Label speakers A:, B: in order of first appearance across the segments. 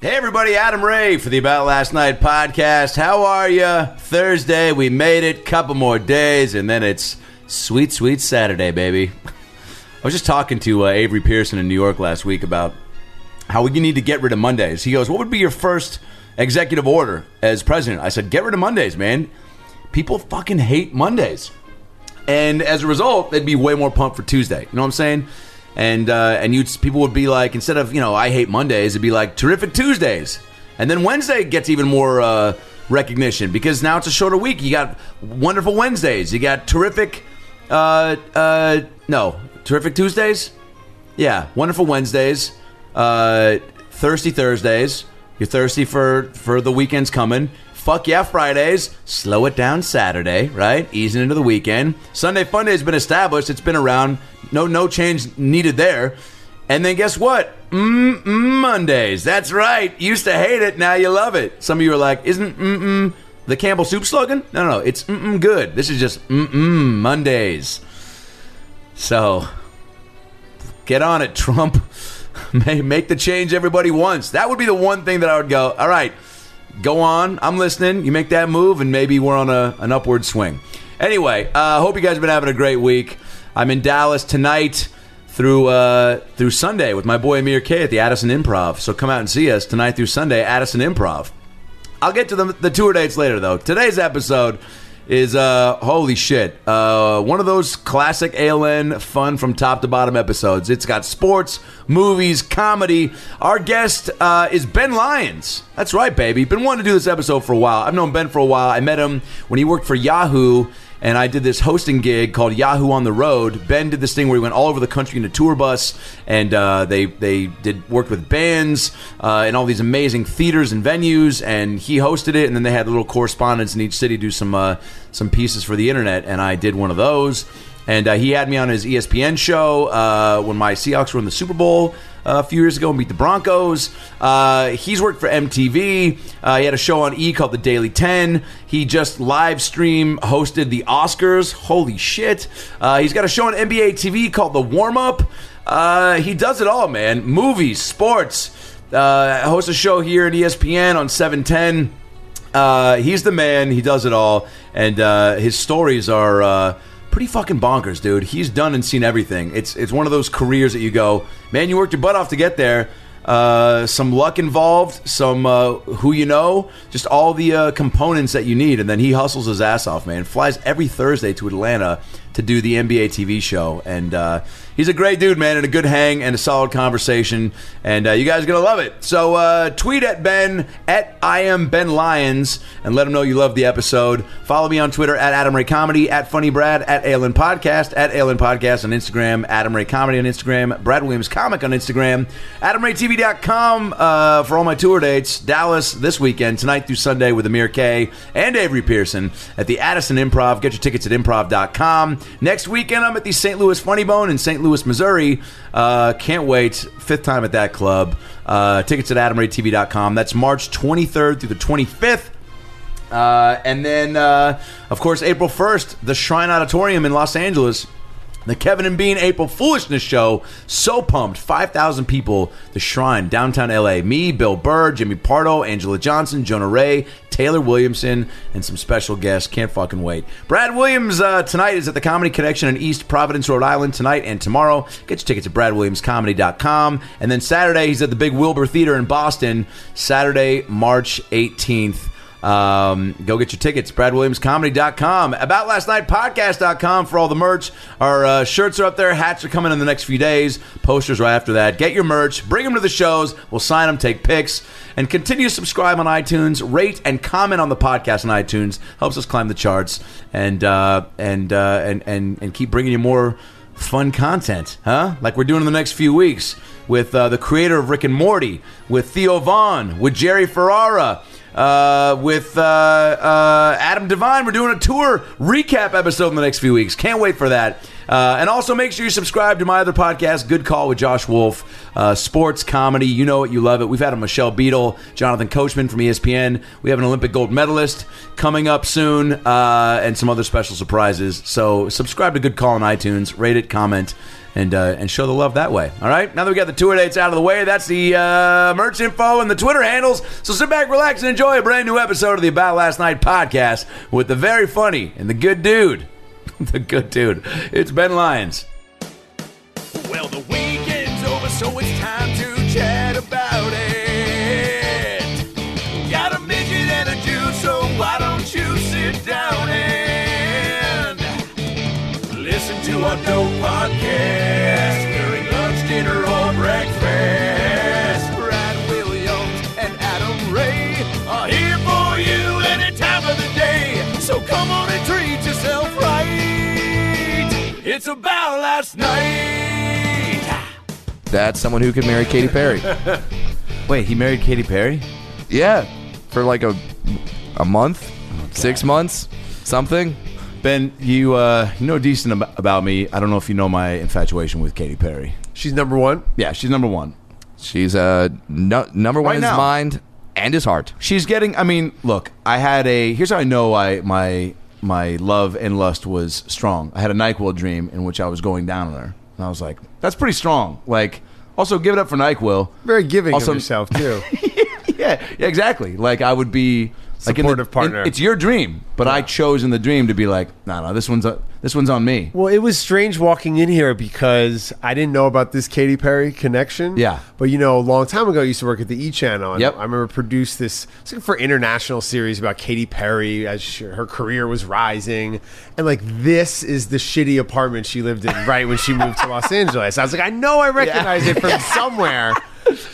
A: Hey everybody, Adam Ray for the About Last Night podcast. How are you? Thursday, we made it. Couple more days, and then it's sweet, sweet Saturday, baby. I was just talking to uh, Avery Pearson in New York last week about how you need to get rid of Mondays. He goes, "What would be your first executive order as president?" I said, "Get rid of Mondays, man. People fucking hate Mondays." and as a result, they'd be way more pumped for Tuesday. You know what I'm saying? And uh, and you people would be like, instead of you know, I hate Mondays, it'd be like terrific Tuesdays, and then Wednesday gets even more uh, recognition because now it's a shorter week. You got wonderful Wednesdays, you got terrific, uh, uh, no, terrific Tuesdays, yeah, wonderful Wednesdays, uh, thirsty Thursdays. You're thirsty for for the weekend's coming. Fuck yeah, Fridays. Slow it down Saturday, right? Easing into the weekend. Sunday Fun Day has been established. It's been around. No no change needed there. And then guess what? Mm Mondays. That's right. You Used to hate it. Now you love it. Some of you are like, isn't mm mm the Campbell soup slogan? No, no, no. It's mm mm good. This is just mm mm Mondays. So get on it, Trump. Ma- Make the change everybody wants. That would be the one thing that I would go, all right, go on. I'm listening. You make that move, and maybe we're on a, an upward swing. Anyway, uh, hope you guys have been having a great week. I'm in Dallas tonight through uh, through Sunday with my boy Amir K at the Addison Improv. So come out and see us tonight through Sunday, Addison Improv. I'll get to the, the tour dates later, though. Today's episode is uh holy shit uh one of those classic aln fun from top to bottom episodes it's got sports movies comedy our guest uh is ben lyons that's right baby been wanting to do this episode for a while i've known ben for a while i met him when he worked for yahoo and I did this hosting gig called Yahoo on the Road. Ben did this thing where he went all over the country in a tour bus, and uh, they they did worked with bands uh, and all these amazing theaters and venues, and he hosted it. And then they had a little correspondents in each city do some uh, some pieces for the internet, and I did one of those. And uh, he had me on his ESPN show uh, when my Seahawks were in the Super Bowl uh, a few years ago and beat the Broncos. Uh, he's worked for MTV. Uh, he had a show on E called The Daily 10. He just live stream hosted the Oscars. Holy shit. Uh, he's got a show on NBA TV called The Warm Up. Uh, he does it all, man. Movies, sports. Uh, hosts a show here at ESPN on 710. Uh, he's the man. He does it all, and uh, his stories are uh, pretty fucking bonkers, dude. He's done and seen everything. It's it's one of those careers that you go, man, you worked your butt off to get there. Uh, some luck involved, some uh, who you know, just all the uh, components that you need, and then he hustles his ass off, man. Flies every Thursday to Atlanta to do the NBA TV show, and uh, he's a great dude, man, and a good hang and a solid conversation, and uh, you guys are gonna love it. So uh, tweet at Ben at I am Ben Lyons and let him know you love the episode. Follow me on Twitter at Adam Ray Comedy, at Funny Brad, at Alan Podcast, at Alan Podcast on Instagram, Adam Ray Comedy on Instagram, Brad Williams Comic on Instagram, AdamRayTV.com uh, for all my tour dates. Dallas this weekend, tonight through Sunday with Amir K and Avery Pearson at the Addison Improv. Get your tickets at improv.com. Next weekend, I'm at the St. Louis Funny Bone in St. Louis, Missouri. Uh, can't wait. Fifth time at that club. Uh, tickets at AdamRayTV.com. That's March 23rd through the 25th. Uh, and then, uh, of course, April 1st, the Shrine Auditorium in Los Angeles. The Kevin and Bean April Foolishness Show. So pumped. 5,000 people. The Shrine, downtown LA. Me, Bill Burr, Jimmy Pardo, Angela Johnson, Jonah Ray, Taylor Williamson, and some special guests. Can't fucking wait. Brad Williams uh, tonight is at the Comedy Connection in East Providence, Rhode Island tonight and tomorrow. Get your tickets at bradwilliamscomedy.com. And then Saturday, he's at the Big Wilbur Theater in Boston. Saturday, March 18th. Um, go get your tickets. BradWilliamsComedy.com. About Last Night Podcast.com for all the merch. Our uh, shirts are up there. Hats are coming in the next few days. Posters right after that. Get your merch. Bring them to the shows. We'll sign them, take pics, and continue to subscribe on iTunes. Rate and comment on the podcast on iTunes. Helps us climb the charts and uh, and, uh, and and and keep bringing you more fun content, huh? Like we're doing in the next few weeks with uh, the creator of Rick and Morty, with Theo Vaughn, with Jerry Ferrara uh, with uh, uh, Adam Devine. We're doing a tour recap episode in the next few weeks. Can't wait for that. Uh, and also make sure you subscribe to my other podcast, Good Call with Josh Wolf, uh, sports comedy. You know it, you love it. We've had a Michelle Beadle, Jonathan Coachman from E ESPN. We have an Olympic gold medalist coming up soon, uh, and some other special surprises. So subscribe to Good Call on iTunes, rate it, comment, and uh, and show the love that way. All right. Now that we got the tour dates out of the way, that's the uh, merch info and the Twitter handles. So sit back, relax, and enjoy a brand new episode of the About Last Night podcast with the very funny and the good dude, the good dude. It's Ben Lyons. Well, the weekend's over, so it's time to chat about it. Got a midget and a Jew, so why don't you sit down and Listen to our dope podcast during lunch, dinner, or breakfast. Brad Williams and Adam Ray are here for you any time of the day. So come on and treat yourself right. It's about last night.
B: That's someone who could marry Katy Perry.
A: Wait, he married Katy Perry?
B: yeah, for like a a month, six months, something.
A: Ben, you uh, you know decent ab- about me. I don't know if you know my infatuation with Katy Perry.
C: She's number one.
A: Yeah, she's number one.
B: She's uh no, number one
A: Right
B: in his
A: now.
B: mind and his heart.
A: She's getting. I mean, look. I had a. Here's how I know I my my love and lust was strong. I had a Nyquil dream in which I was going down on her, and I was like, "That's pretty strong." Like, also give it up for Nyquil.
C: Very giving
A: Also-
C: of yourself too.
A: Yeah, yeah, exactly. Like I would be like in the-
C: Supportive partner.
A: in- it's your dream, but I chose in the dream to be like, "No, no, this one's uh this one's on me."
C: well, it was strange walking in here because I didn't know about this Katy Perry connection.
A: Yeah.
C: but you know, a long time ago, I used to work at the E Channel. and
A: Yep.
C: I remember produced this it's like for international series about Katy Perry as she, her career was rising, and like this is the shitty apartment she lived in right when she moved to Los Angeles. I was like, I know I recognize it from somewhere.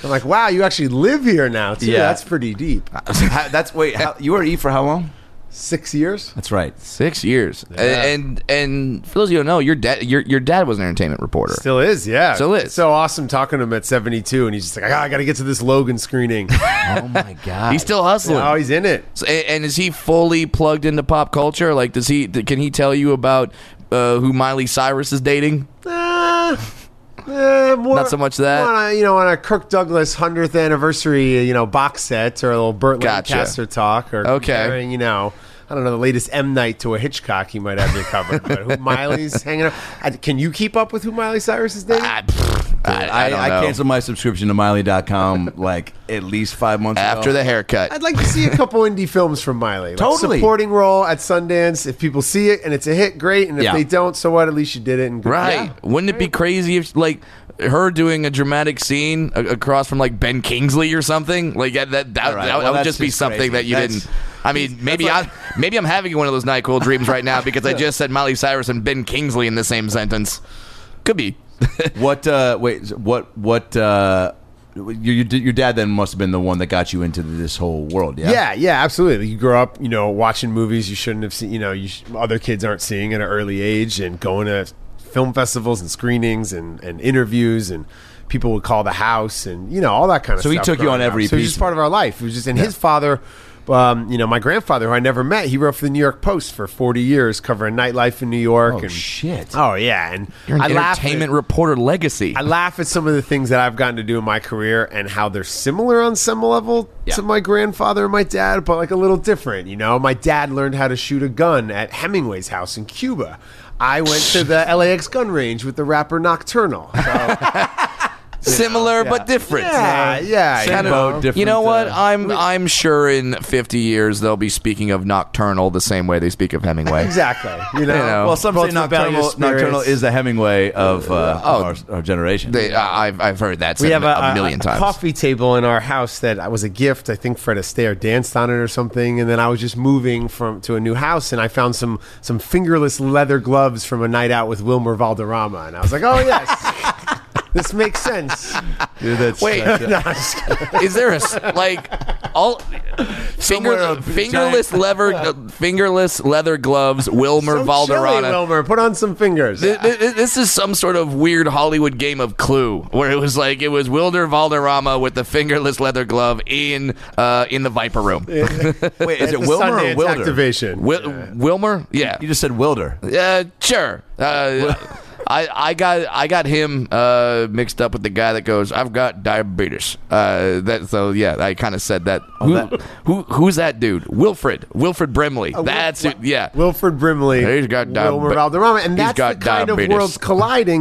C: I'm like, wow, you actually live here now too.
A: Yeah.
C: That's pretty deep.
A: How- That's wait. How, you were at E for how long?
C: Six years.
A: That's right.
B: Six years. And and for those of you who don't know, your dad your your dad was an entertainment reporter.
C: Still is, yeah.
B: Still is.
C: So awesome talking to him at 72, and he's just like, "Ah, I got to get to this Logan screening.
A: Oh my god.
B: He's still hustling.
C: oh, he's in it.
B: So, a- and is he fully plugged into pop culture? Like, does he? th- Can he tell you about uh, who Miley Cyrus is dating?
C: Uh, uh, more-
B: Not so much that.
C: more on a, you know, on a Kirk Douglas 100th anniversary, you know, box set or a little Burt
B: Gotcha.
C: Lancaster talk or
B: Okay.
C: comparing, you know. I don't know the latest M Night to a Hitchcock. He might have you covered, but who Miley's hanging out? I, can you keep up with who Miley Cyrus is dating?
B: I, pfft, I, I,
A: I,
B: don't
A: I,
B: know.
A: canceled my subscription to Miley.com like at least five months
B: after
A: ago.
B: the haircut.
C: I'd like to see a couple indie films from Miley. Like
A: Totally.
C: supporting role at Sundance. If people see it and it's a hit, great. And if
A: Yeah.
C: they don't, so what? At least you did it. And good.
B: Right?
C: Yeah.
B: Wouldn't it be crazy if like her doing a dramatic scene a- across from like Ben Kingsley or something? Like that that that,
A: All right,
B: that,
A: well,
B: that would
A: that's
B: just be
A: just
B: something
A: crazy.
B: that you
A: That's-
B: didn't. I mean, maybe I maybe I'm having one of those Nyquil dreams right now because I just said Miley Cyrus and Ben Kingsley in the same sentence. Could be.
A: What? Uh, wait. What? What? Uh, your, your your dad then must have been the one that got you into this whole world. Yeah.
C: Yeah, yeah, absolutely. You grow up, you know, watching movies you shouldn't have seen. You know, you sh- other kids aren't seeing at an early age, and going to film festivals and screenings and, and interviews, and people would call the house, and you know, all that kind of.
A: So he
C: stuff
A: took you
C: growing
A: on every
C: up. So it was
A: piece
C: just
A: of
C: part of our life. It was just, and his father. Um, you know, my grandfather, who I never met, he wrote for the New York Post for 40 years, covering nightlife in New York.
A: Oh
C: and
A: shit.
C: Oh yeah, and
B: You're an
C: I laugh at-
B: entertainment reporter legacy.
C: I laugh at some of the things that I've gotten to do in my career and how they're similar on some level to my grandfather and my dad, but like a little different. You know, my dad learned how to shoot a gun at Hemingway's house in Cuba. I went to the LAX gun range with the rapper Nocturnal. So, uh,
B: Similar but different.
C: yeah, yeah.
A: Same
C: you
A: boat,
C: know.
A: different,
B: You know what?
A: uh,
B: I'm I'm sure in 50 years they'll be speaking of Nocturnal the same way they speak of Hemingway.
C: Exactly. You know.
B: know.
A: well, some
C: Both
A: say nocturnal,
C: rebellious spirits.
A: nocturnal is the Hemingway of uh,
B: oh.
A: our, our generation.
B: They, I- I've I've heard that
C: we
B: said
C: have a,
B: a, million
C: a- a
B: times.
C: coffee table in our house that was a gift. I think Fred Astaire danced on it or something. And then I was just moving from to a new house, and I found some some fingerless leather gloves from a night out with Wilmer Valderrama, and I was like, oh yes. This makes sense.
A: Dude, that's
B: Wait.
A: that's-
C: No, I'm just kidding.
B: Is there a s- like all
A: Somewhere
B: finger,
A: a
B: fingerless leather fingerless leather gloves? Wilmer
C: So chilly,
B: Valderrama.
C: Wilmer, put on some fingers.
B: Th- th- th- This is some sort of weird Hollywood game of Clue, where it was like it was Wilder Valderrama with the fingerless leather glove in uh, in the Viper Room.
A: Wait, is it
C: The
A: Wilmer or
C: Sundance
A: Wilder?
C: activation.
B: Wil- Wilmer, yeah,
A: You just said Wilder.
B: uh, sure. Uh, I I got I got him uh, mixed up with the guy that goes, I've got diabetes. Uh, that so yeah, I kind of said that. who,
A: that-
B: who who's that dude? Wilfred Wilfred Brimley. That's it. Yeah.
C: Wilfred Brimley,
B: He's got diabe-
C: Wilmer Valderrama, and
B: he's
C: that's
B: got
C: the kind
B: diabetes.
C: of worlds colliding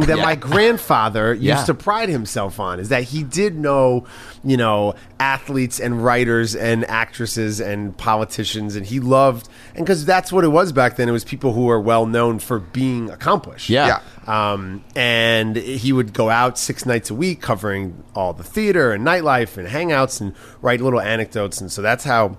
C: that my grandfather used
A: Yeah.
C: to pride himself on. Is that he did know, you know, athletes and writers and actresses and politicians, and he loved, and because that's what it was back then. It was people who were well known for being accomplished.
A: Yeah.
B: Yeah.
C: Um, and he would go out six nights a week covering all the theater and nightlife and hangouts and write little anecdotes. And so that's how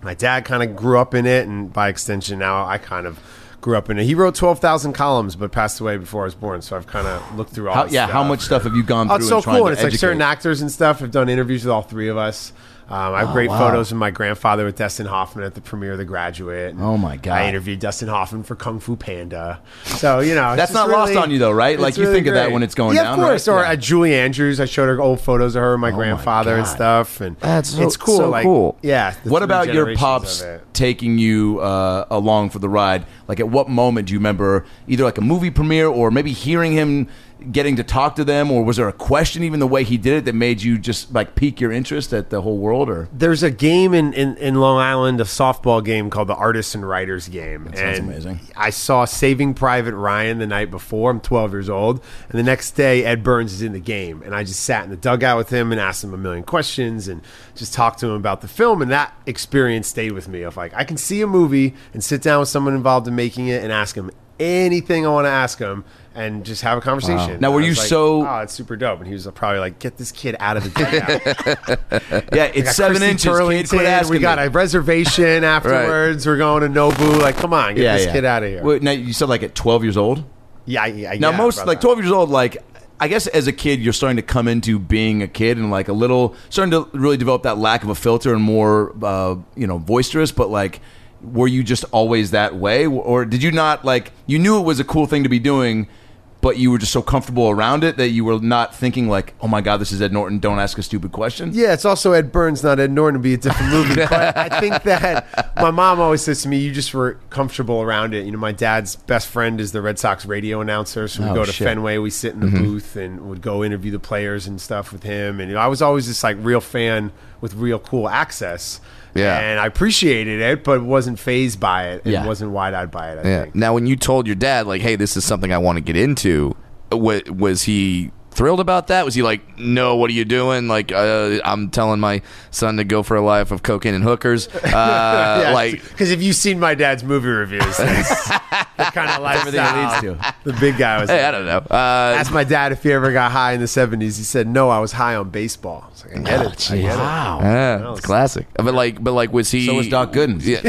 C: my dad kind of grew up in it. And by extension, now I kind of grew up in it. He wrote 12,000 columns, but passed away before I was born. So I've kind of looked through all
A: How,
C: this
A: yeah, how
C: stuff.
A: much stuff have you gone
C: Oh,
A: through?
C: it's so
A: in trying
C: cool.
A: To
C: And it's like
A: educate?
C: certain actors and stuff have done interviews with all three of us. Um, I
A: Oh,
C: have great photos of my grandfather with Dustin Hoffman at the premiere of The Graduate. And
A: Oh, my God.
C: I interviewed Dustin Hoffman for Kung Fu Panda. So you know, it's
A: That's
C: just
A: not lost on you, though, right?
C: it's
A: Like, you think of that when it's going
C: yeah,
A: down,
C: Of course.
A: right?
C: Or
A: Yeah. Oh,
C: at Julie Andrews, I showed her old photos of her and my grandfather and
A: God.
C: stuff. And
B: That's so-
C: it's cool.
B: so
C: like,
B: cool.
C: Yeah. the
A: What
C: three
A: about your
C: generations
A: pops
C: of it.
A: taking you uh, along for the ride? Like, at what moment do you remember either like a movie premiere or maybe hearing him getting to talk to them, or was there a question even the way he did it that made you just like pique your interest at the whole world? Or
C: there's a game in, in, in Long Island, a softball game called the Artists and Writers game. That
A: sounds
C: and
A: amazing.
C: I saw Saving Private Ryan the night before. I'm 12 years old. And the next day, Ed Burns is in the game. And I just sat in the dugout with him and asked him a million questions and just talked to him about the film. And that experience stayed with me of like, I can see a movie and sit down with someone involved in making it and ask him anything I want to ask him. And just have a conversation.
A: Now, were
C: I
A: you
C: was like,
A: so-
C: Oh, it's super dope. And he was probably like, "Get this kid out of the dugout."
A: yeah, it's
C: got
A: seven
C: Christy
A: inches. Kid, quit
C: Turlington,
A: asking
C: we got
A: me.
C: a reservation afterwards. We're going to Nobu. Like, come on, get
A: yeah,
C: this
A: yeah.
C: kid out of here.
A: Wait, now you said like at twelve years old.
C: yeah, I, I,
A: Now,
C: yeah,
A: most
C: about
A: like
C: that.
A: 12 years old, like I guess as a kid, you're starting to come into being a kid and like a little starting to really develop that lack of a filter and more, uh, you know, boisterous. But like, were you just always that way, or did you not like you knew it was a cool thing to be doing? But you were just so comfortable around it that you were not thinking like, "Oh my God, this is Ed Norton. Don't ask a stupid question."
C: Yeah, it's also Ed Burns, not Ed Norton, to be a different movie. But I think that my mom always says to me, "You just were comfortable around it." You know, my dad's best friend is the Red Sox radio announcer, so we
A: Oh,
C: go to
A: shit. Mm-hmm.
C: Fenway, we sit in the booth, and would go interview the players and stuff with him. And you know, I was always this like real fan with real cool access.
B: Yeah.
C: and I appreciated it, but wasn't phased by it, and
A: Yeah.
C: wasn't wide eyed by it. I think.
B: Now, when you told your dad, like, "Hey, this is something I want to get into," uh, wa was he thrilled about that? Was he like, "No, what are you doing? Like, uh, I'm telling my son to go for a life of cocaine and hookers." Uh, Like,
C: because if you've seen my dad's movie reviews, that's the kind of
A: everything
C: lifestyle
A: it leads to.
C: the big guy was.
B: hey, I don't know. Uh,
C: Asked my dad if he ever got high in the seventies. He said, "No, I was high on baseball." I was like, "I get it. I get it."
B: yeah, it's classic. But like, but like, was he?
A: So was Doc Gooden.
B: Yeah,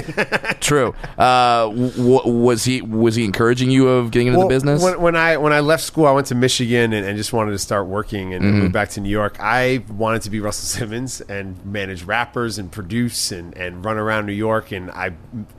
B: true. Uh, w- was he? Was he encouraging you of getting into the
C: Well,
B: business?
C: When, when I when I left school, I went to Michigan and, and just wanted to start working and moved back to New York. I wanted to be Russell Simmons and manage rappers and produce and, and run around New York. And I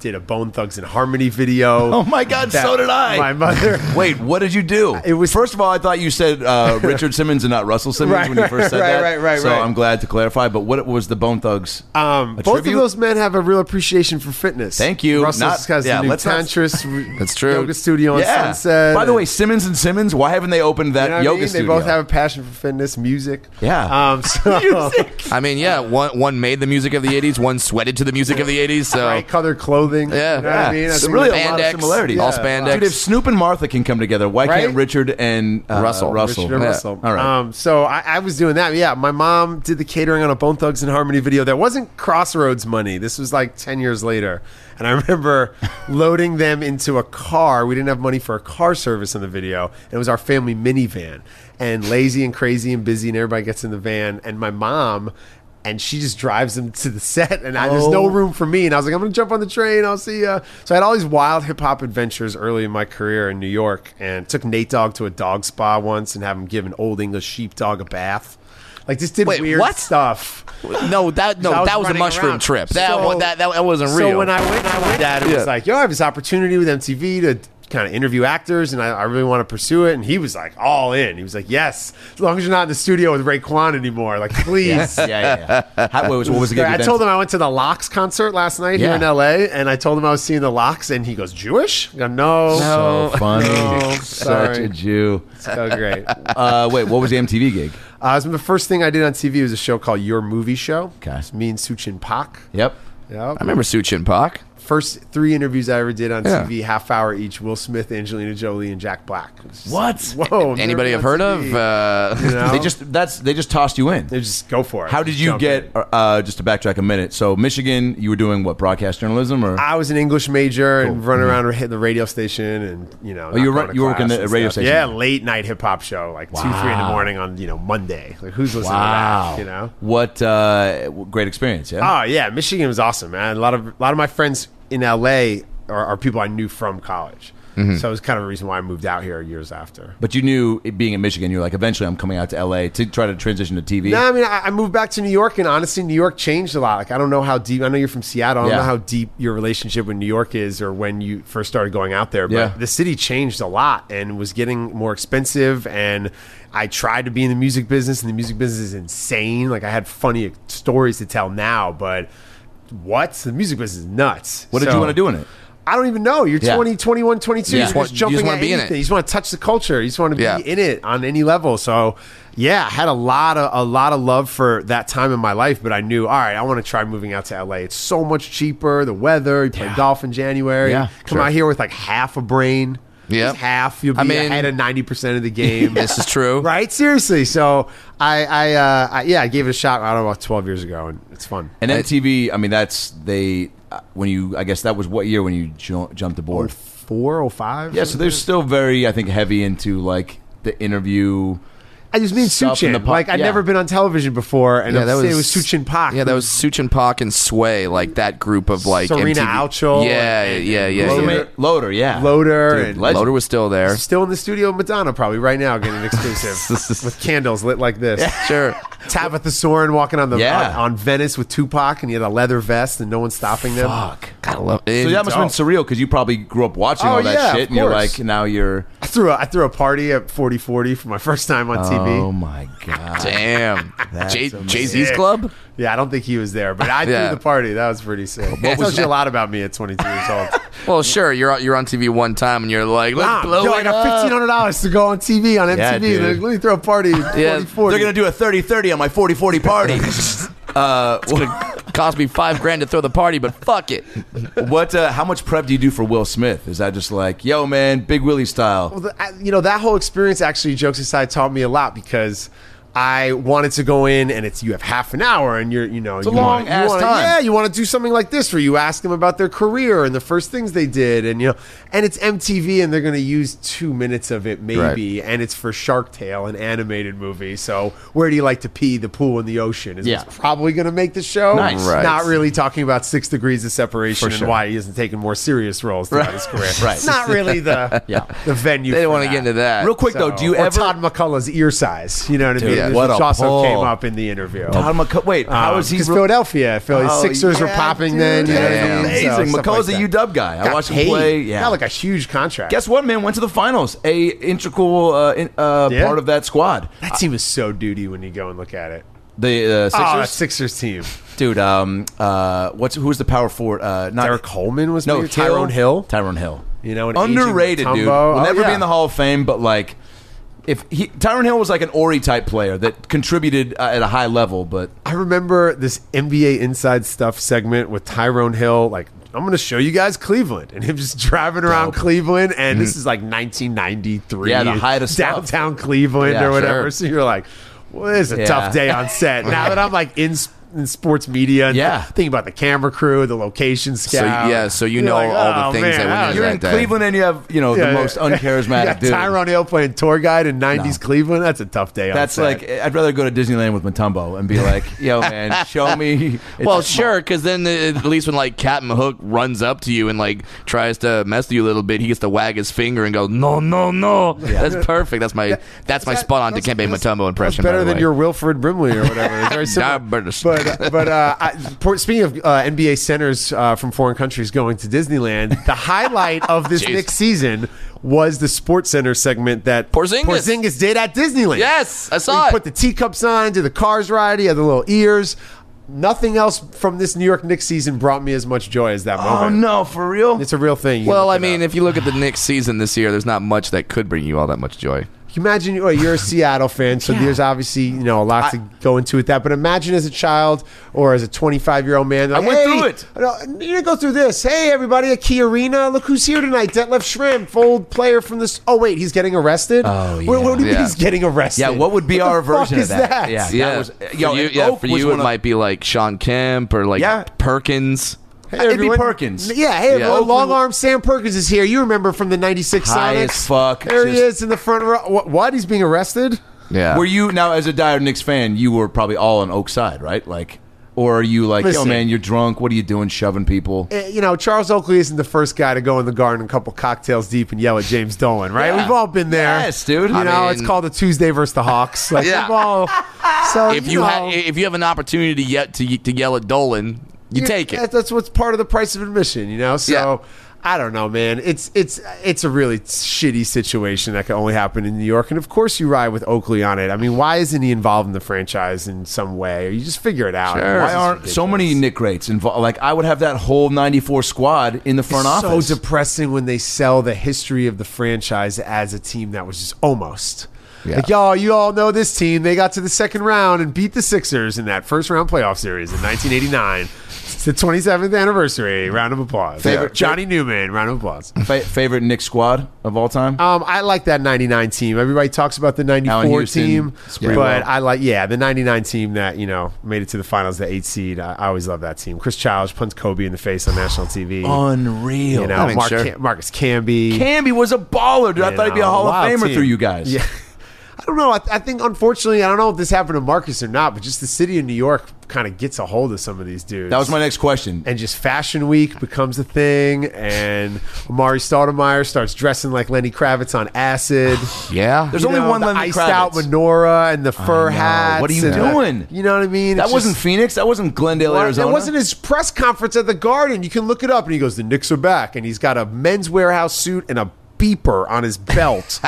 C: did a Bone Thugs and Harmony video.
A: Oh my God,
C: that
A: so did I.
C: My mother.
A: Wait, what did you do?
C: It was-
A: first of all, I thought you said uh, Richard Simmons and not Russell Simmons
C: Right,
A: when you first said
C: right,
A: that.
C: right, right,
A: So
C: right.
A: I'm glad to clarify. But what was the Bone Thugs?
C: Um,
A: A
C: both
A: tribute?
C: of those men have a real appreciation for fitness.
A: Thank you.
C: Russell
A: Not-
C: has
A: yeah,
C: the new
A: let's not-
C: Tantris
B: That's true.
C: yoga studio on Sunset.
A: By the way, Simmons and Simmons, why haven't they opened that
C: You know what I
A: yoga
C: mean?
A: studio?
C: They both have a passion for fitness, music.
A: Yeah.
C: Um, so,
B: I mean, yeah, one one made the music of the '80s, one sweated to the music of the '80s. So
C: right color clothing.
B: Yeah.
C: You know
A: yeah,
C: what I mean? I
A: it's
C: think
A: really
C: that-
A: a lot
B: Spandex,
A: of similarities.
B: all Yeah. spandex.
A: Dude, if Snoop and Martha can come together, why can't
C: Right?
A: Richard and uh,
B: Russell.
A: Russell?
C: Richard and
B: Yeah.
C: Russell.
A: All right.
C: Um, so I, I was doing that. Yeah, my mom did the catering on a Bone Thugs and Harmony video that wasn't Crossroads money. This was like ten years later, and I remember loading them into a car. We didn't have money for a car service in the video. And it was our family minivan, and lazy and crazy and busy, and everybody gets in the van. And my mom and she just drives them to the set, and I, there's
B: Oh.
C: no room for me. And I was like, I'm gonna jump on the train. I'll see ya. So I had all these wild hip hop adventures early in my career in New York, and took Nate Dogg to a dog spa once, and have him give an old English sheepdog a bath. Like just did
B: Wait,
C: weird
B: what?
C: stuff.
B: No, that no,
C: I was
B: that was a
C: running
B: mushroom
C: around.
B: trip. That,
C: So-
B: wa- that, that that wasn't real.
C: So when I went, I went that it
B: Yeah.
C: was like, yo, I have this opportunity with MTV to kind of interview actors, and I, I really want to pursue it. And he was like, all in. He was like, yes, as long as you're not in the studio with Ray Kwan anymore, like please.
A: yeah, yeah. yeah. How, what was, what was it?
C: Yeah, I told him I went to the Locks concert last night
B: Yeah.
C: here in LA, and I told him I was seeing the Locks, and he goes, "Jewish?" I go, "No,
A: So Oh, funny.
C: No,
A: Such
C: sorry.
A: a Jew.
C: so great." Uh,
A: Uh, wait, what was the MTV gig?
C: it was the first thing I did on TV was a show called Your Movie Show.
A: Okay.
C: It's me and Suchin Pak.
A: Yep.
C: Yep.
B: I remember Su Chin Pak.
C: first three interviews I ever did on
B: Yeah.
C: TV, half hour each. Will Smith, Angelina Jolie, and Jack Black. It was just
A: What?
C: like, Whoa! I'm
B: Anybody have
C: never
B: heard
C: on
B: of?
C: TV.
B: Uh,
C: You know?
A: They just that's they just tossed you in.
C: they just go for it.
A: How did
C: Just
A: you
C: jump in.
A: get? Uh, just to backtrack a minute. So Michigan, you were doing what? Broadcast journalism or?
C: I was an English major and running around hitting the radio station and you know. not
A: Mm-hmm. Oh, you were
C: going
A: run-
C: to
A: you were working
C: class
A: the
C: and
A: radio
C: stuff.
A: station.
C: Yeah, late night hip hop show, like two, three in the
A: Wow.
C: morning on you know Monday. Like who's listening
A: wow.
C: to that? You know.
A: What uh, great experience? Yeah.
C: Oh yeah, Michigan was awesome, man. A lot of a lot of my friends in LA are, are people I knew from college,
A: Mm-hmm.
C: so it was kind of a reason why I moved out here years after.
A: But you knew it being in Michigan, you were like, eventually I'm coming out to LA to try to transition to TV.
C: No, I mean, I, I moved back to New York, and honestly, New York changed a lot. Like, I don't know how deep. I know you're from Seattle. I don't
A: Yeah.
C: know how deep your relationship with New York is, or when you first started going out there. But
A: Yeah.
C: the city changed a lot and was getting more expensive. And I tried to be in the music business, and the music business is insane. Like, I had funny stories to tell now, but what? The music business is nuts.
A: What did you want to do in it?
C: I don't even know. You're
A: Yeah.
C: 20, 21, 22.
B: Yeah.
C: You're
B: You
C: just
B: just want- you
C: jumping
B: just wanna
C: at
B: be in it.
C: anything. You just want to touch the culture. You just want to
B: Yeah.
C: be in it on any level. So, yeah, I had a lot of a lot of love for that time in my life, but I knew, all right, I want to try moving out to LA. It's so much cheaper. The weather. You play golf in January.
A: Yeah,
C: Come
A: sure.
C: out here with like half a brain.
B: Yeah.
C: Just half. You'll be
B: I mean-
C: ahead of ninety percent of the game.
B: This is true.
C: Right? Seriously. So I, I, uh, I, yeah, I gave it a shot. I don't know about twelve years ago, and it's fun.
A: And MTV, I mean, that's they, uh, when you, I guess that was what year when you ju- jumped aboard?
C: Oh, Four or five?
A: Yeah, so they're still very, I think, heavy into like the interview.
C: I just mean
A: stuff
C: Suchin.
A: in the po-
C: like I've
A: yeah.
C: never been on television before, and I'm saying it was Suchin Pak.
B: Yeah, that was Suchin Pak and Sway, like that group of like
C: Serena
B: MTV.
C: Alchol
B: Yeah,
C: and-
B: yeah, yeah.
C: Loader.
B: yeah.
A: Loader, Loader, yeah.
C: Loader
A: Dude,
C: and-
A: legend.
B: Loader was still there.
C: still in the studio. with Madonna probably right now getting an exclusive with candles lit like this.
B: Sure.
C: Tabitha Soren walking on the
A: Yeah.
C: on, on Venice with Tupac, and he had a leather vest, and no one's stopping them.
A: Fuck.
B: Gotta love it.
A: So that must have been surreal because you probably grew up watching
C: Oh,
A: all that
C: yeah,
A: shit
C: of
A: and you're
C: course.
A: like, now you're.
C: I threw a, I threw a party at forty forty for my first time on
A: Oh
C: TV.
A: my God.
B: Damn. Jay
A: amazing.
B: Z's club?
C: Yeah, I don't think he was there, but I
B: Yeah.
C: threw the party. That was pretty sick. That tells you a lot about me at twenty two years old.
B: Well, sure. You're on- you're on TV one time and you're like, let's
C: Nah,
B: blow
C: yo,
B: it
C: I got
B: up.
C: fifteen hundred dollars to go on TV on
A: Yeah,
C: MTV.
A: dude.
C: Let me throw a party.
B: Yeah,
C: yeah,
A: They're going to do a 30 30 on my 40 40 party. uh, what,
B: Cost me five grand to throw the party, but fuck it.
A: what, uh, how much prep do you do for Will Smith? Is that just like, yo, man, Big Willie style?
C: Well, the, I, you know that whole experience actually, jokes aside, taught me a lot because I wanted to go in and it's you have half an hour and you're you know it's
A: a
C: you
A: long
C: wanna,
A: ass
C: you wanna,
A: time.
C: Yeah, you want to do something like this where you ask them about their career and the first things they did and you know and it's MTV and they're going to use two minutes of it maybe and it's for Shark Tale, an animated movie. So where do you like to pee? The pool and the ocean is
A: Yeah.
C: what's probably going to make the show.
A: Nice. Right.
C: Not really talking about six degrees of separation and why he isn't taking more serious roles throughout his career.
A: Right.
C: It's not really the
A: Yeah.
C: the venue.
B: They don't
C: for
B: want to get into that.
A: Real quick though, do you
C: or
A: ever?
C: Todd McCullough's ear size? You know what I mean?
A: Dude,
C: Which
A: what a
C: also
A: pull.
C: came up in the interview.
A: Todd McCullough. Wait, how is he?
C: Oh. Because
A: re-
C: Philadelphia, Philly
A: Oh,
C: Sixers were
A: yeah,
C: popping
A: dude,
C: then. You know what I
A: that's
C: mean? So,
A: amazing.
C: stuff
A: McCullough's
C: like
A: a
C: that.
A: UW guy. I
C: Got
A: watched
C: paid.
A: him play. Yeah,
C: got like a huge contract.
A: guess what, man? Went to the finals. A integral uh, in, uh,
C: Yeah.
A: part of that squad.
C: that team is so duty when you go and look at it.
A: The
C: Oh,
A: uh,
C: that
A: Sixers,
C: Sixers team.
A: dude. Um, uh, what's who was the power forward? Uh, not
C: Derek Coleman was
A: No,
C: maybe-
A: Tyrone
C: Tyrone Hill?
A: Tyrone Hill.
C: You know, an aging
A: underrated dude.
C: Mutombo.
A: Will
C: Oh,
A: never be
C: yeah.
A: in the Hall of Fame, but like. If he, Tyron Hill was like an Ori type player that contributed uh, at a high level, but
C: I remember this NBA inside stuff segment with Tyrone Hill. Like, I'm going to show you guys Cleveland, and him just driving around Cleveland. And
B: Mm-hmm.
C: this is like 1993.
A: Yeah, the height of stuff.
C: downtown Cleveland
A: Yeah,
C: or whatever.
A: sure.
C: So you're like, well, it's a
A: Yeah.
C: tough day on set. now that I'm like in in sports media. and
B: Yeah.
C: thinking about the camera crew, the location scout.
B: yeah, so you
C: You're
B: know all the things that went
C: ah,
B: into
C: you're
B: that
C: in
B: day.
A: Cleveland, and you have you know
C: Yeah,
A: the most
C: yeah.
A: uncharismatic
C: yeah,
A: dude.
C: Tyron Hill playing tour guide in '90s Cleveland. That's a tough day. on
A: That's
C: set.
A: like I'd rather go to Disneyland with Matumbo and be like, "Yo, man, show me." it's
B: well,
A: a small-
B: sure, because then the, at least when like Captain Hook runs up to you and like tries to mess with you a little bit, he gets to wag his finger and go, "No, no, no." That's perfect. That's my that's my spot on
C: That's-
B: Dikembe
C: that's-
B: Mutombo impression.
C: That's better
B: by the
C: than
B: way.
C: your Wilfred Brimley or whatever. It's very similar.
B: Diabetes.
C: but but uh, I, for- speaking of uh, NBA centers uh, from foreign countries going to Disneyland, the highlight of this
B: Jeez.
C: next season was the Sports Center segment that
B: Porzingis.
C: Porzingis did at Disneyland.
B: Yes, I
C: He
B: saw
C: put
B: it.
C: the teacups on, did the cars ride, he had the little ears. Nothing else from this New York Knicks season brought me as much joy as that
A: Oh
C: moment.
A: no, for real?
C: It's a real thing. You
B: Well,
C: look
B: I
C: it up.
B: mean, if you look at the Knicks season this year, there's not much that could bring you all that much joy.
C: Can you imagine well, you're a Seattle fan, so there's obviously you know a lot to go into with that. But imagine as a child or as a 25 year old man, I
A: went through it."
C: You didn't go through this. Hey, everybody at Key Arena, look who's here tonight. Detlef Shrimp, old player from this. Oh wait, he's getting arrested. Oh What, what do you mean
B: Yeah.
C: he's getting arrested?
A: Yeah, what would be
C: What the
A: our version
C: fuck
A: of
C: is
A: that?
C: that?
A: Yeah.
B: Yeah,
A: was-
B: for
A: yo,
B: you,
A: and
B: yeah,
A: Oak
B: for
A: was
B: you
A: one
B: it
A: of-
B: might be like Sean Kemp or like
A: Yeah.
B: Perkins.
C: Hey,
A: It'd be
C: everyone.
A: Perkins.
C: Yeah, hey,
B: Yeah.
C: everyone, long arm Sam Perkins is here. You remember from the '96
A: High
C: Sonics?
A: as fuck,
C: There he
A: just-
C: is in the front row. What? what? He's being arrested.
B: Yeah,
A: Were you now as a dire Knicks fan? You were probably all on Oak Side, right? Like, or are you like, yo,
C: Listen.
A: man, you're drunk. What are you doing, shoving people?
C: eh, you know, Charles Oakley isn't the first guy to go in the garden a couple cocktails deep and yell at James Dolan, right?
A: Yeah.
C: We've all been there.
A: Yes, dude.
C: You
A: I
C: know,
B: mean-
C: it's called a Tuesday versus the Hawks. Like
B: Yeah.
C: we've all so
B: if you
C: know,
B: ha- if you have an opportunity yet to y- to yell at Dolan, you
C: you-
B: take it.
C: That's, that's what's part of the price of admission, you know? So
B: Yeah.
C: I don't know, man. It's it's it's a really shitty situation that can only happen in New York, and of course you ride with Oakley on it. I mean, why isn't he involved in the franchise in some way? Or you just figure it out.
B: Sure.
C: This
A: Why
C: is
A: aren't so many
C: ridiculous.
A: Nick greats involved? Like, I would have that whole '94 squad in the front
C: It's
A: office.
C: So depressing when they sell the history of the franchise as a team that was just almost. Like y'all, you all know this team. They got to the second round and beat the Sixers in that first round playoff series in 1989. It's the 27th anniversary. Round of applause.
A: Favorite-
C: Johnny Newman. Round of applause.
A: Fa- favorite Nick squad of all time?
C: Um, I like that 99 team. Everybody talks about the 94
A: Houston,
C: team,
A: it's
C: but
A: pretty well.
C: I like yeah the 99 team that you know made it to the finals, the eight seed. I, I always love that team. Chris Childs punched Kobe in the face on national TV.
A: Oh, Unreal.
C: You know,
B: mean,
C: Mark
B: sure.
C: Cam- Marcus Camby.
A: Camby was a baller, dude. I
C: You
A: thought he'd be a
C: know,
A: Hall of
C: wild
A: Famer
C: team.
A: through you guys.
C: Yeah. I don't know. I, I think, unfortunately, I don't know if this happened to Marcus or not, but just the city of New York kind of gets a hold of some of these dudes.
A: That was my next question.
C: And just Fashion Week becomes a thing, and Amari Stoudemire starts dressing like Lenny Kravitz on acid.
B: Yeah,
A: There's
C: You
A: only
C: know,
A: one
C: the
A: Lenny
C: iced out
A: Kravitz.
C: menorah and the fur hats.
A: What are you
C: and the-
A: doing?
C: you know what I mean?
A: that
C: It's
A: wasn't
C: just-
A: Phoenix. That wasn't Glendale,
C: Well,
A: Arizona.
C: It wasn't his press conference at the Garden. You can look it up. And he goes, "The Knicks are back," and he's got a men's warehouse suit and a beeper on his belt.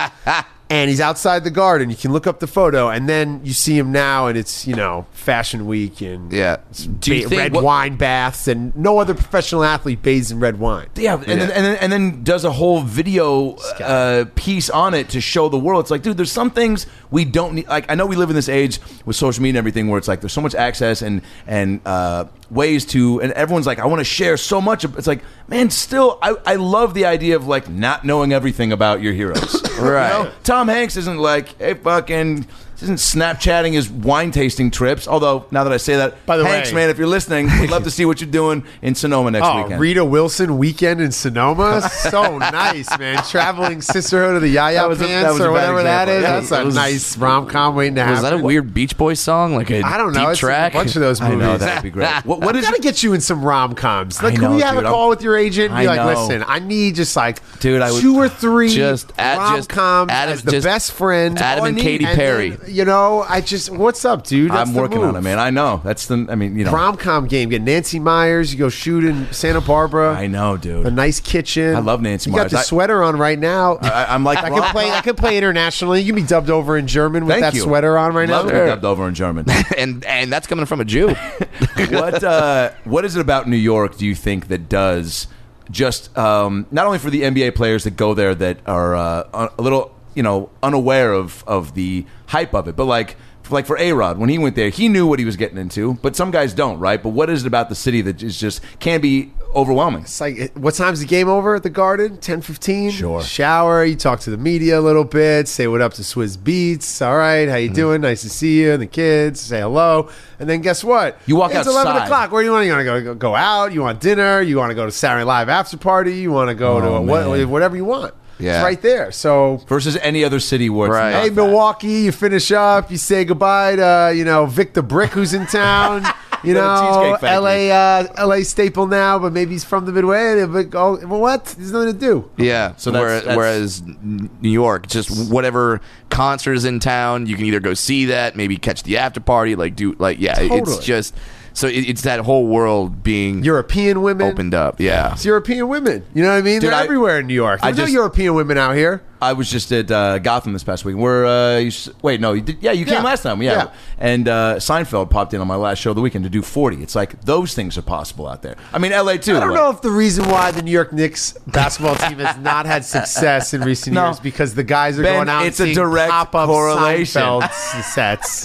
C: And he's outside the garden. You can look up the photo, and then you see him now, and it's you know Fashion Week and
B: Yeah.
C: it's
B: Do you
C: ba-
B: think
C: red
B: what-
C: wine baths, and no other professional athlete bathes in red wine.
A: Yeah, and, Then,
B: Yeah.
A: and then and then does a whole video uh, piece on it to show the world. It's like, dude, there's some things we don't need. Like, I know we live in this age with social media and everything, where it's like there's so much access and and uh, ways to, and everyone's like, I want to share so much. It's like, man, still, I, I love the idea of like not knowing everything about your heroes.
B: Right.
A: Tom Hanks isn't like, hey, fucking. Isn't Snapchatting his wine tasting trips? Although now that I say that,
C: By the
A: Hanks,
C: way-
A: man, if you're listening, we'd love to see what you're doing in Sonoma next
C: Oh,
A: weekend.
C: Rita Wilson weekend in Sonoma, so nice, man. Traveling sisterhood of the Yaya
A: was a- that
C: Pants
A: was a
C: or
A: bad
C: whatever that is.
A: example. Yeah,
C: That's
A: that
C: a
A: was-
C: nice rom com waiting to happen.
B: Was that a weird Beach Boys song? Like a
C: I don't know.
B: deep
C: It's
B: track.
C: a bunch of those
A: I
C: movies.
A: know that'd be great. What, what
C: What
A: is
C: gotta get you in some rom coms. Like,
A: I
C: can we
A: know,
C: have
A: dude.
C: a
A: I'm-
C: call with your agent? And be
A: I
C: like,
A: know.
C: listen, I need just like
A: Dude, I would-
C: two or three
B: Just at-
C: rom
B: just
C: coms
B: Adam-
C: as the
B: just
C: best friend.
B: Adam
C: All I
B: and
C: need.
B: Katy
C: then,
B: Perry.
C: you know, I just what's up, dude? That's
A: I'm
C: the
A: working on it,
C: move.
A: man. I know. That's the. I mean, you know.
C: Rom com game. Get Nancy Myers. You go shoot in Santa Barbara.
A: I know, dude.
C: A nice kitchen.
A: I love Nancy
C: You
A: Myers.
C: got the
A: I-
C: sweater on right now.
A: I, am like,
C: I could play. I could play internationally. You can be dubbed over in German with
A: Thank
C: that
A: you.
C: sweater on right
A: Love
C: now.
A: to be dubbed over in German.
B: and and that's coming from a Jew.
A: what uh, What is it about New York? Do you think that does just um, not only for the NBA players that go there that are uh, a little you know unaware of of the hype of it, but like. Like for A Rod, when he went there, he knew what he was getting into, but some guys don't, right? But what is it about the city that is just can't be overwhelming.
C: It's like, it- what time's the game over at the Garden? 10:15.
A: Sure.
C: Shower. You talk to the media a little bit. Say what up to Swizz Beats. All right, how
A: Mm-hmm.
C: you doing? Nice to see you and the kids. Say hello. And then guess what?
A: You walk
C: it's
A: outside.
C: Eleven o'clock. Where do you want? You want to go, go go out? You want dinner? You want to go to Saturday Night Live after party? You want to go
A: Oh,
C: to a, what, whatever you want?
B: Yeah.
C: It's right there. So
A: Versus any other city where
B: Right.
A: it's not
C: Hey,
A: that.
C: Milwaukee, you finish up, you say goodbye to, uh, you know, Vic the Brick, who's in town. You
A: Go to
C: know,
A: Cheesecake Factory.
C: LA, uh, LA staple now, but maybe he's from the Midwest. But oh, well, what? There's nothing to do.
B: Yeah.
A: So that's-
B: whereas,
A: that's-
B: whereas New York, just whatever concert is in town, you can either go see that, maybe catch the after party, like do like yeah,
C: Totally.
B: it's just so it, it's that whole world being
C: European women.
B: opened up. Yeah.
C: It's European women. You know what I mean?
A: Dude,
C: They're
A: I-
C: everywhere in New York.
A: I
C: There's no
A: just-
C: European women out here.
A: I was just at uh, Gotham this past week. We're uh, you s- wait, no, you did, yeah, you came
C: Yeah.
A: last time, yeah.
C: Yeah.
A: And uh, Seinfeld popped in on my last show of the weekend to do forty. It's like those things are possible out there. I mean, L.A. too.
C: I don't
A: like-
C: know if the reason why the New York Knicks basketball team has not had success in recent
A: No.
C: years because the guys are
A: Ben,
C: going out.
A: it's a
C: and seeing
A: direct
C: pop-up
A: correlation.
C: Seinfeld s- sets.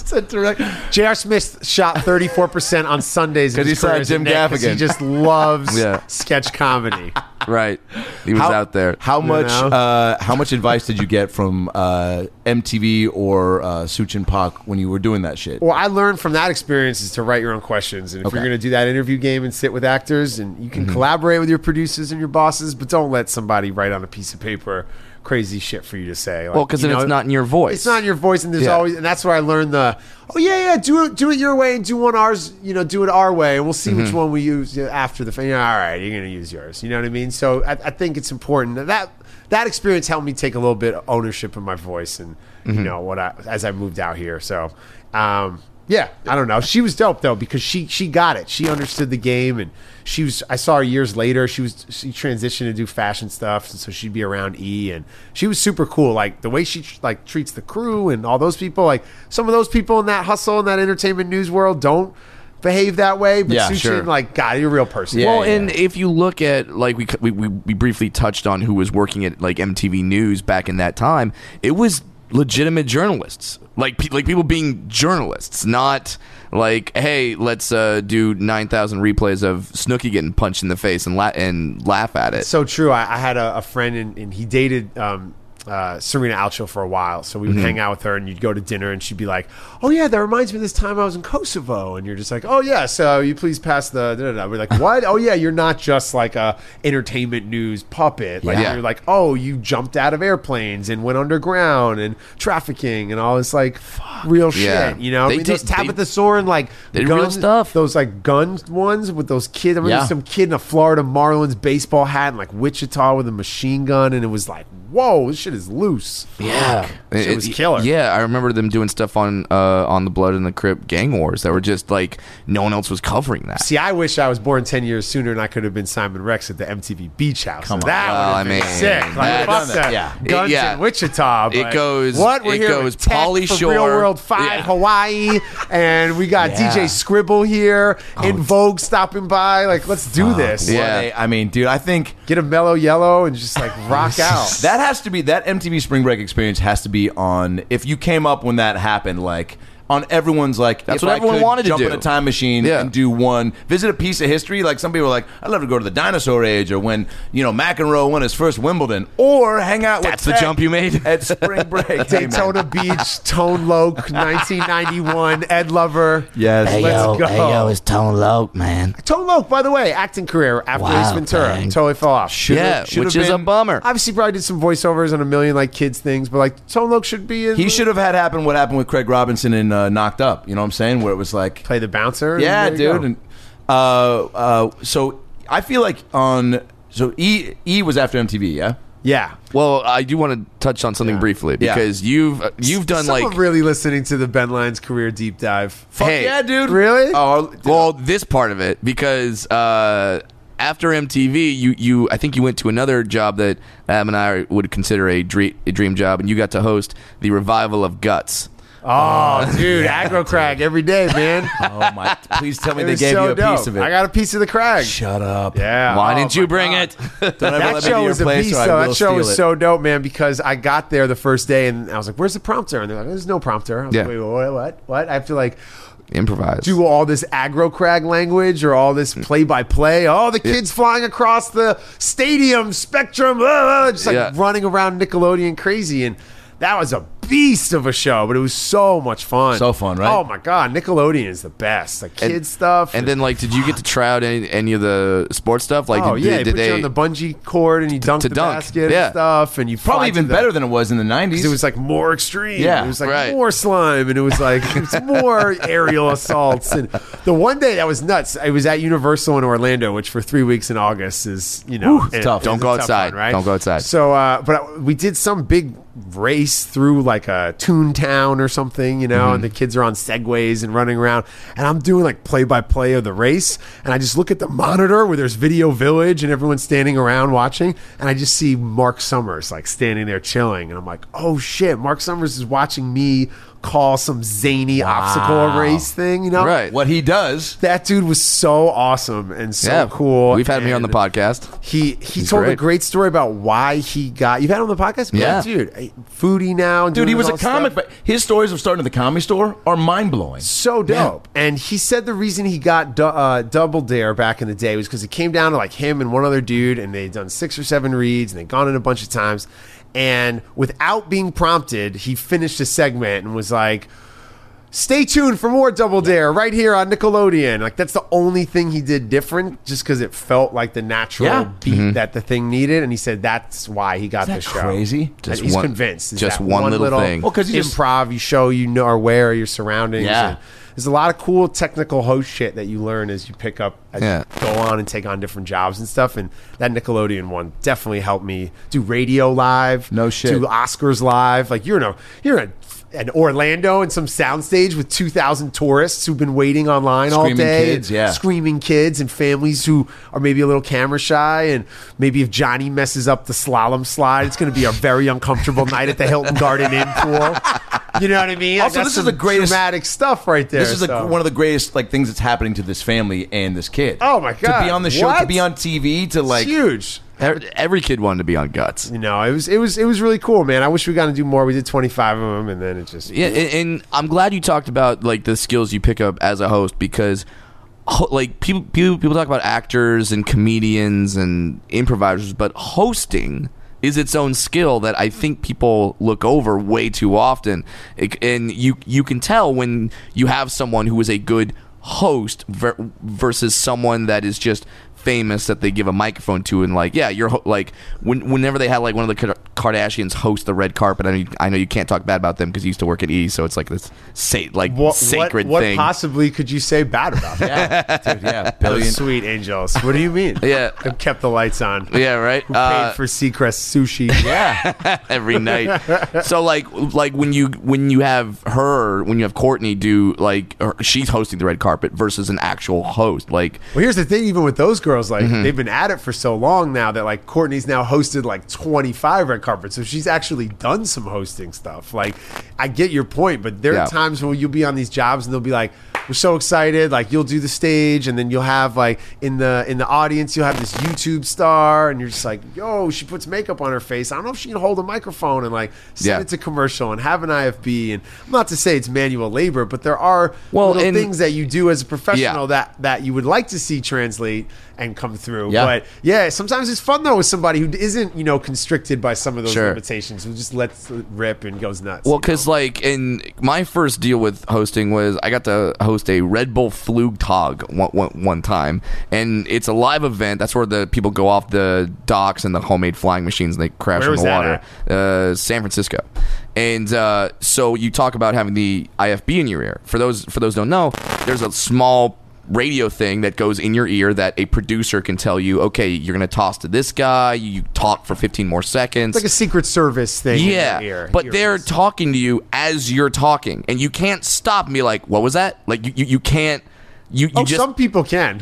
A: It's a direct.
C: J.R. Smith shot 34% on Sundays
A: 'Cause
C: because
A: he saw Jim
C: He
A: Gaffigan.
C: just loves
B: Yeah.
C: sketch comedy.
B: Right. He was out there.
A: How much?
C: know?
A: Uh, how much advice did you get from uh, MTV or uh, Suchin Pak when you were doing that shit?
C: Well, I learned from that experience is to write your own questions. And if
A: Okay. Mm-hmm.
C: you're going to do that interview game and sit with actors, and you can collaborate with your producers and your bosses, but don't let somebody write on a piece of paper crazy shit for you to say. Like,
B: Well, 'cause
C: you
B: then it's not in your voice.
C: It's not in your voice, and there's
B: Yeah.
C: always, and that's where I learned the, oh yeah, yeah, do it, do it your way, and do one ours, you know, do it our way, and we'll see which
B: Mm-hmm.
C: one we use uh, after the. fa- Yeah, all right, you're going to use yours. You know what I mean? So I, I think it's important that, that that experience helped me take a little bit of ownership of my voice and you
B: Mm-hmm.
C: know what I as I moved out here. So um, yeah, I don't know. She was dope though because she she got it. She understood the game and she was. I saw her years later. She was she transitioned to do fashion stuff, and so she'd be around E and she was super cool. Like the way she tr- like treats the crew and all those people. Like some of those people in that hustle and that entertainment news world don't behave that way. But
A: Yeah,
C: Suchin,
A: sure.
C: like God, you're a real person.
A: Yeah,
B: Well,
A: yeah.
B: and if you look at like we, we we we briefly touched on who was working at like MTV News back in that time, it was legitimate journalists, like pe- like people being journalists, not like hey, let's uh, do nine thousand replays of Snooki getting punched in the face and la- and laugh at it.
C: so true. I, I had a, a friend and, and he dated um, uh, Serena Alcho for a while. So we would
B: Mm-hmm.
C: hang out with her and you'd go to dinner and she'd be like, Oh, yeah, that reminds me of this time I was in Kosovo. And you're just like, Oh, yeah, so you please pass the. Da, da, da. We're like, What? oh, yeah, you're not just like a entertainment news puppet. Like,
B: Yeah.
C: You're like, Oh, you jumped out of airplanes and went underground and trafficking and all this like real
B: Yeah.
C: shit. You know,
B: They
C: I mean,
B: did-
C: those
B: they-
C: Tabitha Soren, like,
B: they did real stuff.
C: Those like gun ones with those kids. I remember
A: Yeah.
C: some kid in a Florida Marlins baseball hat in like Wichita with a machine gun, and it was like, whoa, this shit is loose.
B: Yeah,
C: Shit was killer.
B: Yeah, I remember them doing stuff on uh, on the Blood and the Crypt gang wars that were just like no one else was covering that.
C: See, I wish I was born ten years sooner, and I could have been Simon Rex at the MTV Beach House.
A: Come on.
C: that
B: Well,
C: would
B: I
C: have been
B: mean,
C: sick.
B: that-
C: Like, fuck
A: that-
C: that.
A: yeah.
C: Guns
B: Yeah.
C: in Wichita.
B: It
C: but
B: goes-
C: What we're
B: it
C: here
B: goes
C: with Tech
B: Pauly
C: for
B: Shore.
C: Real World Five,
B: Yeah.
C: Hawaii, and we got
A: Yeah.
C: DJ Scribble here,
A: Oh,
C: in Vogue stopping by. Like, let's do this.
B: Yeah.
A: Well, they- I mean, dude, I think
C: Get a mellow yellow and just like rock out.
A: that has to be that MTV Spring Break experience has to be on. If you came up when that happened, like on everyone's like if
B: That's what
A: I
B: everyone
A: could
B: wanted to
A: jump
B: do.
A: in a time machine
B: Yeah.
A: and do one visit a piece of history. Like some people are like, I'd love to go to the dinosaur age or when you know McEnroe won his first Wimbledon or hang out.
B: That's the
A: with Tech
B: jump you made?
A: at Spring Break. Hey, man.
C: Daytona Beach, Tone Loc, 1991, Ed Lover.
A: Yes. Hey,
C: let's go.
D: Tone Loke, man.
C: Tone Loc, by the way, acting career after
D: Wow,
C: Ace Ventura,
D: dang.
C: totally fell off.
A: Should've-
B: yeah,
A: should've
B: which is a
A: been-
B: bummer.
C: Obviously, probably did some voiceovers on a million like kids things, but like Tone Loc should be. In
A: He should have had happen what happened with Craig Robinson in uh, Knocked Up. You know what I'm saying? Where it was like
C: play the bouncer. and
A: Yeah,
C: there you
A: dude.
C: go.
A: And uh, uh, so I feel like on so E E was after MTV, yeah.
C: yeah,
B: Well, I do want to touch on something briefly
A: Yeah.
B: because you've you've done
C: Someone
B: like
C: really listening to the Ben Lyons career deep dive.
A: Fuck
B: Hey.
A: yeah, dude.
C: Really?
A: Oh, dude.
B: well this part of it because uh, after MTV, you you I think you went to another job that Adam and I would consider a dream, a dream job, and you got to host the revival of Guts.
C: Oh, dude, aggro crag every day, man.
A: oh my! Please tell me
C: It
A: they
C: was
A: gave
C: so
A: you a
C: dope.
A: piece of it.
C: I got a piece of the crag.
A: Shut up.
C: Yeah.
B: Why
C: Oh,
B: didn't you bring it?
A: Don't ever
C: that
A: let me
C: show
A: be
C: was a
A: replaced,
C: beast,
A: or I
C: though.
A: will
C: That show
A: steal
C: was
A: it.
C: so dope, man. Because I got there the first day and I was like, "Where's the prompter?" And they're like, "There's no prompter." I was
B: Yeah.
C: like, "Wait, what? What? What?" I feel like
B: improvise.
C: do all this aggro crag language or all
A: Mm.
C: this play by play. Oh, the kids flying across the stadium spectrum, uh, just like
B: Yeah.
C: running around Nickelodeon crazy. And that was a beast of a show, but it was so much fun.
A: So fun, right?
C: Oh my God. Nickelodeon is the best. Like
B: And-
C: kids stuff.
B: And then, like, did you get to try out any, any of the sports stuff? Like,
C: oh,
B: did,
C: yeah.
B: did,
C: They put
B: they?
C: you on the bungee cord and you dunked
B: to
C: the
B: dunk,
C: basket
B: yeah.
C: and stuff. And you
A: Probably even better than it was in the '90s.
C: It was like more extreme.
A: Yeah,
C: it was like
B: right.
C: more slime, and it was like it was more aerial assaults. And the one day that was nuts. I was at Universal in Orlando, which for three weeks in August is you know it-
B: tough.
C: it's
B: Don't
C: a
B: go
C: tough
B: outside.
C: one, right?
B: Don't go outside.
C: So, uh, but I- we did some big race through like a Toontown or something, you
B: Mm-hmm.
C: know, and the kids are on segways and running around, and I'm doing like play by play of the race, and I just look at the monitor where there's Video Village and everyone's standing around watching, and I just see Mark Summers like standing there chilling, and I'm like, oh shit, Mark Summers is watching me call some zany obstacle race thing, you know?
B: Right.
A: what he does.
C: That dude was so awesome and so
B: yeah,
C: Oh, cool.
B: We've had him here on the
C: and-
B: podcast.
C: he he told a
B: great.
C: great story about why he got. You've had him on the podcast,
B: Yeah.
C: dude. eh, Foodie now,
A: Dude,
C: doing
A: he was
C: all
A: a
C: this stuff.
A: comic, but his stories of starting at the comedy store are mind blowing.
C: so dope. And he said the reason he got du- uh, Double Dare back in the day was because it came down to like him and one other dude, and they'd done six or seven reads, and they'd gone in a bunch of times. And without being prompted, he finished a segment and was like, Stay tuned for more Double Dare right here on Nickelodeon. Like that's the only thing he did different, just because it felt like the natural
A: Yeah.
C: beat
B: Mm-hmm.
C: that the thing needed, and he said that's why he got
A: that
C: the show.
A: crazy?
C: And
B: Just
C: he's
B: one-
C: convinced. is
B: just
C: that
B: one little thing.
A: Well, 'cause he just-
C: improv, you show you know or where your surroundings.
A: Yeah.
C: and there's a lot of cool technical host shit that you learn as you pick up as
B: Yeah.
C: you go on and take on different jobs and stuff. And that Nickelodeon one definitely helped me do radio live.
A: No shit.
C: Do Oscars live. Like you're in a you're in an Orlando in some soundstage with two thousand tourists who've been waiting online all
A: Screaming
C: day.
A: kids, yeah.
C: Screaming kids and families who are maybe a little camera shy and maybe if Johnny messes up the slalom slide, it's gonna be a very uncomfortable night at the Hilton Garden Inn pool. You know what I mean? Like,
A: Also,
C: that's
A: this is
C: some
A: the greatest-
C: dramatic stuff right there.
A: This is like
C: so.
A: one of the greatest like things that's happening to this family and this kid.
C: Oh, my
A: To
C: God.
A: be on the show, to
C: What?
A: be on TV, to like
C: it's huge.
B: Every, every kid wanted to be on Guts.
C: You know, it was it was it was really cool, man. I wish we got to do more. We did twenty five of them, and then it just
B: Yeah, and, and I'm glad you talked about like the skills you pick up as a host because, ho- like, people people people talk about actors and comedians and improvisers, but hosting is its own skill that I think people look over way too often, It- and you you can tell when you have someone who is a good host ver- versus someone that is just famous that they give a microphone to and like yeah you're ho- like when, whenever they had like one of the Kar- Kardashians host the red carpet I mean I know you can't talk bad about them because you used to work at E so it's like this sa- like
C: what
B: sacred
C: what, what
B: thing
C: possibly could you say bad about that?
A: yeah, dude, yeah, billion.
C: Those sweet angels. What do you mean?
B: Yeah.
C: They kept the lights on.
B: yeah right
C: Who
B: Uh,
C: paid for Seacrest sushi?
B: every night. so like like when you when you have her when you have Courtney do like her, she's hosting the red carpet versus an actual host like
C: Well, here's the thing. Even with those girls, like
B: Mm-hmm.
C: they've been at it for so long now that like Courtney's now hosted like 25 red carpets, so she's actually done some hosting stuff. Like, I get your point, but there
B: Yeah.
C: are times when you'll be on these jobs and they'll be like, "We're so excited!" Like you'll do the stage, and then you'll have like in the in the audience you'll have this YouTube star, and you're just like, "Yo, she puts makeup on her face. I don't know if she can hold a microphone and like send
B: Yeah.
C: it to commercial and have an IFB." And I'm not to say it's manual labor, but there are
B: Well,
C: little
B: and-
C: things that you do as a professional
B: Yeah.
C: that that that you would like to see translate and come through.
A: Yeah.
C: But yeah, sometimes it's fun though with somebody who isn't you know constricted by some of those
B: Sure.
C: limitations who just lets it rip and goes nuts.
B: Well,
C: you know?
B: because like in my first deal with hosting was I got to host a Red Bull Flugtag one, one, one time, and it's a live event. That's where the people go off the docks and the homemade flying machines and they crash
C: Where
B: in
C: was
B: the
C: that
B: water. Uh, San Francisco, and uh, so you talk about having the IFB in your ear. For those for those who don't know, there's a small radio thing that goes in your ear that a producer can tell you okay you're going to toss to this guy you talk for 15 more seconds
C: it's like a secret service thing. in
B: yeah,
C: your ear-
B: but they're
C: earpiece.
B: talking to you as you're talking, and you can't stop and be like, "What was that?" Like you, you, you can't. You, you
C: Oh,
B: just
C: some people can.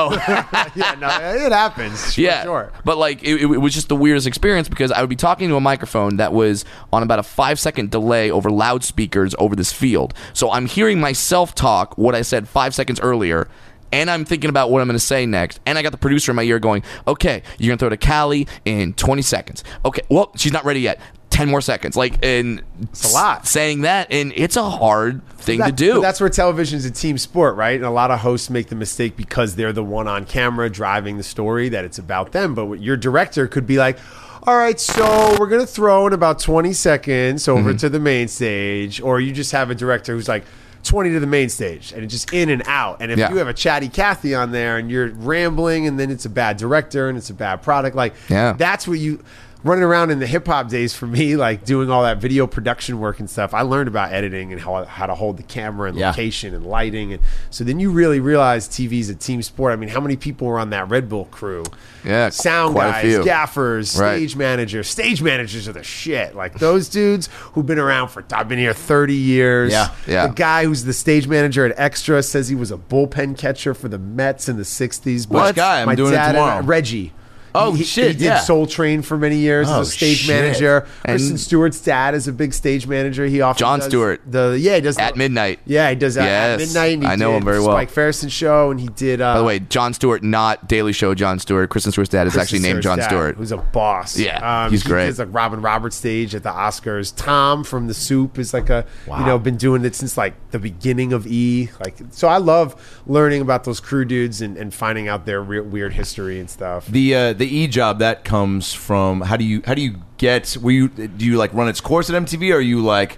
C: Oh, yeah, no, it happens. for
B: yeah.
C: sure.
B: But like it, it was just the weirdest experience because I would be talking to a microphone that was on about a five second delay over loudspeakers over this field. So I'm hearing myself talk what I said five seconds earlier. And I'm thinking about what I'm going to say next. And I got the producer in my ear going, okay, you're going to throw to Callie in 20 seconds. Okay, well, she's not ready yet. 10 ten more seconds. Like and it's
C: a lot.
B: saying that, and it's a hard thing to
C: That-
B: do.
C: but That's where television's a team sport, right? And a lot of hosts make the mistake because they're the one on camera driving the story that it's about them. But what your director could be like, all right, so we're going to throw in about 20 seconds
B: Mm-hmm.
C: over to the main stage. Or you just have a director who's like, 20 to the main stage and it's just in and out. And if
B: Yeah.
C: you have a chatty Cathy on there and you're rambling and then it's a bad director and it's a bad product, like
B: Yeah.
C: that's what you running around in the hip hop days for me, like doing all that video production work and stuff. I learned about editing and how how to hold the camera and
B: Yeah.
C: location and lighting, and so then you really realize TV's a team sport. I mean, how many people were on that Red Bull crew?
B: Yeah,
C: sound
B: quite a
C: guys,
B: few.
C: gaffers,
B: Right.
C: stage managers. Stage managers are the shit. Like those dudes who've been around for I've been here thirty years.
B: Yeah, yeah.
C: The guy who's the stage manager at Extra says he was a bullpen catcher for the Mets in the '60s. But
A: Which guy? I'm
C: my
A: doing it
C: dad and
A: tomorrow.
C: I- Reggie.
A: Oh,
C: He- he,
A: shit,
C: He did
A: yeah.
C: Soul Train for many years as a stage
A: shit.
C: manager.
B: Oh, And-
C: Kristen Stewart's dad is a big stage manager. He often
B: Jon
C: does
B: Stewart.
C: The yeah, he does
B: At Midnight.
C: Yeah, he does that at
B: Yes,
C: midnight. And he
B: I know
C: did
B: him very
C: the
B: well.
C: Spike Ferguson show, and he did. Uh,
B: By the way, John Stewart, not Daily Show John Stewart. Kristen Stewart's dad is
C: Kristen
B: actually named
C: Stewart's
B: John
C: dad,
B: Stewart.
C: who's a boss. Um,
B: Yeah, he's
C: he
B: great.
C: does, like Robin Roberts stage at the Oscars. Tom from The Soup is like a you know been doing it since like the beginning of E. Like so, I love learning about those crew dudes and, and finding out their re- weird history and stuff.
A: The uh, the e job that comes from how do you how do you get were you do you like run its course at MTV or are you like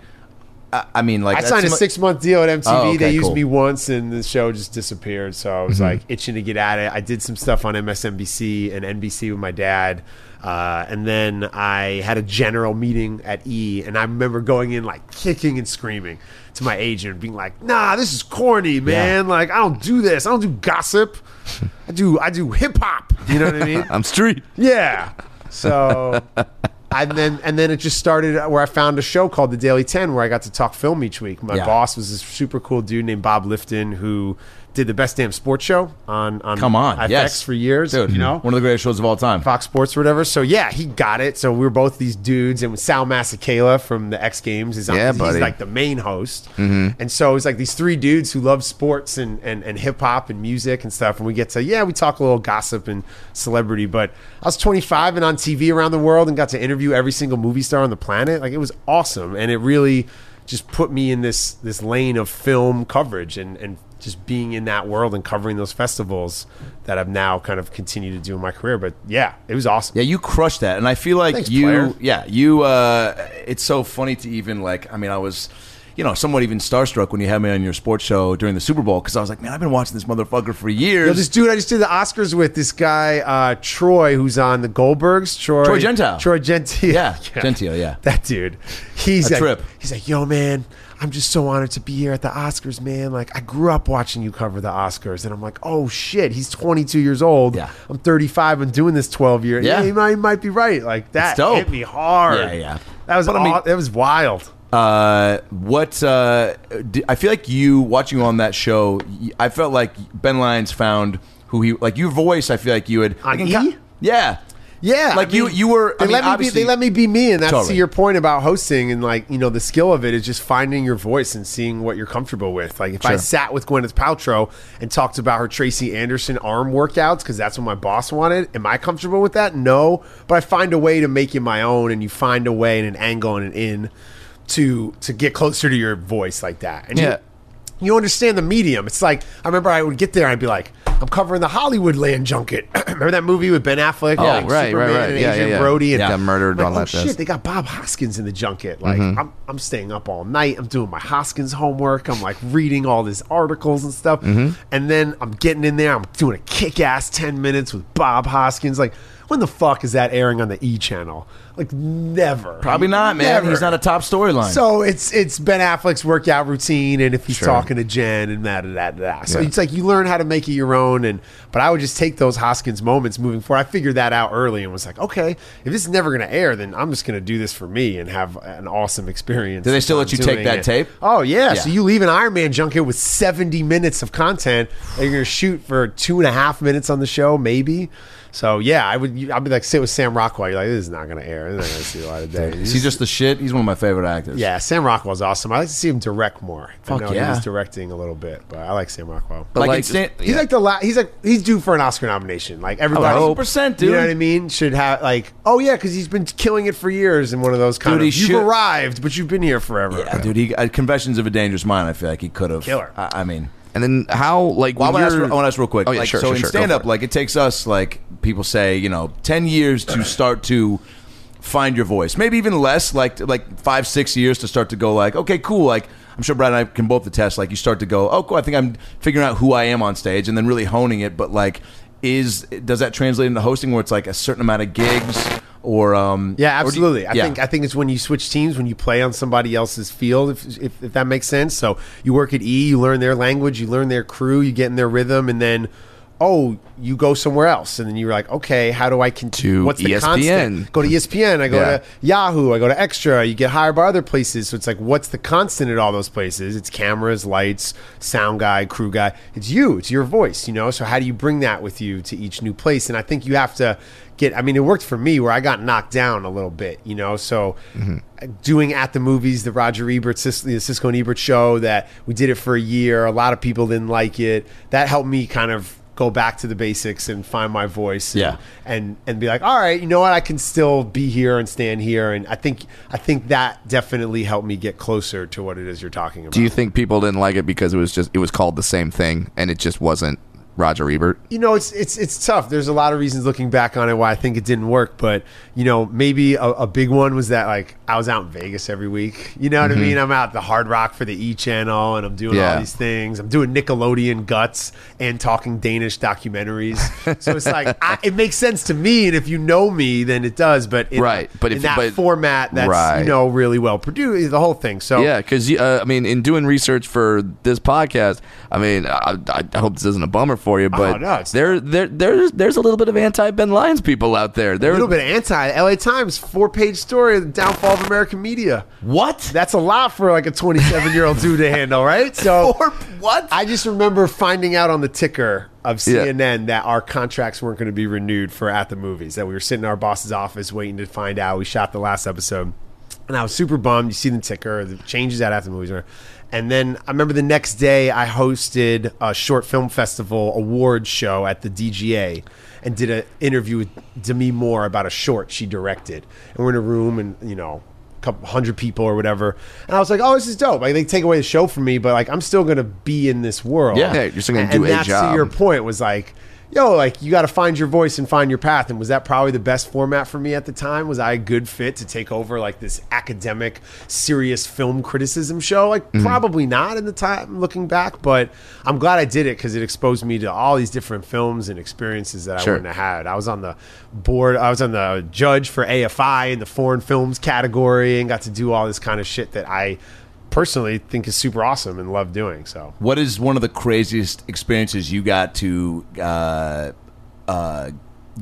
A: I, I mean like
C: I
A: that's
C: signed a
A: simi-
C: six month deal at MTV.
A: Oh, okay,
C: they used
A: cool. Mm-hmm.
C: me once, and the show just disappeared. So I was like itching to get at it. I did some stuff on MSNBC and NBC with my dad, uh, and then I had a general meeting at E. And I remember going in like kicking and screaming to my agent, being like, "Nah, this is corny, man. Like I don't do this. I don't do gossip. I do I do hip hop. You know what I mean?
B: I'm street.
C: Yeah. So and then and then it just started where I found a show called The Daily 10 where I got to talk film each week. My
A: Yeah.
C: boss was this super cool dude named Bob Lifton who did the best damn sports show on on
A: Come on,
C: FX
A: yes.
C: for years,
A: Dude, Mm-hmm.
C: you know.
A: one of the greatest shows of all time.
C: Fox Sports or whatever. So yeah, he got it. So we were both these dudes, and Sal Masakela from the X Games is on.
B: Yeah,
C: he's
B: buddy.
C: like the main host, Mm-hmm. and so it's like these three dudes who love sports and and, and hip hop and music and stuff. And we get to yeah, we talk a little gossip and celebrity. But I was 25 and on TV around the world, and got to interview every single movie star on the planet. Like it was awesome, and it really just put me in this this lane of film coverage and and just being in that world and covering those festivals that I've now kind of continued to do in my career. But yeah, it was awesome.
A: Yeah, you crushed that, and I feel like
C: Thanks,
A: you.
C: player.
A: Yeah, you. Uh, it's so funny to even like. I mean, I was, you know, somewhat even starstruck when you had me on your sports show during the Super Bowl because I was like, man, I've been watching this motherfucker for years.
C: Yo, this dude, I just did the Oscars with this guy, uh, Troy, who's on the Goldbergs. Troy,
A: Troy Gentile.
C: Troy Gentile.
A: yeah, Gentile, yeah.
C: That dude. He's
A: A
C: like,
A: trip.
C: He's like, yo, man, I'm just so honored to be here at the Oscars, man. Like, I grew up watching you cover the Oscars, and I'm like, oh shit, he's 22 years old.
A: Yeah.
C: I'm 35. I'm doing this 12 year.
A: Yeah.
C: he might, he might be right. Like that
A: dope.
C: hit me hard.
A: Yeah, yeah.
C: That was
A: But I mean-
C: aw- that was wild.
A: Uh, what uh, d I I feel like you watching on that show, y- I felt like Ben Lyons found who he like your voice. I feel like you had
C: On
A: like,
C: E?
A: ca- yeah,
C: Yeah,
A: Like you- you were- I
C: They
A: mean,
C: let me be.
A: obviously-
C: They let me be me, and that's
A: Totally.
C: to your point about hosting and like you know the skill of it is just finding your voice and seeing what you're comfortable with. Like if I sat with Gwyneth Paltrow and talked about her Tracy Anderson arm workouts because that's what my boss wanted, am I comfortable with that? No, but I find a way to make it my own, and you find a way and an angle and an in to to get closer to your voice like that. And you-
B: Yeah.
C: you understand the medium. It's like I remember I would get there. I'd be like, I'm covering the Hollywood Land junket. remember that movie with Ben Affleck?
B: Oh,
C: like
B: right, right,
C: Superman
B: right.
C: And
B: Yeah,
C: Adrian
B: yeah, yeah.
C: Brody and
B: Yeah, got murdered
C: I'm
B: on
C: like,
B: that
C: oh, shit,
B: test."
C: they got Bob Hoskins in the junket. Like I'm, I'm staying up all night. I'm doing my Hoskins homework. I'm like reading all these articles and stuff. And then I'm getting in there. I'm doing a kick-ass ten minutes with Bob Hoskins. Like when the fuck is that airing on the E channel? Like never.
A: probably not, man.
C: Never.
A: He's not a top storyline.
C: So it's it's Ben Affleck's workout routine, and if he's talking to Jen and that and that and that. So
B: Yeah.
C: it's like you learn how to make it your own. And but I would just take those Hoskins moments moving forward. I figured that out early and was like, okay, if this is never going to air, then I'm just going to do this for me and have an awesome experience.
A: Did they still
C: I'm
A: let you take
C: doing
A: that
C: it.
A: tape?
C: Oh yeah.
A: Yeah.
C: So you leave an Iron Man junket with 70 minutes of content, and you're going to shoot for two and a half minutes on the show, maybe. So yeah, I would. I'd be like, sit with Sam Rockwell. You're like, this is not going to air. This is not going to see a lot of days.
A: He's just the shit. He's one of my favorite actors.
C: Yeah, Sam Rockwell's awesome. I like to see him direct more.
A: Fuck
C: I know
A: yeah.
C: he was directing a little bit, but I like Sam Rockwell.
A: Like,
B: Like,
A: in Stan-
C: he's like the la- he's like he's due for an Oscar nomination. Like everybody,
A: 100%, dude.
C: You know what I mean? Should have like, oh yeah, because he's been killing it for years in one of those kind
A: Dude,
C: of.
A: he
C: You've
A: should-
C: arrived, but you've been here forever.
A: Yeah, dude. He uh, Confessions of a Dangerous Mind. I feel like he could have.
C: Killer.
A: I, I mean,
B: And then how like
A: well, I
B: when
A: want to
B: you're-
A: ask, I wanna ask real quick.
B: Oh yeah,
A: like,
B: sure,
A: So
B: sure,
A: in
B: sure. Go
A: stand up,
B: for it.
A: like it takes us like people say, you know, ten years to start to find your voice. Maybe even less, like like five, six years to start to go like, okay, cool. Like I'm sure Brad and I can both attest. Like you start to go, oh, cool. I think I'm figuring out who I am on stage, and then really honing it. But like, is does that translate into hosting where it's like a certain amount of gigs? Or um
C: Yeah,
A: or do you-
C: absolutely. I
A: yeah.
C: think I think it's when you switch teams, when you play on somebody else's field, if, if, if that makes sense. So you work at E, you learn their language, you learn their crew, you get in their rhythm, and then oh, you go somewhere else, and then you're like, okay, how do I continue?
B: To
C: What's the
B: ESPN.
C: constant? Go to E ESPN. I go
A: Yeah.
C: to Yahoo. I go to Extra. You get hired by other places, so it's like, what's the constant at all those places? It's cameras, lights, sound guy, crew guy. It's you. It's your voice. You know. So how do you bring that with you to each new place? And I think you have to get. I mean, it worked for me where I got knocked down a little bit. You know. So doing at the movies the Roger Ebert Sis- the Cisco and Ebert show that we did it for a year. A lot of people didn't like it. That helped me kind of go back to the basics and find my voice
A: Yeah.
C: and and be like, all right, you know what, I can still be here and stand here, and I think I think that definitely helped me get closer to what it is you're talking about.
B: Do you think people didn't like it because it was just it was called the same thing and it just wasn't Roger Ebert?
C: you know, it's it's it's tough. There's a lot of reasons looking back on it why I think it didn't work, but you know, maybe a, a big one was that like I was out in Vegas every week. You know what I mean? I'm out at the Hard Rock for the E Channel, and I'm doing all
B: Mm-hmm. Yeah.
C: these things. I'm doing Nickelodeon guts and talking Danish documentaries. So it's like I, it makes sense to me, and if you know me, then it does. But in,
B: Right, but
C: in
B: if-
C: that
B: but-
C: format, that's you
B: Right.
C: know really well produced, the whole thing. So
B: Yeah, because uh, I mean, in doing research for this podcast, I mean, I, I- I hope this isn't a bummer for you, but
C: no, it's-
B: there, there, there's there's a little bit of anti Ben Lyons people out there. There,
C: A little bit anti LA Times four page story of the downfall of American media.
B: What?
C: That's a lot for like a 27 year old dude to handle, right? So
B: what?
C: I just remember finding out on the ticker of
B: Yeah.
C: CNN that our contracts weren't going to be renewed for at the movies. That we were sitting in our boss's office waiting to find out. We shot the last episode, and I was super bummed. You see the ticker, the changes at at the movies, were- and then I remember the next day I hosted a short film festival award show at the DGA. And did an interview with Demi Moore about a short she directed, and we're in a room, and you know, couple hundred people or whatever. And I was like, oh, this is dope. Like they take away the show from me, but like I'm still gonna be in this world.
B: Yeah. Yeah, you're still gonna
C: and,
B: do
C: and
B: a
C: that's
B: job.
C: To your point was like, yo, like you got to find your voice and find your path. And was that probably the best format for me at the time? Was I a good fit to take over like this academic, serious film criticism show? Like probably not in the time looking back, but I'm glad I did it because it exposed me to all these different films and experiences that I
B: Sure.
C: wouldn't have had. I was on the board. I was on the judge for AFI in the foreign films category and got to do all this kind of shit that I personally think is super awesome and love doing. So
A: What is one of the craziest experiences you got to uh, uh,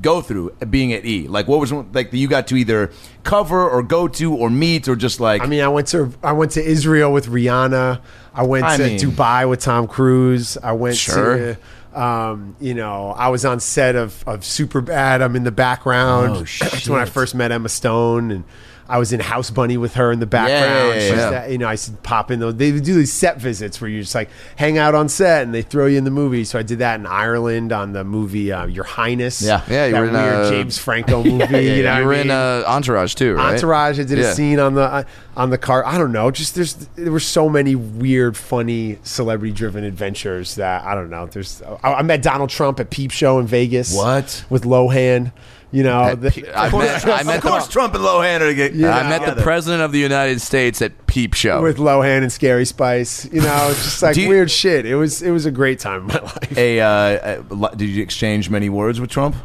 A: go through being at E? Like, what was one, like that you got to either cover or go to or meet or just like?
C: I mean, I went to I went to Israel with Rihanna. I went
A: I
C: to
A: mean-
C: Dubai with Tom Cruise. I went
B: Sure.
C: to, um, you know, I was on set of of Superbad. I'm in the background.
A: Oh,
C: That's when I
A: shit.
C: first met Emma Stone, and I was in House Bunny with her in the
A: yeah,
C: background.
A: yeah,
C: She's
A: yeah.
C: that- you know, I said pop in those. They do these set visits where you just like hang out on set, and they throw you in the movie. So I did that in Ireland on the movie uh, Your Highness.
A: Yeah.
B: Yeah, you
C: that
B: were in,
C: weird
B: uh,
C: James Franco movie. you know,
B: you
C: what I
B: were in
C: mean?
B: uh, Entourage too, right?
C: Entourage. I did
B: Yeah.
C: a scene on the uh, on the car. I don't know. Just there's there were so many weird, funny, celebrity-driven adventures that I don't know. There's I, I met Donald Trump at Peep Show in Vegas.
A: What?
C: with Lohan? You know, the,
B: I met, I
A: of
B: met,
A: course,
B: the,
A: Trump and Lohan are getting.
B: I met the president of the United States at Peep Show.
C: with Lohan and Scary Spice. You know, it's just like
A: Do you-
C: weird shit. It was it was a great time in my life.
A: A, uh, uh, lo- did you exchange many words with Trump?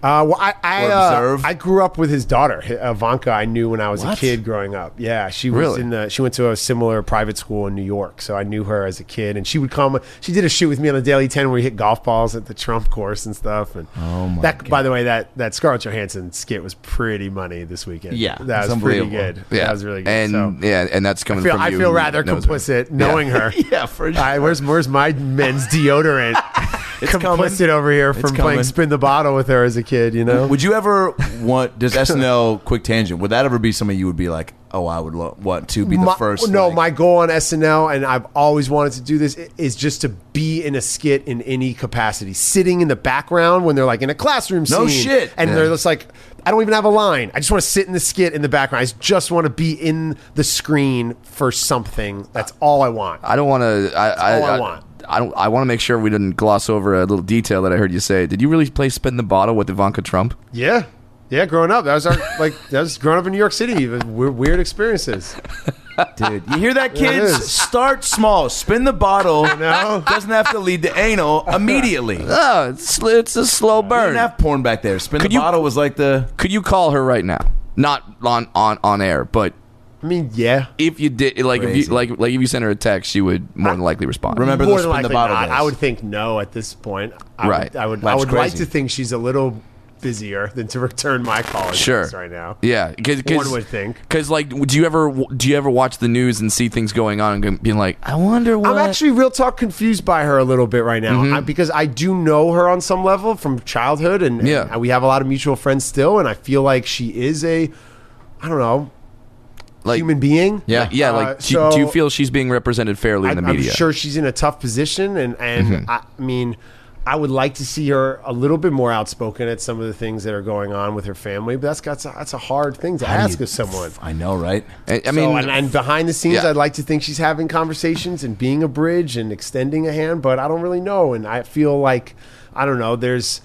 C: Uh, well, I I,
A: Or
C: uh,
A: observe?
C: I grew up with his daughter Hi- Ivanka. I knew when I was a
A: What?
C: kid growing up. Yeah, she was
B: Really?
C: in the. She went to a similar private school in New York, so I knew her as a kid. And she would come. She did a shoot with me on the Daily Ten where we hit golf balls at the Trump course and stuff. And oh my that, by the way, that that Scarlett Johansson skit was pretty money this weekend.
A: Yeah,
C: that
A: it's
C: was pretty
A: unbelievable.
C: good.
B: yeah,
C: that was really good.
B: And
C: so.
B: yeah, and that's
C: I
B: coming
C: feel,
B: from
C: I
B: you
C: feel
B: who
C: rather
B: knows her.
C: complicit knowing her.
A: Yeah, for
C: I, where's where's my men's deodorant?
A: It's coming.
C: complicit over here
A: It's
C: from playing
A: coming.
C: spin the bottle with her as a kid. You know,
A: Would you ever want? Does SNL quick tangent? Would that ever be something you would be like, oh, I would lo- want to be the
C: my,
A: first?
C: No,
A: like-
C: my goal on SNL, and I've always wanted to do this, i- is just to be in a skit in any capacity, sitting in the background when they're like in a classroom
A: No
C: scene,
A: shit.
C: and
A: Yeah.
C: they're just like, I don't even have a line. I just want to sit in the skit in the background. I just want to be in the screen for something. That's all I want.
B: I don't want to. I, I,
C: all I
B: I
C: want.
B: I don't. I want to make sure we didn't gloss over a little detail that I heard you say. Did you really play spin the bottle with Ivanka Trump?
C: Yeah. Yeah, growing up, that was our like that was growing up in New York City. Weird, weird experiences.
A: dude. You hear that, kids?
C: is.
A: Start small. Spin the bottle.
C: know?
A: doesn't have to lead to anal immediately. Burn.
B: Oh, it's it's a slow burn.
A: Didn't have porn back there. Spin
B: Could
A: the
B: you-
A: bottle was like the.
B: Could you call her right now? Not on on on air, but
C: I mean, yeah.
B: if you did, like if
A: Crazy.
B: you like like if you sent her a text, she would more than likely respond.
A: Remember
C: More
A: the
C: than
A: spin the
C: likely
A: bottle.
C: not.
A: days?
C: I would think no at this point. I
B: Right.
C: Would, I would. I
A: Life's
C: would like
A: crazy.
C: to think she's a little busier than to return my call.
B: Sure.
C: Right now.
B: Yeah, because
C: One would think.
B: Because like, do you ever do you ever watch the news and see things going on and being like, I wonder what?
C: I'm actually real talk confused by her a little bit right now
B: Mm-hmm.
C: I, because I do know her on some level from childhood, and,
B: Yeah.
C: and we have a lot of mutual friends still, and I feel like she is a, I don't know,
B: like
C: human being.
B: Yeah, yeah. Like,
C: Uh,
B: do, you- do you
C: so-
B: feel she's being represented fairly in the
C: I-
B: media? Mm-hmm.
C: I'm sure she's in a tough position, and and I, I mean, I would like to see her a little bit more outspoken at some of the things that are going on with her family. But that's that's a, that's a hard thing to ask of someone.
A: I know, right?
B: I, I
C: So,
B: mean,
C: and, and behind the scenes,
B: yeah.
C: I'd like to think she's having conversations and being a bridge and extending a hand, but I don't really know. And I feel like I don't know. There's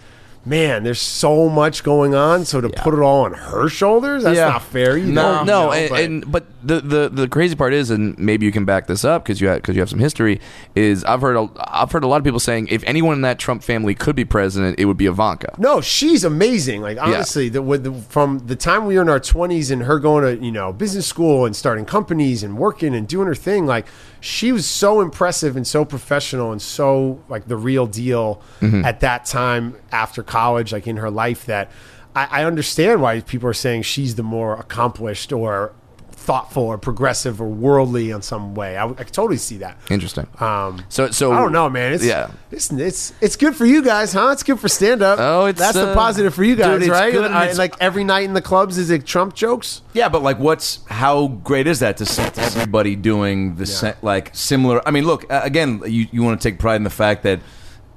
C: man, there's so much going on. So to put it all on her shoulders, that's
A: Yeah.
C: not fair. You
B: no,
C: know,
B: no,
C: you
B: and,
C: know, but-
B: and but the, the the crazy part is, and maybe you can back this up because you because you have some history. Is I've heard a, I've heard a lot of people saying if anyone in that Trump family could be president, it would be Ivanka.
C: No, she's amazing. Like honestly, the, with the, from the time we were in our twenties and her going to you know business school and starting companies and working and doing her thing, like she was so impressive and so professional and so like the real deal at that time after college, like in her life. That I, I understand why people are saying she's the more accomplished or thoughtful or progressive or worldly in some way. I, would- I could totally see that.
B: Interesting.
C: Um,
B: So so
C: I don't know, man. It's,
B: yeah.
C: it's it's it's good for you guys, huh? It's good for stand up.
B: Oh, it's,
C: that's
B: uh,
C: the positive for you guys,
A: dude, it's
C: right?
A: good and
C: I-
A: it's-
C: like every night in the clubs is it Trump jokes?
A: Yeah, but like, what's how great is that to see to see everybody doing the sa- like similar? I mean, look uh, again. You you want to take pride in the fact that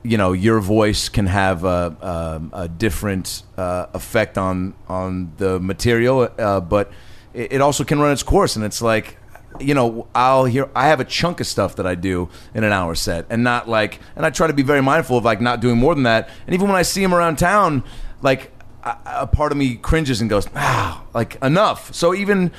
A: you know your voice can have a, um a different uh, effect on on the material, uh, but it, it also can run its course. And it's like, you know, I'll hear I have a chunk of stuff that I do in an hour set, and not like, and I try to be very mindful of like not doing more than that. And even when I see him around town, like a, a part of me cringes and goes, ah, like enough. So even,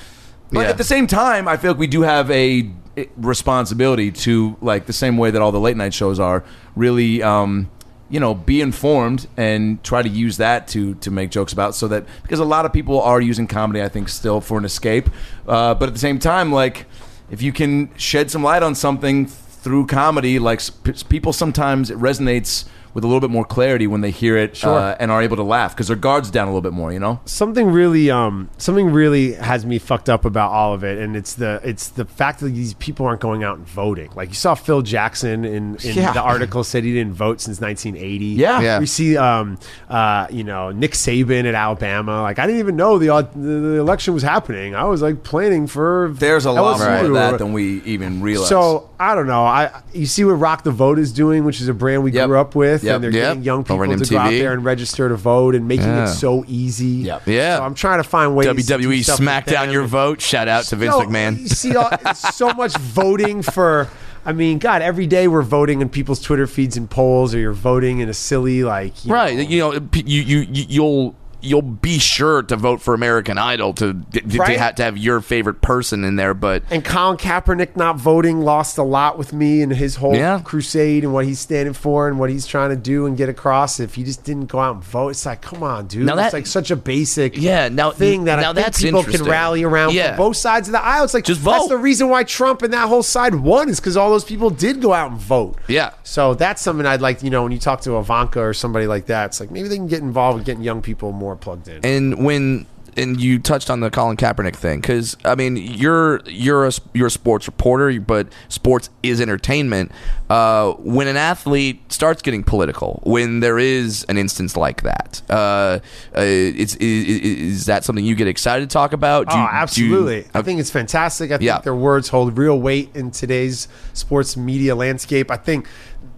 A: but
B: Yeah.
A: at the same time, I feel like we do have a eh, responsibility to like the same way that all the late night shows are really, um, you know, be informed and try to use that to to make jokes about so that because a lot of people are using comedy, I think, still for an escape. Uh, but at the same time, like if you can shed some light on something through comedy, like sp- people sometimes it resonates with a little bit more clarity when they hear it uh, and are able to laugh because their guards down a little bit more. You know,
C: something really um something really has me fucked up about all of it and it's the it's the fact that these people aren't going out and voting like you saw phil jackson in, in
A: Yeah.
C: the article said he didn't vote since 1980
A: Yeah. Yeah.
C: we see um uh you know nick saban at alabama like i didn't even know the the, the election was happening i was like planning for
A: there's a lot more
C: LSU.
A: of that than we even realize.
C: So I don't know. I you see what Rock the Vote is doing, which is a brand we
A: Yep.
C: grew up with,
A: Yep.
C: and they're
B: Yep.
C: getting young people
B: Over
C: to
B: on
C: go out
B: MTV.
C: there and register to vote and making
B: Yeah.
C: it so easy.
A: Yep.
B: Yeah.
C: So I'm trying to find ways. to do
B: WWE
C: stuff with them.
B: SmackDown E your vote. Shout out to Vince
C: No, You
B: McMahon.
C: see all, so much voting for. I mean, God, every day we're voting in people's Twitter feeds and polls, or you're voting in a silly like you
B: Right.
C: know,
B: You know, p- you you you- you'll you'll be sure to vote for American Idol to to,
C: Right.
B: to have to have your favorite person in there, but
C: and Colin Kaepernick not voting lost a lot with me and his whole
B: Yeah.
C: crusade and what he's standing for and what he's trying to do and get across. If he just didn't go out and vote, it's like, come on, dude.
B: Now that-
C: it's like such a basic
B: Yeah, now-
C: thing that
B: now
C: I think
B: that's
C: people can
B: interesting.
C: rally around
B: Yeah.
C: from both sides of the aisle. It's like
B: Just
C: that's
B: vote.
C: the reason why Trump and that whole side won is because all those people did go out and vote.
B: Yeah.
C: So that's something I'd like, you know, when you talk to Ivanka or somebody like that, it's like maybe they can get involved with getting young people more plugged in.
B: and when and you touched on the Colin Kaepernick thing because I mean you're you're a you're a sports reporter, but sports is entertainment. Uh, when an athlete starts getting political, when there is an instance like that, uh, uh, it's, is, is that something you get excited to talk about? Do
C: oh,
B: you- do you-
C: absolutely. I
B: okay.
C: think it's fantastic. I think
B: Yeah.
C: their words hold real weight in today's sports media landscape. I think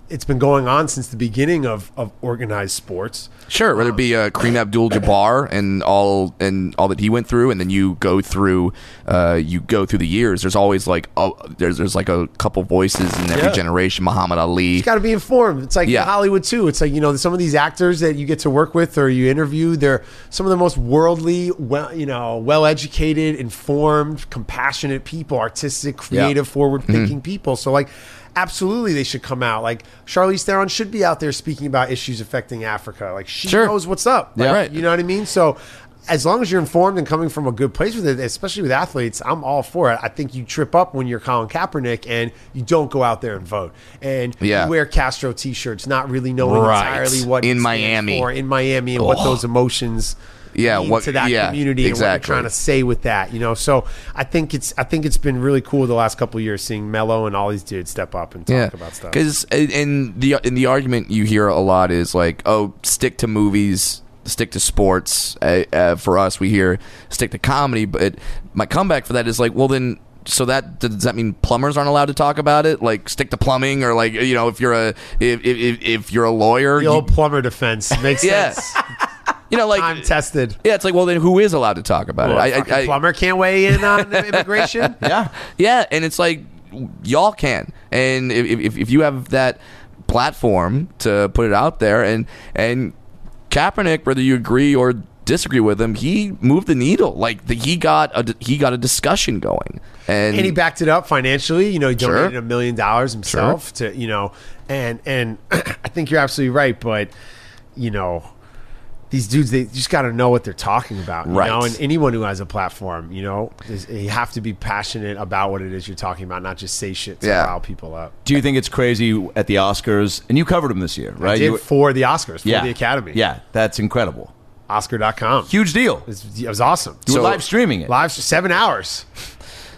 C: it's been going on since the beginning of, of organized sports.
B: Sure, whether it be uh, Kareem Abdul-Jabbar and all and all that he went through, and then you go through, uh, you go through the years. There's always like oh, there's there's like a couple voices in every
C: Yeah.
B: generation. Muhammad Ali.
C: You got to be informed. It's like
B: Yeah.
C: Hollywood too. It's like you know some of these actors that you get to work with or you interview. They're some of the most worldly, well you know, well educated, informed, compassionate people, artistic, creative, forward thinking
B: Mm-hmm.
C: people. So like. Absolutely, they should come out. Like Charlize Theron should be out there speaking about issues affecting Africa. Like she
B: Sure.
C: knows what's up. Like,
B: Yeah. Right.
C: You know what I mean? So, as long as you're informed and coming from a good place with it, especially with athletes, I'm all for it. I think you trip up when you're Colin Kaepernick and you don't go out there and vote. And
B: Yeah.
C: you wear Castro T-shirts, not really knowing
B: Right.
C: entirely what
B: In
C: it stands
B: Miami.
C: for in Miami, and what
B: Ugh.
C: those emotions.
B: Yeah,
C: mean
B: what-
C: to that
B: yeah,
C: community and what
B: exactly.
C: you're trying to say with that, you know. So I think it's I think it's been really cool the last couple of years seeing Mello and all these dudes step up and talk about stuff.
B: Because in the in the argument you hear a lot is like, oh, stick to movies, stick to sports. Uh, uh, for us, we hear stick to comedy. But my comeback for that is like, well, then. So that does that mean plumbers aren't allowed to talk about it? Like stick to plumbing, or like you know, if you're a if if, if, if you're a lawyer,
C: The
B: you,
C: old plumber defense makes
B: Yeah.
C: sense.
B: you know, like
C: I'm tested.
B: yeah, it's like well, then who is allowed to talk about
C: Well,
B: it?
C: fucking plumber can't weigh in on the immigration.
B: yeah, yeah, and it's like y'all can, and if if, if you have that platform to put it out there, and and Kaepernick, whether you agree or disagree with him, he moved the needle. Like the, he got a he got a discussion going, and,
C: and he backed it up financially. You know, he
B: Sure.
C: donated a million dollars himself to you know, and and I think you're absolutely right. But you know, these dudes they just got to know what they're talking about, you
B: Right.
C: Know? And anyone who has a platform, you know, is, you have to be passionate about what it is you're talking about, not just say shit to
B: Yeah.
C: rile people up.
A: Do you think it's crazy at the Oscars? And you covered them this year,
B: Uh,
A: right?
C: I
A: You
C: did
A: were-
C: for the Oscars, for
A: yeah,
C: the Academy,
A: Yeah, that's incredible.
C: Oscar.com. It
A: Huge deal.
C: was, it was awesome.
A: You
B: So-
A: were live streaming it.
C: Live seven hours.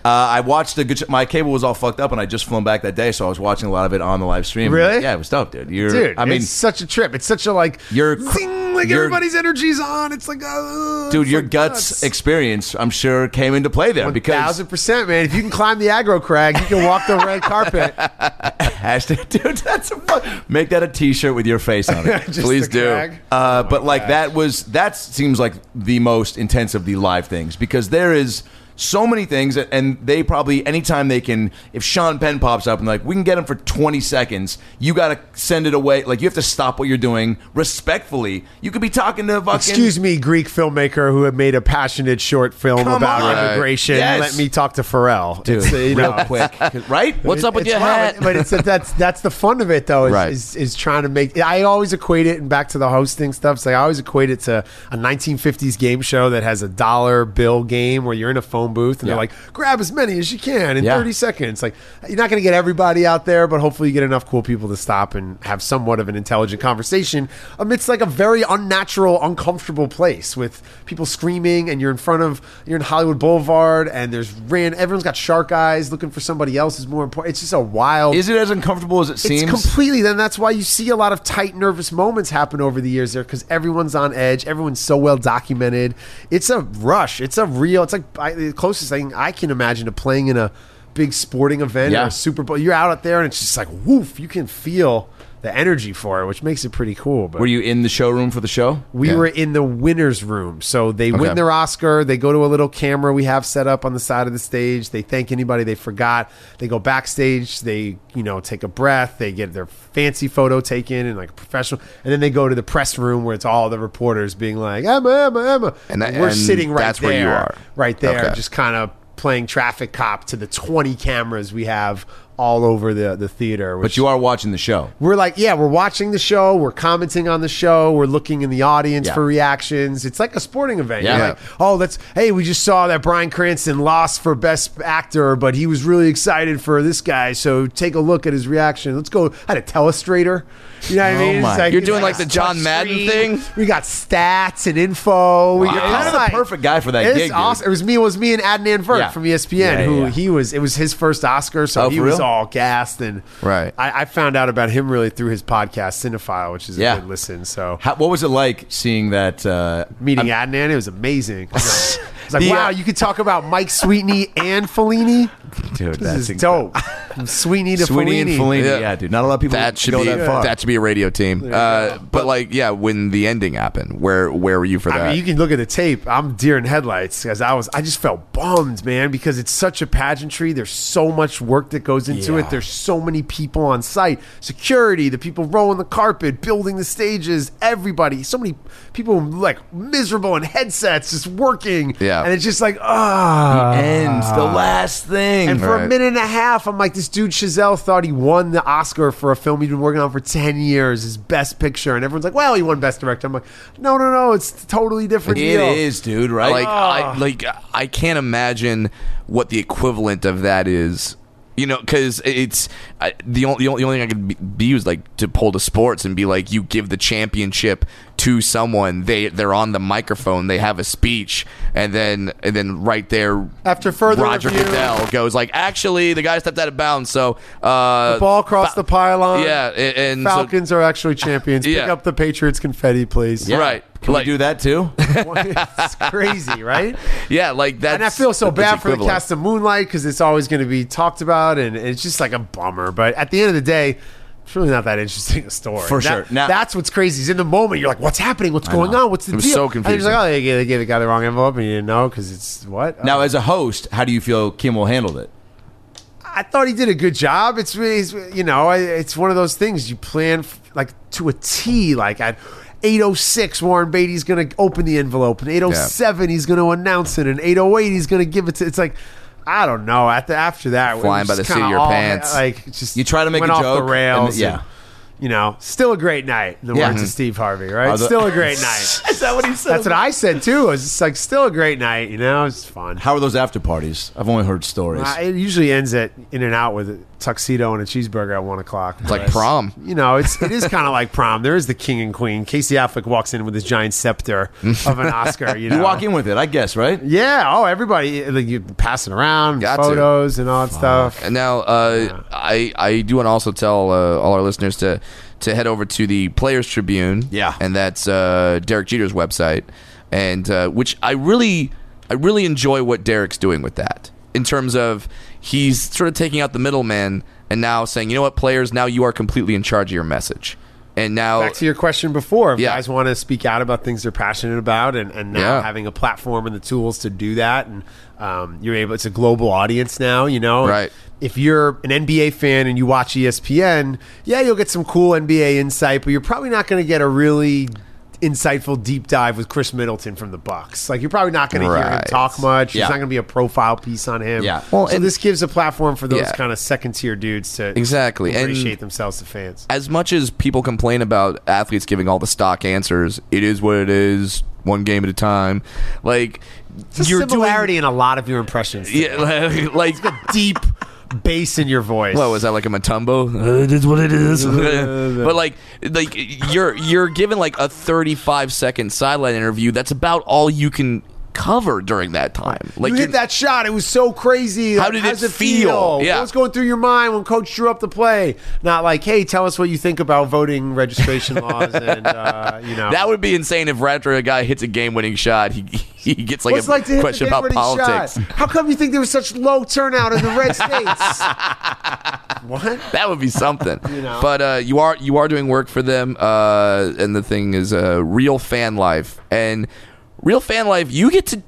A: Uh, I watched the good. Sh- my cable was all fucked up, and I just flown back that day, so I was watching a lot of it on the live stream.
C: Really?
A: Yeah, it was dope, dude. You're,
C: dude.
A: I mean,
C: it's such a trip. It's such a like
A: Your cr-
C: zing, like
A: your-
C: everybody's energy's on. It's like uh,
A: dude,
C: it's
A: your
C: like
A: guts experience, I'm sure, came into play there because
C: thousand percent, man. If you can climb the aggro crag, you can walk the red carpet.
A: hashtag, dude, that's a fun. Make that a T-shirt with your face on it.
C: Just
B: Please
C: the Oh
B: do.
C: crag.
A: Uh, but like that was that seems like the most intense of the live things because there is so many things and- and they probably anytime they can if Sean Penn pops up and like we can get him for 20 seconds you got to send it away like you have to stop what you're doing respectfully you could be talking to fucking
C: Excuse me, Greek filmmaker who had made a passionate short film
A: Come
C: about
A: on. Right.
C: immigration.
A: Yes.
C: Let me talk to Pharrell.
A: dude
C: It's, uh, you
A: real
C: know,
A: quick right
B: what's up with
C: it's
B: your hat?
C: wild, But it's that's that's the fun of it though. Is,
B: Right.
C: is, is trying to make. I always equate it, and back to the hosting stuff. So I always equate it to a 1950s game show that has a dollar bill game where you're in a phone booth and they're like, grab as many as you can in
A: Yeah.
C: 30 seconds. Like you're not going to get everybody out there, but hopefully you get enough cool people to stop and have somewhat of an intelligent conversation amidst like a very unnatural, uncomfortable place with people screaming and you're in front of you're in Hollywood Boulevard and there's ran everyone's got shark eyes looking for somebody else is more important. It's just a wild
A: is it as uncomfortable as it seems
C: it's completely. Then that's why you see a lot of tight, nervous moments happen over the years there because everyone's on edge. Everyone's so well documented. It's a rush. It's a real. It's like I, the closest thing I can imagine to playing in a big sporting event or
A: Yeah.
C: a Super Bowl. You're out out there and it's just like woof. You can feel the energy for it, which makes it pretty cool. But
A: were you in the showroom for the show
C: we were in the winners' room, so they
B: Okay.
C: win their Oscar. They go to a little camera we have set up on the side of the stage. They thank anybody they forgot. They go backstage. They you know take a breath. They get their fancy photo taken and like a professional, and then they go to the press room where it's all the reporters being like Emma, Emma, Emma,
B: And that-
C: we're
B: and
C: sitting right
B: that's
C: there,
B: where you are.
C: right there,
B: Okay.
C: just kind of playing traffic cop to the twenty cameras we have all over the the theater.
A: But you are watching the show.
C: we're like, yeah, we're watching the show, we're commenting on the show, we're looking in the audience
A: Yeah.
C: for reactions. It's like a sporting event.
B: Yeah.
C: You're like, oh, let's hey, we just saw that Brian Cranston lost for best actor, but he was really excited for this guy. So take a look at his reaction. Let's go. I had a telestrator. You know what I mean? It's
A: my-
B: Oh You're
C: it's
B: doing like
C: a
B: the John Madden
C: touchscreen.
B: thing?
C: We got stats and info. We
A: You're
C: got-
A: kind of
C: it's
A: the
C: like-
A: perfect guy for that
C: it's
A: gig, dude.
C: awesome. It was me. It was me and Adnan Vert
A: Yeah.
C: from E ESPN.
A: Yeah, yeah,
C: who
A: yeah.
C: he was. It was his first Oscar, so
A: Oh,
C: he
A: for
C: was
A: real?
C: all gassed and
B: Right.
C: I, I found out about him really through his podcast, Cinephile, which is a
A: Yeah.
C: good listen. So
A: How, what was it like seeing that? Uh,
C: meeting Adnan, it was amazing. It's like,
A: The, uh,
C: wow, you could talk about Mike Sweetney and Fellini.
A: dude,
C: This
A: that's
C: is dope. From Sweeney to
A: Sweeney and Fellini.
C: Fellini.
B: Yeah.
A: Yeah. dude. Not a lot of people
B: That should
A: go
B: be
A: that far.
B: that should be a radio team. Uh, but like, yeah, when the ending happened, where where were you for that?
C: I mean, you can look at the tape. I'm deer in headlights because I was. I just felt bummed, man, because it's such a pageantry. There's so much work that goes into it. There's so many people on site, security, the people rolling the carpet, building the stages, everybody. So many people like miserable in headsets, just working.
B: Yeah.
C: and it's just like ah.
A: and the last thing.
C: And for
B: Right.
C: a minute and a half, I'm like, this dude Chazelle thought he won the Oscar for a film he'd been working on for 10 years, his best picture. And everyone's like, well, he won Best Director. I'm like, no, no, no, it's a totally different
A: it
C: deal.
A: is, dude. Right?
B: like
C: Ah.
B: I like I can't imagine what the equivalent of that is. You know, because it's I, the only the only the only thing I could be, be is like to pull to sports and be like, you give the championship to someone. They they're on the microphone. They have a speech, and then and then right there
C: After further
B: Roger
C: review-
B: Goodell goes like, actually, the guy stepped out of bounds. So uh,
C: The ball crossed the pylon.
B: Yeah, a- and so-
C: Falcons are actually champions. Pick
B: Yeah.
C: up the Patriots confetti, please.
B: Yeah. right.
A: Can
B: Like,
A: we do that too?
C: it's crazy, right?
B: Yeah, like that.
C: and I feel so bad for the cast of Moonlight because it's always going to be talked about, and it's just like a bummer. But at the end of the day, it's really not that interesting a story.
A: For
C: That-
A: sure. Now-
C: that's what's crazy. Is in the moment you're like, "What's happening? What's going on? What's the
B: It was
C: deal?"
B: so
C: And you're just
B: confusing.
C: like, "Oh, they gave, they gave the guy the wrong envelope, and you didn't know because it's what."
A: now, as a host, how do you feel Kimmel handled it?
C: I thought he did a good job. It's really, it's, you know, I- it's one of those things you plan f- like to a T. Like at 806, Warren Beatty's going to open the envelope, and 807, he's going to announce it, and 808, he's going to give it to. It's like I don't know. After after that, it
B: Flying
C: was
B: by the
C: just
B: seat of
C: kinda
B: your
C: all-
B: pants.
C: Like just
A: You try to make
C: went
A: a
C: off
A: joke,
C: the rails.
A: and- yeah.
C: and, you know, still a great night. In the
A: Yeah.
C: words of
A: Mhm.
C: Steve Harvey, right?
A: Although-
C: still a great night.
A: Is that what he said?
C: That's what I said too. I was just like, still a great night. You know, it's fun.
A: How are those after parties? I've only heard stories.
C: Uh, it usually ends at In and Out with a tuxedo and a cheeseburger at one o'clock. It's
B: like prom.
C: You know, it's it is kind of like prom. There is the king and queen. Casey Affleck walks in with his giant scepter of an Oscar. You know,
A: you walk in with it, I guess, right?
C: Yeah. Oh, everybody like you passing around
B: Got to.
C: photos and all that stuff.
B: And now, uh, I I do want to also tell uh, all our listeners to to head over to the Players Tribune.
A: Yeah.
B: and that's uh, Derek Jeter's website, and uh, which I really I really enjoy what Derek's doing with that in terms of he's sort of taking out the middleman and now saying, you know what, players, now you are completely in charge of your message, and now
C: Back to your question before, if
B: Yeah.
C: guys want to speak out about things they're passionate about, and, and now
B: Yeah.
C: having a platform and the tools to do that, and um, you're able, it's a global audience now, you know.
B: Right.
C: If you're an NBA fan and you watch E ESPN, yeah, you'll get some cool NBA insight, but you're probably not going to get a really insightful deep dive with Chris Middleton from the Bucks. Like you're probably not going to hear him
B: Right.
C: talk much.
A: Yeah.
C: There's not going to be a profile piece on him.
A: Yeah.
C: Well,
B: Well,
C: so
B: and-
C: this gives a platform for those
B: Yeah.
C: kind of second tier dudes to
B: Exactly. And-
C: appreciate themselves to fans.
B: as much as people complain about athletes giving all the stock answers, it is what it is, one game at a time. Like
C: It's a similarity in a lot of your impressions.
B: doing, yeah, like, like
C: deep bass in your voice.
B: what was that like a Matumbo?
D: It is what it is.
B: but like like you're you're given like a 35 second sideline interview. That's about all you can cover during that time. Like
C: you hit
B: you're-
C: that shot. It was so crazy.
B: How
C: Like,
B: did
C: how's
B: it feel? Yeah.
C: What was going through your mind when coach drew up the play? Not like, hey, tell us what you think about voting registration laws and, uh, you know.
B: That would be insane if right after a guy hits a game winning shot, he he gets like
C: What's
B: a
C: it like to hit
B: question
C: the
B: about
C: game-winning
B: politics.
C: Shot? How come you think there was such low turnout in the red states? what?
B: that would be something.
C: know.
B: But uh, you are you are doing work for them, uh, and the thing is, uh, real fan life and real fan life. You get to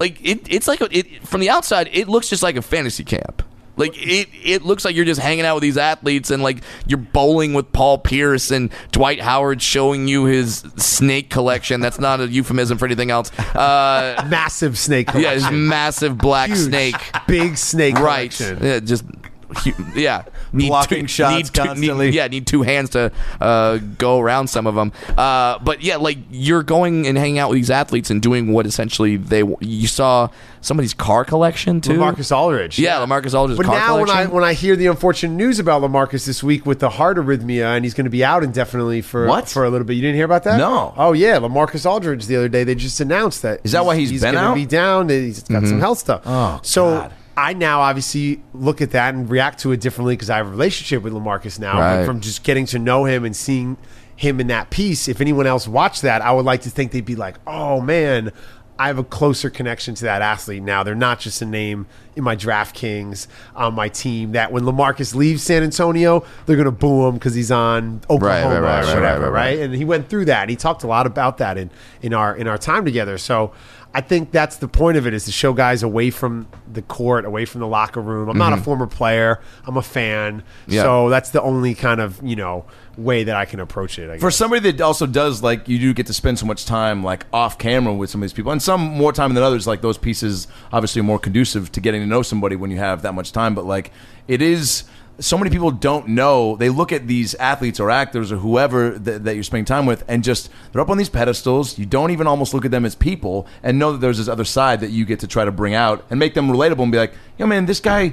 B: like it. It's like a, it from the outside. It looks just like a fantasy camp. Like it, it looks like you're just hanging out with these athletes and like you're bowling with Paul Pierce and Dwight Howard showing you his snake collection. That's not a euphemism for anything else. Uh,
C: Massive snake
B: yeah, his
C: collection.
B: massive black
C: Huge,
B: snake.
C: Big snake
B: Right.
C: collection.
B: Yeah, just hu- yeah, need
A: Blocking shots
B: need two- need-
A: constantly.
B: yeah, need two hands to uh, go around some of them. Uh, but yeah, like you're going and hanging out with these athletes and doing what essentially they you saw somebody's car collection too.
C: Lamarcus Aldridge.
B: Yeah, Lamarcus Aldridge's
C: But
B: car
C: now when
B: collection.
C: I when I hear the unfortunate news about Lamarcus this week with the heart arrhythmia and he's going to be out indefinitely for
A: What?
C: for a little bit. You didn't hear about that?
A: No.
C: Oh yeah, Lamarcus Aldridge the other day they just announced that.
A: Is that why he's been
C: gonna
A: out?
C: Be down. that He's got
B: Mm-hmm.
C: some health stuff.
A: Oh,
C: so.
A: God.
C: I now obviously look at that and react to it differently because I have a relationship with Lamarcus now.
B: Right.
C: And From just getting to know him and seeing him in that piece, if anyone else watched that, I would like to think they'd be like, "Oh man, I have a closer connection to that athlete now. They're not just a name in my DraftKings on my team. That when Lamarcus leaves San Antonio, they're going to boo him because he's on
B: right,
C: Oklahoma, or
B: right, right, right,
C: whatever,
B: right.
C: right? And he went through that. He talked a lot about that in in our in our time together. So I think that's the point of it is to show guys away from the court, away from the locker room. I'm
A: Mm-hmm.
C: not a former player. I'm a fan.
B: Yeah.
C: So that's the only kind of you know way that I can approach it. I guess.
A: for somebody that also does like you do get to spend so much time like off camera with some of these people and some more time than others like those pieces obviously are more conducive to getting to know somebody when you have that much time but like it is so many people don't know they look at these athletes or actors or whoever that, that you're spending time with and just they're up on these pedestals you don't even almost look at them as people and know that there's this other side that you get to try to bring out and make them relatable and be like yo man this guy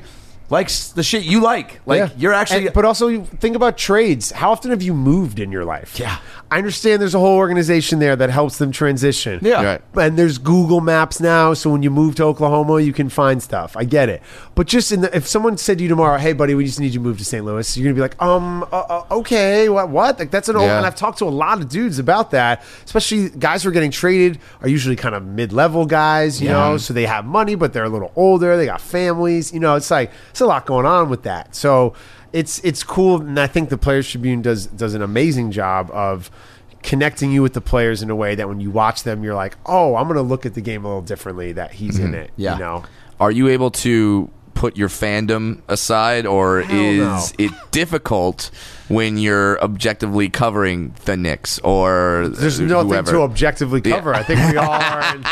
A: likes the shit you like like
C: Yeah.
A: you're actually
C: And- but also, you think about trades. How often have you moved in your life?
A: Yeah.
C: I understand there's a whole organization there that helps them transition.
A: Yeah.
B: Right.
C: And there's Google Maps now, so when you move to Oklahoma, you can find stuff. I get it. But just in the, if someone said to you tomorrow, "Hey, buddy, we just need you to move to St. Louis," you're gonna be like, "Um, uh, uh, okay, what? What?" Like that's an old.
B: Yeah.
C: And I've talked to a lot of dudes about that, especially guys who are getting traded are usually kind of mid-level guys, you know, so they have money, but they're a little older. They got families, you know. It's like it's a lot going on with that. So it's it's cool, and I think the Players Tribune does does an amazing job of connecting you with the players in a way that when you watch them, you're like, oh, I'm going to look at the game a little differently. That he's in it,
A: Yeah.
C: you know.
B: Are you able to put your fandom aside, or is it difficult when you're objectively covering the Knicks or
C: There's
B: uh,
C: nothing
B: whoever?
C: to objectively cover. I think we all are in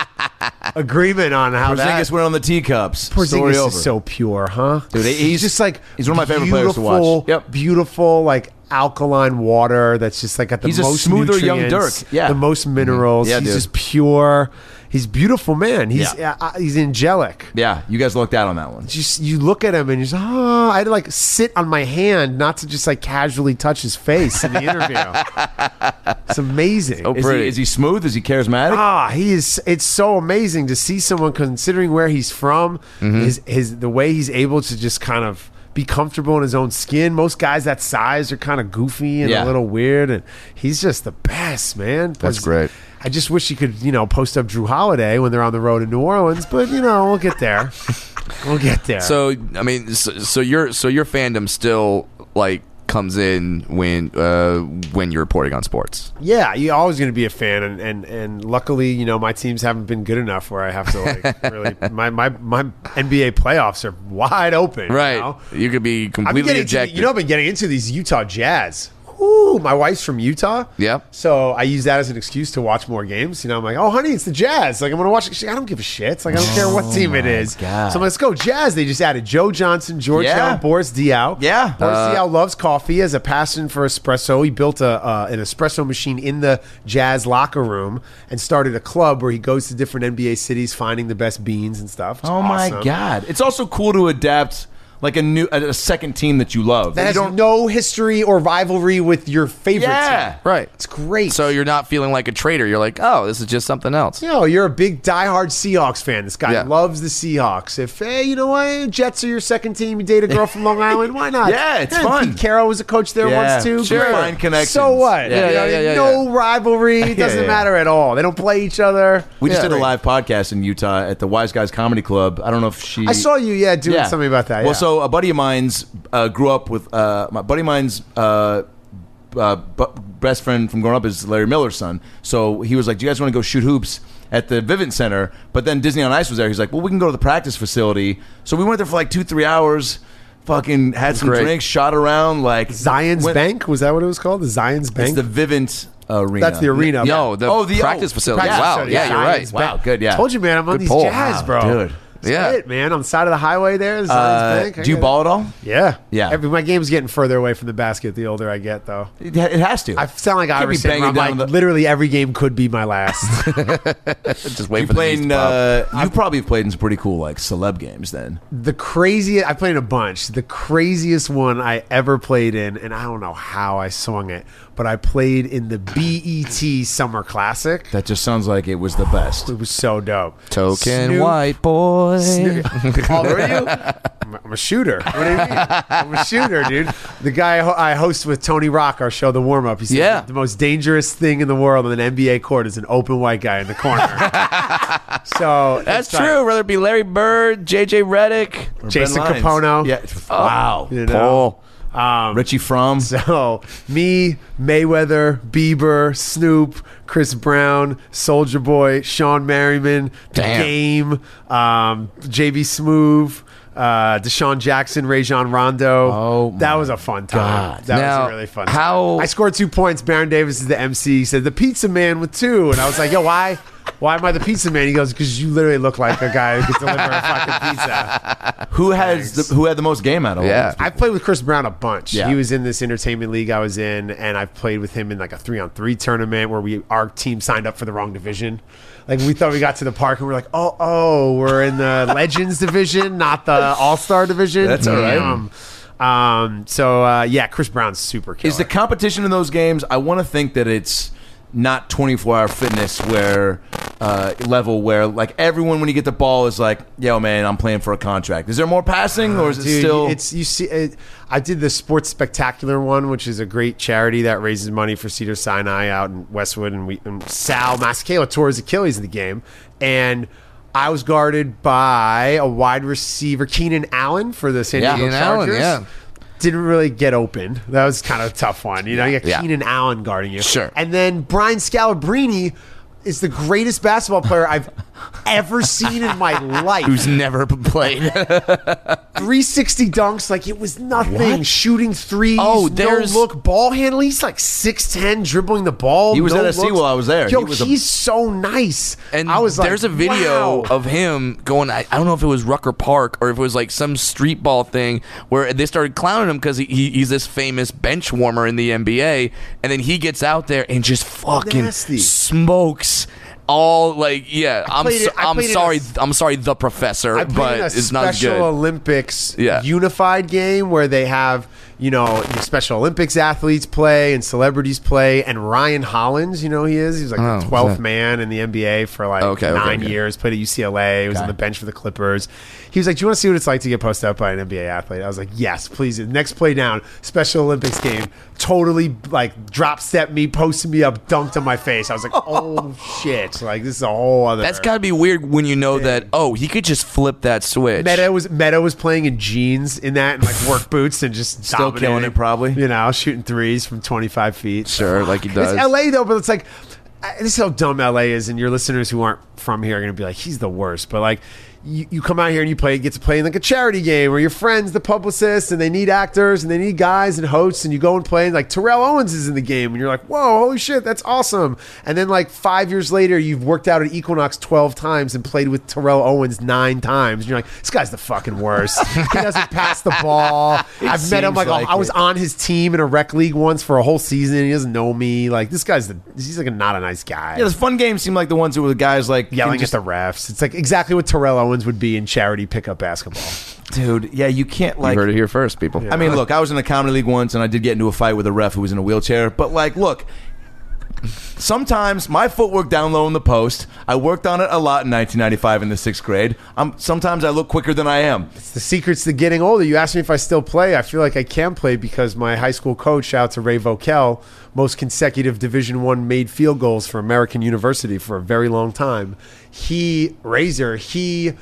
C: agreement on how
A: Porzingis
C: that.
A: went on the teacups. Story
C: Porzingis
A: over.
C: is so pure, huh?
A: Dude, he- he's-
C: just like
A: he's one of my favorite players to watch.
C: beautiful-
A: Yep.
C: beautiful like alkaline water that's just like got the
A: He's a
C: most
A: smoother young
C: nutrients,
A: Dirk. Yeah. Mm-hmm.
C: the most minerals.
A: Yeah,
C: he's
A: dude.
C: just pure. He's a beautiful man. He's
A: Yeah.
C: uh, uh, he's angelic.
A: Yeah, you guys lucked out on that one.
C: just you look at him and you're just, oh, I had to like sit on my hand not to just like casually touch his face in the interview. it's amazing.
B: Oh,
A: Is
B: pretty.
A: he, is he smooth? Is he charismatic?
C: Ah, he is. It's so amazing to see someone considering where he's from, his his the way he's able to just kind of be comfortable in his own skin. Most guys that size are kind of goofy and
A: Yeah.
C: a little weird, and he's just the best, man. That's
B: great.
C: I just wish he could, you know, post up Drew Holiday when they're on the road in New Orleans, but you know, we'll get there. we'll get there.
B: So I mean, so, so your so your fandom still like comes in when uh, when you're reporting on sports.
C: Yeah, you're always going to be a fan, and, and and luckily, you know, my teams haven't been good enough where I have to like really my my my NBA playoffs are wide open, You know?
B: You could be
C: I've been
B: completely
C: getting into,
B: ejected.
C: you know, I've been getting into these Utah Jazz. Ooh, my wife's from Utah.
B: Yeah.
C: So I use that as an excuse to watch more games. You know, I'm like, oh, honey, it's the Jazz. Like, I'm going to watch it. She's like, I don't give a shit. It's like, I don't care what team it is.
A: Oh God.
C: So I'm like, let's go Jazz. They just added Joe Johnson, Georgetown,
A: Yeah.
C: Boris Diaw.
A: Yeah. Uh,
C: Boris Diaw loves coffee. He has a passion for espresso. He built a uh, an espresso machine in the Jazz locker room and started a club where he goes to different NBA cities finding the best beans and stuff. It's
A: oh my
C: awesome.
A: god! It's also cool to adapt like a new a, a second team that you love.
C: That
A: you
C: has no history or rivalry with your favorite
A: Yeah.
C: team.
B: right?
C: It's great.
B: So you're not feeling like a traitor. You're like, oh, this is just something else.
C: you know, you're a big diehard Seahawks fan. This guy
B: Yeah.
C: loves the Seahawks. If hey, you know what, Jets are your second team. You date a girl from Long Island, why not?
A: Yeah, it's
C: And
A: fun.
C: Pete Carroll was a coach there
A: Yeah,
C: once too.
A: sure.
C: Great.
A: Find connections.
C: So
A: Yeah,
C: what? You
B: yeah,
C: know,
B: yeah, yeah,
C: no rivalry. It doesn't
A: yeah.
C: matter at all. They don't play each other.
A: we just
C: Yeah.
A: did a live podcast in Utah at the Wise Guys Comedy Club. I don't know if she.
C: I saw you, yeah, doing
A: Yeah.
C: something about that.
A: Well,
C: yeah.
A: so a buddy of mine's uh, grew up with uh, my buddy of mine's uh, uh, b- best friend from growing up is Larry Miller's son. So he was like, "Do you guys want to go shoot hoops at the Vivint Center?" But then Disney on Ice was there. He's like, "Well, we can go to the practice facility." So we went there for like two, three hours. Fucking had some
B: Great.
A: drinks, shot around like
C: Zion's
A: went-
C: Bank was that what it was called? The Zion's
A: It's
C: Bank.
A: the Vivint arena.
C: That's the arena.
B: No, the
A: Oh, the-
B: practice
A: oh,
B: facility.
C: Practice
B: wow.
C: facility,
B: Yeah, you're right.
C: Zion's
A: Wow,
C: Bank.
A: good, yeah.
C: Told you, man, I'm on
B: Good
C: these
B: pull.
C: jazz,
B: Wow,
C: bro.
A: dude.
B: yeah.
C: it, man. On the side of the highway there. Zions
A: Uh,
C: Bank. I
A: do you
C: get it.
A: ball at all?
C: Yeah,
A: Yeah.
C: Every my game's getting further away from the basket the older I get, though.
A: It, it has to.
C: I sound like
A: Can't be
C: Iverson. where
A: banging
C: I'm like
A: down the-
C: literally every game could be my last.
B: Just wait
A: you
B: for the knees
A: played.
B: to pop.
A: Uh, you probably have played in some pretty cool like celeb games. Then
C: the craziest I played in a bunch. The craziest one I ever played in, and I don't know how I swung it, but I played in the BET Summer Classic.
A: that just sounds like it was the best.
C: It was so dope.
B: Token
C: Snoop-
B: white boy.
C: Snoop- How old are you? I'm I'm a shooter. What do you mean? I'm a shooter, dude. The guy I ho- I host with Tony Rock, our show, The Warm Up, he said
B: Yeah.
C: the most dangerous thing in the world on an NBA court is an open white guy in the corner. so
B: That's
C: it's like
B: true. Whether it be Larry Bird, JJ Redick,
C: Jason
A: Ben Lyons.
C: Capono.
A: Yeah.
B: Oh.
A: Wow.
C: You know?
B: Paul.
A: Richie From.
C: So me, Mayweather, Bieber, Snoop, Chris Brown, Soldier Boy, Sean Merriman, The
B: Damn.
C: Game, um, JB Smoove. Uh, Deshaun Jackson, Rajon Rondo.
A: Oh,
C: that
A: my
C: was a fun time.
A: God.
C: That
B: Now,
C: was a really fun.
B: how-
C: time. I scored two points. Baron Davis is the MC. He said the Pizza Man with two, and I was like, Yo, why? Why am I the Pizza Man? He goes, Because you literally look like a guy who could deliver a fucking pizza.
A: Who has the, who had the most game out of all
B: Yeah.
A: these
C: I played with Chris Brown a bunch.
A: Yeah.
C: He was in this entertainment league I was in, and I played with him in like a three on three tournament where we our team signed up for the wrong division. Like we thought we got to the park and we're like, oh oh, we're in the Legends division, not the All Star division.
A: That's all right.
C: Damn. Um, so uh, yeah, Chris Brown's super killer.
A: Is the competition in those games? I want to think that it's not 24 hour fitness where uh, level where like everyone when you get the ball is like, yo man, I'm playing for a contract. Is there more passing or is it
C: Dude,
A: still?
C: it's you see it, i did the sports spectacular one which is a great charity that raises money for cedar sinai out in westwood and we and sal mascala tore his achilles in the game and I was guarded by a wide receiver, Keenan Allen, for the San
B: Yeah.
C: Diego
B: Keenan Allen,
C: Chargers.
B: yeah.
C: Didn't really get open. That was kind of a tough one. You know, you got
B: Yeah.
C: Keenan Allen guarding you.
B: Sure.
C: And then Brian Scalabrine is the greatest basketball player I've ever seen in my life
B: Who's never played?
C: 360 dunks like it was nothing. Shooting threes.
B: Oh, there's-
C: no look ball handling. He's like 6'10 dribbling the ball.
A: He was
C: no
A: at SC
C: looks.
A: while I was there.
C: Yo,
A: He was a-
C: he's so nice.
B: And
C: I was like,
B: there's a video
C: wow.
B: of him going. I, I don't know if it was Rucker Park or if it was like some street ball thing where they started clowning him because he, he, he's this famous bench warmer in the NBA, and then he gets out there and just fucking
C: Nasty.
B: smokes all like yeah. I'm
C: played
B: so,
C: it- I
B: I'm
C: played it
B: sorry.
C: as-
B: I'm sorry, the professor,
C: I played
B: but
C: in a
B: it's
C: Special
B: not good.
C: Olympics
B: Yeah.
C: unified game where they have you know your Special Olympics athletes play and celebrities play, and Ryan Hollins, you know who he is. He's like
B: Oh,
C: the twelfth
B: okay.
C: man in the NBA for like
B: Okay, okay,
C: nine
B: okay.
C: years. Played at UCLA. Was on the bench for the Clippers. He was like, "Do you want to see what it's like to get posted up by an NBA athlete?" I was like, "Yes, please." Next play down, Special Olympics game. Totally like drop step me, posted me up, dunked on my face. I was like, "Oh shit!" Like this is a whole other.
B: That's got to be weird when you know that. Oh, he could just flip that switch.
C: Meta was Meta was playing in jeans in that and like work boots and just
A: Still killing
C: dominating,
A: it, probably.
C: You know, shooting threes from twenty five feet.
B: Sure, like he does.
C: It's LA though, but it's like I- this is how dumb LA is, and your listeners who aren't from here are gonna be like, he's the worst. But like, you, you come out here and you play, get to play in like a charity game where your friends, the publicists, and they need actors and they need guys and hosts, and you go and play. And like Terrell Owens is in the game, and you're like, whoa, holy shit, that's awesome. And then like five years later, you've worked out at Equinox twelve times and played with Terrell Owens nine times, and you're like, this guy's the fucking worst. he doesn't pass the ball. I've met
A: seems
C: him like, oh,
A: like
C: I was
A: it.
C: on his team in a rec league once for a whole season. He doesn't know me. Like this guy's the he's like a, not a nice guy.
A: yeah, those fun games seem like the ones where the guys like can
C: Yelling
A: just-
C: at the refs. It's like exactly what Terrell Owens would be in charity pickup basketball.
A: dude. Yeah, you can't
B: you
A: like.
B: heard it here first, people.
A: I mean, look, I was in a comedy league once, and I did get into a fight with a ref who was in a wheelchair. But like, look, sometimes my footwork down low in the post. I worked on it a lot in 1995 in the sixth grade. I'm sometimes I look quicker than I am.
C: It's the secrets to getting older. You asked me if I still play. I feel like I can play because my high school coach, shout out to Ray Vokel, most consecutive Division One made field goals for American University for a very long time. He Razor he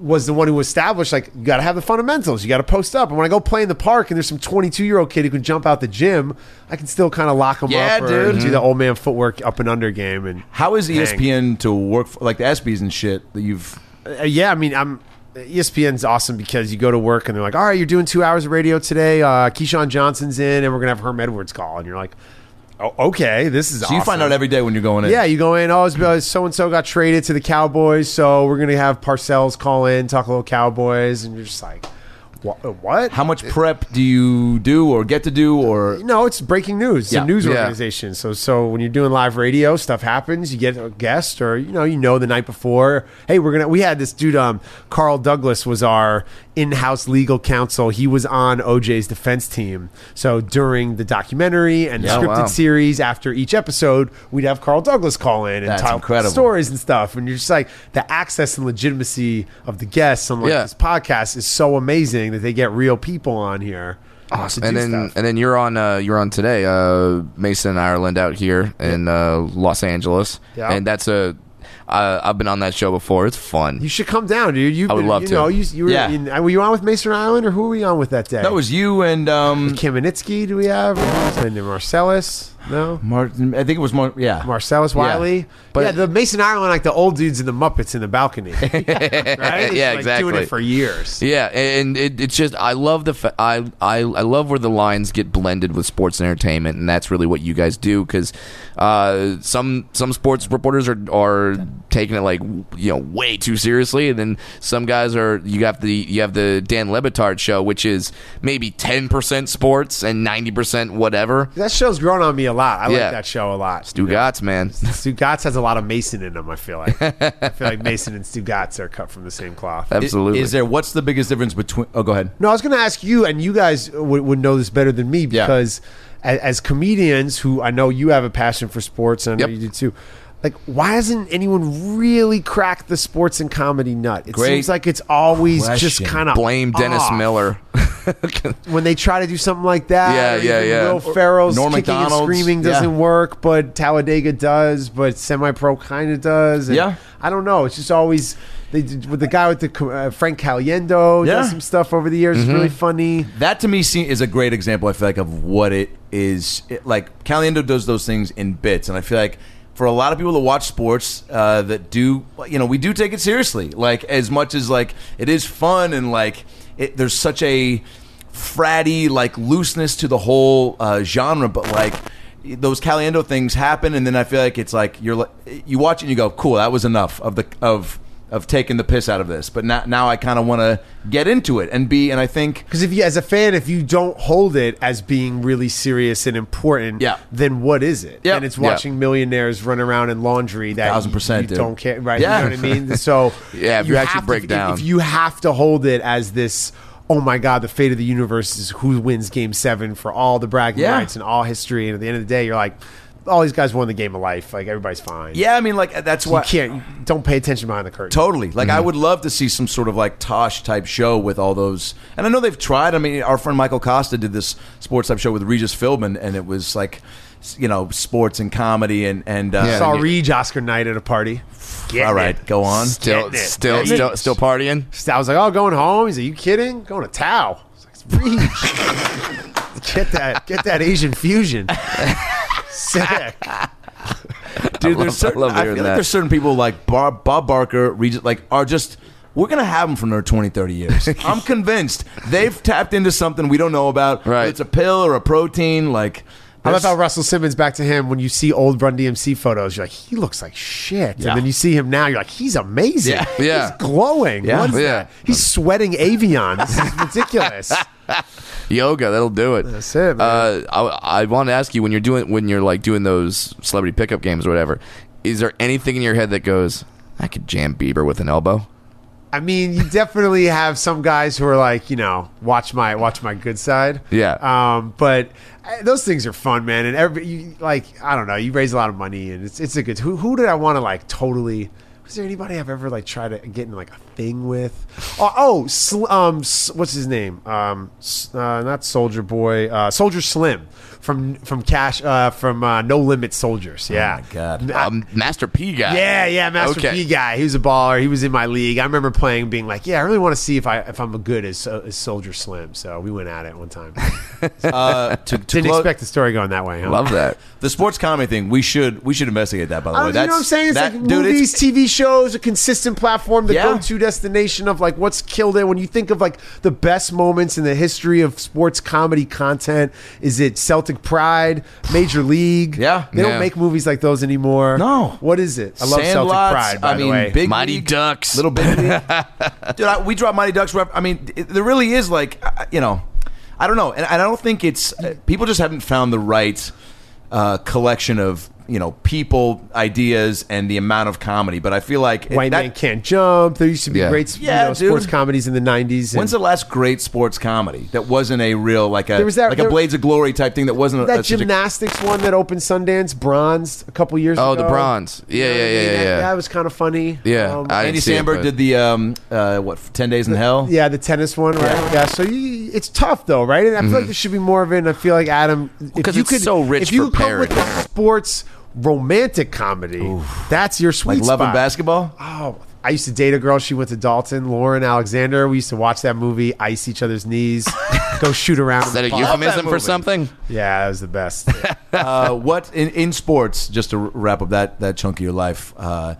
C: was the one who established like you got to have the fundamentals. You got to post up. And when I go play in the park and there's some 22 year old kid who can jump out the gym, I can still kind of lock him
A: Yeah,
C: up or
A: dude.
C: do the old man footwork up and under game. And
A: How is E ESPN to work for, like the E ESPYS and shit that you've?
C: uh, yeah, I mean, I'm E ESPN's awesome because you go to work and they're like, all right, you're doing two hours of radio today. Uh, Keyshawn Johnson's in, and we're gonna have Herm Edwards call, and you're like, oh, okay, this is
A: So you find out every day when you're going in.
C: Yeah, you go in. Oh, so and so got traded to the Cowboys, so we're gonna have Parcells call in, talk a little Cowboys, and you're just like, what? what?
A: How much prep do you do or get to do or
C: No, it's breaking news. It's
A: Yeah.
C: a news
B: Yeah.
C: organization. So, so when you're doing live radio, stuff happens. You get a guest, or you know, you know the night before. Hey, we're gonna. We had this dude. Um, Carl Douglas was our in-house legal counsel. He was on OJ's defense team. So during the documentary and
B: Yeah,
C: the scripted
B: wow.
C: series, after each episode, we'd have Carl Douglas call in and
A: That's
C: tell
A: incredible.
C: stories and stuff. And you're just like the access and legitimacy of the guests on like
B: Yeah.
C: this podcast is so amazing that they get real people on here.
B: Awesome.
C: to
B: And
C: do
B: then
C: stuff.
B: and then you're on uh, you're on today, uh, Mason and Ireland out here in uh, Los Angeles,
C: Yeah.
B: and that's a uh, I've been on that show before. It's fun.
C: You should come down, dude. You
B: I would love
C: you
B: to.
C: Know, you, you were,
A: Yeah.
C: in- were you on with Mason Island, or who were we on with that day?
A: that was you and um
C: Kamenitsky. Do we have and then Marcellus? No,
A: Martin I think it was more yeah.
C: Marcellus
A: Yeah.
C: Wiley.
A: But-
C: But yeah, the Mason Island, like the old dudes in the Muppets in the balcony. right? It's
B: Yeah,
C: like Doing
B: exactly.
C: it for years.
B: Yeah, and it, it's just I love the fa- I, I I love where the lines get blended with sports and entertainment, and that's really what you guys do because uh, some some sports reporters are are taking it like you know way too seriously, and then some guys are you have the you have the Dan Lebitard show, which is maybe ten percent sports and ninety percent whatever.
C: That show's grown on me a lot. I
B: Yeah.
C: like that show a lot.
B: Stu Gatz, man.
C: Stu Gatz has a lot of Mason in him. I feel like I feel like Mason and Stu Gatz are cut from the same cloth.
A: I-
B: Absolutely.
A: Is there what's the biggest difference between Oh, go ahead.
C: No, I was going to ask you, and you guys would, would know this better than me
A: Yeah.
C: because a- as, comedians, who I know you have a passion for sports, and I know
B: Yep.
C: you do too. Like, why hasn't anyone really cracked the sports and comedy nut? It
A: Great
C: seems like it's always just
A: question.
C: kind of
B: Blame Dennis
C: Ah.
B: Miller.
C: when they try to do something like that.
B: Yeah,
C: or
B: yeah,
C: even
B: yeah.
C: Will Ferrell's
A: Norm
C: kicking
A: Macdonald's,
C: and screaming
A: yeah.
C: doesn't work, but Talladega does, but Semi Pro kind of does. and
A: Yeah.
C: I don't know. It's just always they did, with the guy with the co- uh, Frank Caliendo
A: Yeah.
C: does some stuff over the years. It's really funny.
A: That to me se- is a great example. I feel like of what it is. It, like Caliendo does those things in bits, and I feel like for a lot of people that watch sports uh, that do, you know, we do take it seriously. Like as much as like it is fun and like it, there's such a fratty like looseness to the whole uh, genre, but like those Caliendo things happen, and then I feel like it's like you're li- you watch it and you go, cool, that was enough of the of. Of taking the piss out of this, but now, now I kind of want to get into it and be, and I think
C: Because if you, as a fan, if you don't hold it as being really serious and important,
A: Yeah.
C: then what is it?
A: Yeah.
C: And it's
A: Yeah.
C: watching millionaires run around in laundry that
A: Thousand percent,
C: you
A: dude.
C: don't care, right?
A: Yeah.
C: You know what I mean? So
B: Yeah, if you actually
C: have to-
B: break
C: if-
B: down.
C: if you have to hold it as this. Oh my God! The fate of the universe is who wins Game Seven for all the bragging
A: Yeah.
C: rights and all history. And at the end of the day, you're like, all these guys won the game of life. Like everybody's fine.
A: Yeah, I mean, like uh, that's
C: you
A: why
C: can't. Mm-hmm. you Don't pay attention behind the curtain.
A: totally. Like, I would love to see some sort of like Tosh type show with all those. And I know they've tried. I mean, our friend Michael Costa did this sports type show with Regis Philbin, and it was like, s- you know, sports and comedy and and uh,
B: Yeah.
C: Saw Reed Oscar night at a party.
A: all right, go on.
B: still,
C: Getting it.
B: still,
C: Yeah,
B: still,
C: you-
B: still partying.
C: I was like, "Oh, going home." He's like, "You kidding? Going to Tao?" I was like, "It's Reach. get that, get that Asian fusion." Sick.
A: Dude,
B: I love-
A: there's certain,
B: I love
A: I feel
B: hearing
A: like
B: that.
A: there's certain people like Bar- Bob Barker, Regis, like are just. We're gonna have them for another 20, 30 years. I'm convinced they've tapped into something we don't know about. whether
B: Right.
A: it's a pill or a protein. Like,
C: I love
A: there's-
C: how Russell Simmons back to him when you see old Run DMC photos, you're like, he looks like shit.
A: Yeah.
C: And then you see him now, you're like, he's amazing.
A: Yeah.
B: Yeah.
C: He's glowing.
A: Yeah.
C: What is
B: Yeah.
C: that? He's sweating Avion. This is ridiculous.
B: Yoga, that'll do it.
C: That's it, man.
B: Uh, I, I want to ask you when you're doing when you're like doing those celebrity pickup games or whatever. Is there anything in your head that goes, I could jam Bieber with an elbow?
C: I mean, you definitely have some guys who are like, you know, watch my watch my good side.
B: Yeah.
C: Um, but uh, those things are fun, man. And every you, like, I don't know, you raise a lot of money, and it's it's a good. Who who did I want to like totally? Was there anybody I've ever like tried to get in like a thing with? Oh, oh sl- um, S- what's his name? Um, S- uh, not Soldier Boy, uh, Soldier Slim from from Cash uh, from uh, No Limit Soldiers. Yeah.
A: Oh my God.
C: I-
B: Um, Master P guy.
C: yeah, yeah, Master
B: Okay.
C: P guy. He was a baller. He was in my league. I remember playing, being like, "Yeah, I really want to see if I if I'm good as, as Soldier Slim." So we went at it one time.
A: uh, to, to
C: Didn't
A: clo-
C: expect the story going that way. Huh?
B: Love that.
A: The sports comedy thing, we should we should investigate that. By the
C: Uh,
A: way,
C: you know what I'm saying? It's
A: that-
C: like
A: dude,
C: movies,
A: it's-
C: TV shows, a consistent platform to
A: Yeah.
C: go to predestination of like what's killed it. When you think of like the best moments in the history of sports comedy content, is it Celtic Pride, Major League?
A: Yeah.
C: they
B: Yeah.
C: don't make movies like those anymore.
A: No.
C: what is it? I love
A: Sandlots,
C: Celtic Pride. By
A: I mean,
C: the way,
A: Big
B: Mighty
A: League,
B: Ducks.
A: Little Big League. Dude, I, we drop Mighty Ducks. Rep, I mean, it, there really is like, uh, you know, I don't know, and I don't think it's uh, people just haven't found the right uh, collection of you know people, ideas, and the amount of comedy. But I feel like it-
C: White
A: that-
C: Man Can't Jump. There used to be
B: Yeah.
C: great you
A: Yeah,
C: know, sports
A: dude.
C: comedies in the '90s. and-
A: When's the last great sports comedy that wasn't a real like a
C: There was that-
A: like a
C: there-
A: Blades of Glory type thing that wasn't a,
C: that
A: a- such a-
C: gymnastics one that opened Sundance, bronze a couple years
B: Oh,
C: ago.
B: the bronze. Yeah,
C: You know
B: yeah,
C: what I mean?
B: yeah,
C: That-
B: yeah.
C: That was kind of funny. Um,
B: Yeah, I didn't
A: Andy
B: see it,
A: Samberg
B: but-
A: did the um uh what Ten Days in Hell.
C: yeah, the tennis one, right? Yeah. so you, it's tough though, right? And I feel like there should be more of it. And I feel like Adam, if
B: Mm-hmm. 'cause
C: you
B: it's
C: could,
B: so rich
C: if you
B: for
C: come with
B: parody.
C: a sports romantic comedy, that's your sweet
A: like Love and
C: spot.
A: Basketball.
C: Oh, I used to date a girl. She went to Dalton. Lauren Alexander. We used to watch that movie, ice each other's knees, go shoot around.
B: Is that a euphemism for something?
C: Yeah, it was the best.
A: uh, what in, in sports? Just to wrap up that that chunk of your life. Uh,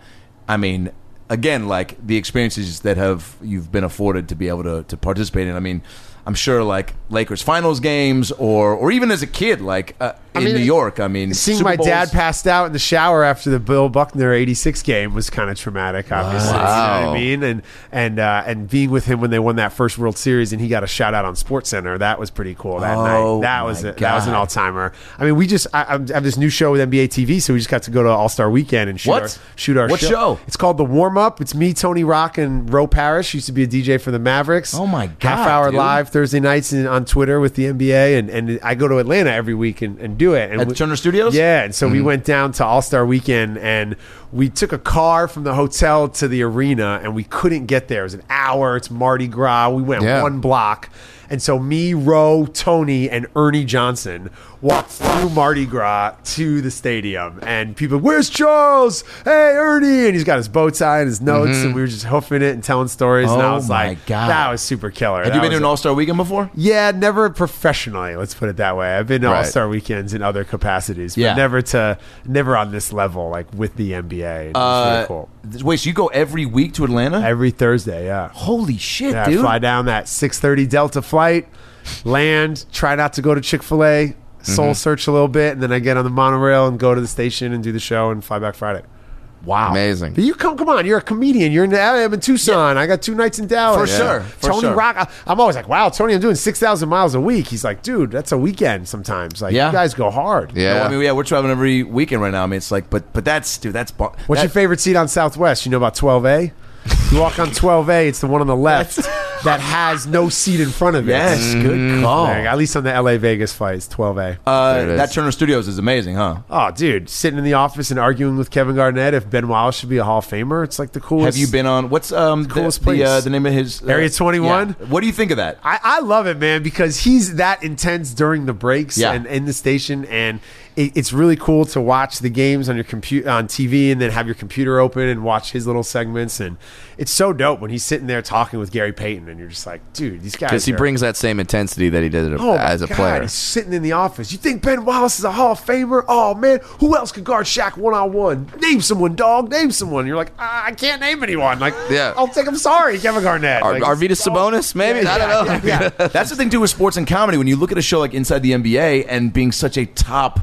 A: I mean, again, like the experiences that have you've been afforded to be able to to participate in. I mean, I'm sure like Lakers finals games, or or even as a kid, like uh, in
C: mean,
A: New York. I mean,
C: Seeing
A: Super
C: my dad
A: Bowls-
C: passed out in the shower after the Bill Buckner '86 game was kind of traumatic, obviously. You know what
B: Wow.
C: I mean, and and uh, and being with him when they won that first World Series, and he got a shout out on Sports Center. That was pretty cool that
A: Oh,
C: night. That
A: my
C: was a, that was an
A: God.
C: all timer. I mean, we just I, I'm- I have this new show with NBA TV, so we just got to go to All Star Weekend and shoot
A: What?
C: our shoot our
A: What show?
C: It's called the Warm Up. It's me, Tony Rock, and Roe Parrish. Used to be a DJ for the Mavericks.
A: Oh, my God,
C: Half hour
A: dude.
C: live Thursday nights in, on Twitter with the NBA, and and I go to Atlanta every week and, and do it. And
A: At
C: we-
A: Turner Studios? Mm-hmm.
C: Yeah, yeah, and so we went down to All Star Weekend, and we took a car from the hotel to the arena, and we couldn't get there. It was an hour. It's Mardi Gras. We went
B: Yeah.
C: one block, and so me, Roe, Tony, and Ernie Johnson walked through Mardi Gras to the stadium, and people, "Where's Charles? Hey, Ernie!" And he's got his bow tie and his notes, and we were just hoofing it and telling stories. and I
A: Mm-hmm. Oh
C: was
A: my
C: like,
A: God.
C: "That was super killer."
A: Have
C: That
A: you been
C: was
A: to an All Star Weekend before?
C: yeah, never professionally. Let's put it that way. I've been to
B: Right.
C: All Star weekends in other capacities, but
A: Yeah.
C: never to never on this level, like with the NBA. It's really cool.
A: Uh, Wait, so you go every week to Atlanta?
C: Every Thursday, yeah.
A: Holy shit,
C: yeah
A: dude!
C: fly down that six thirty Delta flight, land. Try not to go to Chick fil A.
A: Mm-hmm.
C: Soul search a little bit, and then I get on the monorail and go to the station and do the show and fly back Friday.
A: Wow,
C: But
B: Amazing.
C: you come, come on! You're a comedian. You're in I'm in Tucson. I got two nights in Dallas.
A: For Yeah. sure. For
C: Tony
A: sure.
C: Rock. I, I'm always like, wow, Tony, I'm doing six thousand miles a week. He's like, dude, that's a weekend sometimes. Like,
A: Yeah.
C: you guys go hard.
A: No, I
B: Yeah.
A: mean, yeah, we're traveling every weekend right now. I mean, it's like, but but that's dude, that's bu-
C: What's your
A: that-
C: favorite seat on Southwest? You know about 12A? You walk on 12A. It's the one on the left that has no seat in front of it. Mm.
A: Yes, good call.
C: Like, at least on the LA Vegas flight, it's 12A.
A: Uh,
B: There it is.
A: that Turner Studios is amazing, huh?
C: oh, dude, sitting in the office and arguing with Kevin Garnett if Ben Wallace should be a Hall of Famer. It's like the coolest.
A: Have you been on what's um the,
C: Coolest
A: the, uh,
C: place.
A: the name of his uh,
C: Area 21?
A: yeah. What do you think of that?
C: I, I love it, man, because he's that intense during the breaks
A: Yeah.
C: and in the station, and it, it's really cool to watch the games on your computer on TV, and then have your computer open and watch his little segments, and it's so dope when he's sitting there talking with Gary Payton, and you're just like, dude, these guys.
B: Because he
C: are-
B: brings that same intensity that he did
C: Oh my
B: as a
C: God,
B: player.
C: he's sitting in the office. You think Ben Wallace is a Hall of Famer? Oh man, who else could guard Shaq one on one? Name someone, dog. Name someone. You're like, "Ah, I I can't name anyone. Like,
B: Yeah.
C: I'll take. I'm sorry, Kevin Garnett.
B: Ar-
C: Like,
B: Arvidas Sabonis, maybe? I don't know.
C: yeah.
A: That's the thing too with sports and comedy. When you look at a show like Inside the NBA and being such a top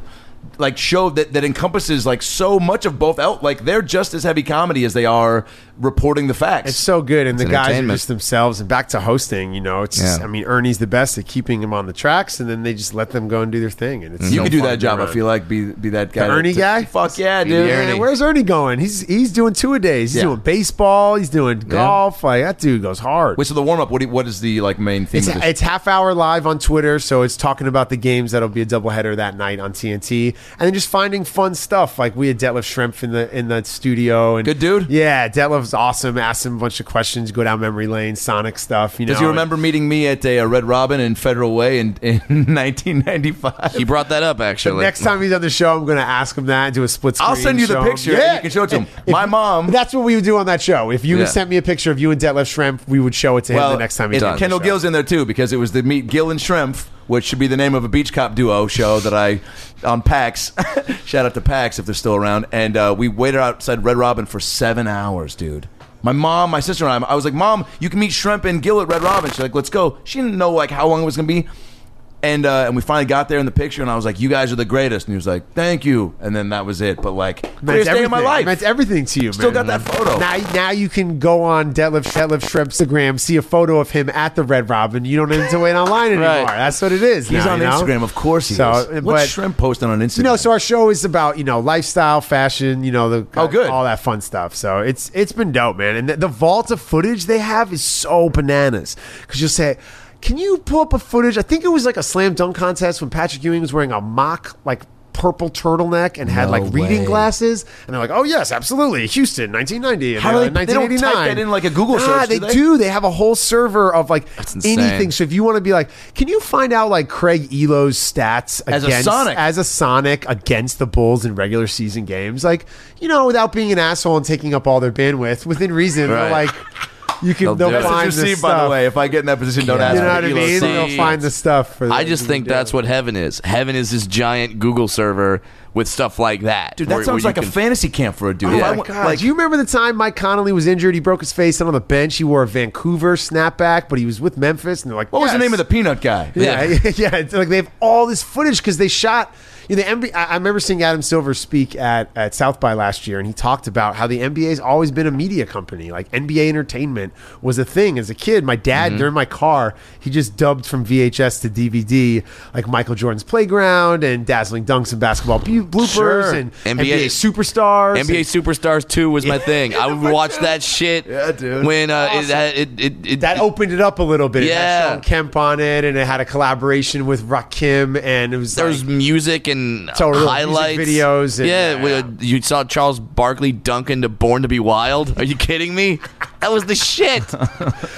A: like show that, that encompasses like so much of both out like they're just as heavy comedy as they are reporting the facts.
C: It's so good, and the guys are
B: entertainment.
C: just themselves. And back to hosting, you know, it's just,
B: Yeah.
C: I mean, Ernie's the best at keeping him on the tracks, and then they just let them go and do their thing. And it's
A: you
C: so
A: could do
C: fun
A: that
C: to
A: job.
C: run.
A: I feel like be be that guy.
C: The Ernie
A: to-
C: guy?
A: Fuck yeah,
B: Be
A: dude.
B: the
C: Man,
B: Ernie.
C: where's Ernie going? He's he's doing two a days. He's
A: Yeah.
C: doing baseball. He's doing golf. Like that dude goes hard.
A: Wait, so the warm up. What do you- what is the like main theme?
C: It's,
A: of this?
C: it's half hour live on Twitter, so it's talking about the games that'll be a doubleheader that night on TNT, and then just finding fun stuff. Like we had Detlef Schrempf in the in the studio, and
A: Good dude?
C: Yeah, Detlef's awesome. Asked him a bunch of questions, go down memory lane, Sonic stuff. You know,
A: Does he remember meeting me at a, uh Red Robin in Federal Way in, in 1995?
B: He brought that up,
C: And
B: actually.
C: Next time he's on the show, I'm going to ask him that and do a split screen.
A: I'll send you the
C: show him-
A: picture and you can show it to him.
C: If-
A: My mom-
C: That's what we would do on that show. If you
B: Yeah.
C: sent me a picture of you and Detlef Schrempf, we would show it to him the next time he's
A: and
C: on the
A: Kendall
C: show.
A: Gill's in there too because it was the Meet Gill and Shrimp, which should be the name of a beach cop duo show that I on PAX. Shout out to PAX if they're still around. And uh, we waited outside Red Robin for seven hours, dude. My mom, my sister, and I. I was like, "Mom, you can meet Shrimp and Gill at Red Robin." She's like, "Let's go." She didn't know like how long it was gonna be, and uh, and we finally got there in the picture, and I was like, "You guys are the greatest." And he was like, "Thank you," and then that was it. But like, greatest day of my life.
C: That's everything to you.
A: Still
C: man.
A: got that photo.
C: Now, now you can go on Detlef Detlef Shrimpstagram, see a photo of him at the Red Robin. You don't need to wait online anymore. That's what it is.
A: He's
C: now,
A: on
C: you know?
A: Instagram, of course he
C: So, uh,
A: is. What's
C: but-
A: Shrimp posting on Instagram?
C: You know, so our show is about you know lifestyle, fashion, you know the
A: Oh, good.
C: all that fun stuff. So it's it's been dope, man. And the, the vault of footage they have is so bananas because you'll say. Can you pull up a footage? I think it was like a slam dunk contest when Patrick Ewing was wearing a mock like purple turtleneck and had like reading
A: way.
C: glasses, and they're like, "Oh yes, absolutely, Houston, 1990, and
A: How do
C: uh,
A: they- they don't type
C: 1989."
A: that in, like, a Google
C: Nah,
A: search, do
C: They
A: they?
C: do. They have a whole server of like
B: insane.
C: anything. So if you want to be like, can you find out like Craig Elo's stats
A: As a
C: against-
A: Sonic.
C: as a Sonic against the Bulls in regular season games, like you know, without being an asshole and taking up all their bandwidth, within reason, they're
B: Right.
C: like you can
B: They'll
C: they'll,
B: do it.
C: find
A: Message
C: this
A: received,
C: stuff.
A: by the way. If I get in that position, don't
C: You
A: ask
C: know
A: me.
C: what I
B: Elo
C: mean? They'll
B: Sonics.
C: find the stuff. For
B: I just think that's what heaven is. Heaven is this giant Google server with stuff like that.
A: Dude, that
B: where-
A: sounds
B: where you
A: like a
B: can-
A: fantasy camp for a dude.
C: Oh
A: If I
C: my
A: wa-
C: God.
A: like,
C: Do you remember the time Mike Connolly was injured? He broke his face and on the bench. He wore a Vancouver snapback, but he was with Memphis, and they're like,
A: what was the
C: "Yes."
A: name of the peanut guy?
C: Yeah, yeah. It's like they have all this footage because they shot. You know, the NBA, I I remember seeing Adam Silver speak at, at South by last year, and he talked about how the NBA's always been a media company. Like NBA entertainment was a thing as a kid. My dad,
B: Mm-hmm.
C: during my car, he just dubbed from VHS to DVD, like Michael Jordan's Playground and Dazzling Dunks and Basketball bu- Bloopers
A: Sure.
C: and NBA,
B: NBA
C: Superstars.
B: NBA
C: and-
B: Superstars 2 was my thing.
C: Oh
B: I would watch that shit
A: Yeah, dude.
B: when uh, it, it, it, it
C: that opened it up a little bit. It had
B: Yeah.
C: Sean Kemp on it, and it had a collaboration with Rakim, and it was
B: there was
C: like-
B: music and
C: Total music
B: highlights,
C: videos and-
B: yeah,
C: yeah.
B: we- uh, you saw Charles Barkley dunking to "Born to Be Wild." Are you kidding me? That was the shit. I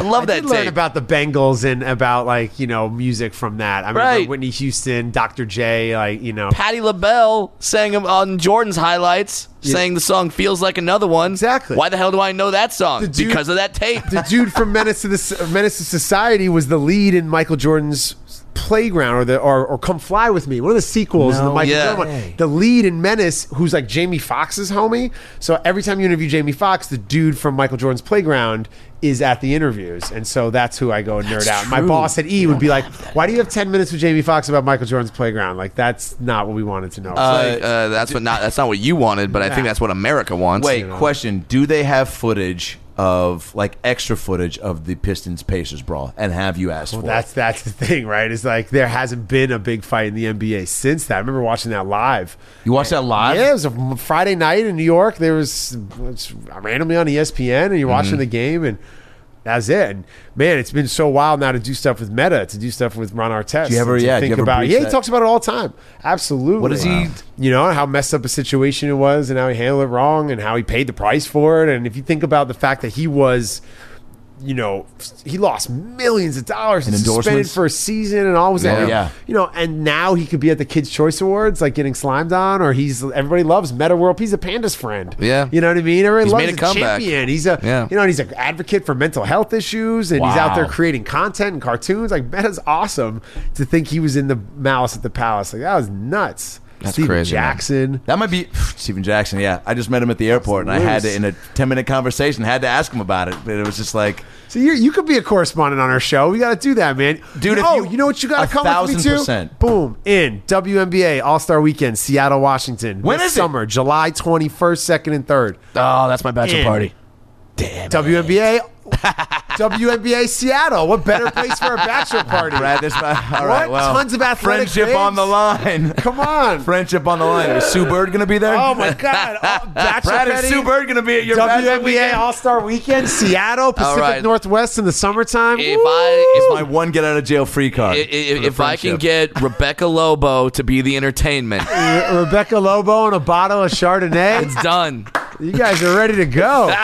B: love
C: I
B: that
C: did learn
B: tape.
C: about the Bengals and about like you know music from that. I remember
B: Right.
C: Whitney Houston, Dr. J, like you know
B: Patti LaBelle sang him on Jordan's highlights, sang the song "Feels Like Another One."
C: Exactly.
B: Why the hell do I know that song?
C: dude-
B: because of that tape.
C: the dude from Menace to the Menace to Society was the lead in Michael Jordan's Playground or the or, or Come Fly with Me, one of the sequels. in the Michael
B: Yeah.
C: Jordan one. The lead in Menace, who's like Jamie Foxx's homie. So every time you interview Jamie Foxx, the dude from Michael Jordan's Playground is at the interviews, and so that's who I go and nerd out. My boss at E would be like, "Why do you have ten minutes with Jamie Foxx about Michael Jordan's Playground? Like that's not what we wanted to know." It's like-
B: Uh, uh, that's what not. That's not what you wanted, but I think that's what America wants.
A: Wait, question. Do they have footage of, like, extra footage of the Pistons Pacers brawl? And have you asked for
C: That's
A: it?
C: that's the thing, right? It's like there hasn't been a big fight in the NBA since that. I remember watching that live.
A: You watched that live?
C: Yeah, it was a m- Friday night in New York. There was it's randomly on E ESPN, and
A: Mm-hmm.
C: you're watching the game, and that's it. And man, it's been so wild now to do stuff with Meta, to do stuff with Ron Artest.
A: Do you ever-
C: to
A: yeah, do you
C: think
A: ever
C: about
A: breach
C: yeah, he
A: that?
C: talks about it all the time. Absolutely.
A: What does he-
C: You know how messed up a situation it was, and how he handled it wrong, and how he paid the price for it. And if you think about the fact that he was you know, he lost millions of dollars and suspended
A: endorsements.
C: for a season and all was that.
A: Yeah. Yeah.
C: You know, and now he could be at the Kids Choice Awards, like getting slimed on, or he's everybody loves Meta World. He's a panda's friend.
B: Yeah.
C: you know what I mean. Everybody
B: He's
C: loves
B: made a
C: a
B: comeback.
C: champion. He's a
B: Yeah.
C: you know, and he's an advocate for mental health issues, and he's out there
A: Wow.
C: creating content and cartoons. Like Meta's awesome. To think he was in the Malice at the Palace, like that was nuts. That's Steven
B: crazy, man.
C: Jackson.
A: That might be Stephen Jackson. Yeah, I just met him at the airport, and I had to in a ten minute conversation had to ask him about it. But it was just like,
C: So you you could be a correspondent on our show. We got to do that, man.
A: Dude, if
C: Oh,
A: you-
C: you know what you got
A: a
C: to come with me
A: thousand
C: to?
A: percent.
C: Boom in WNBA All Star Weekend, Seattle, Washington.
A: When
C: This
A: is it?
C: summer, July twenty first, second, and third.
B: Oh, that's my bachelor
C: In.
B: party.
C: WNBA, WNBA Seattle. What better place for a bachelor party?
A: Brad, this all right,
C: What?
A: well,
C: Tons of athletic
A: friendship
C: things?
A: on the line.
C: Come on.
A: friendship on the line. Is Sue Bird gonna be there?
C: Oh my God! Oh, bachelor
A: Ah, Brad, is
C: party,
A: Sue Bird gonna be at your bachelor
C: WNBA
A: weekend?
C: All Star Weekend, Seattle, Pacific
B: right.
C: Northwest in the summertime.
B: If I
A: It's
B: if
A: my one get out of jail free card.
B: I- i- if I can get Rebecca Lobo to be the entertainment,
C: Re- Rebecca Lobo and a bottle of Chardonnay.
B: it's done.
C: you guys are ready to go.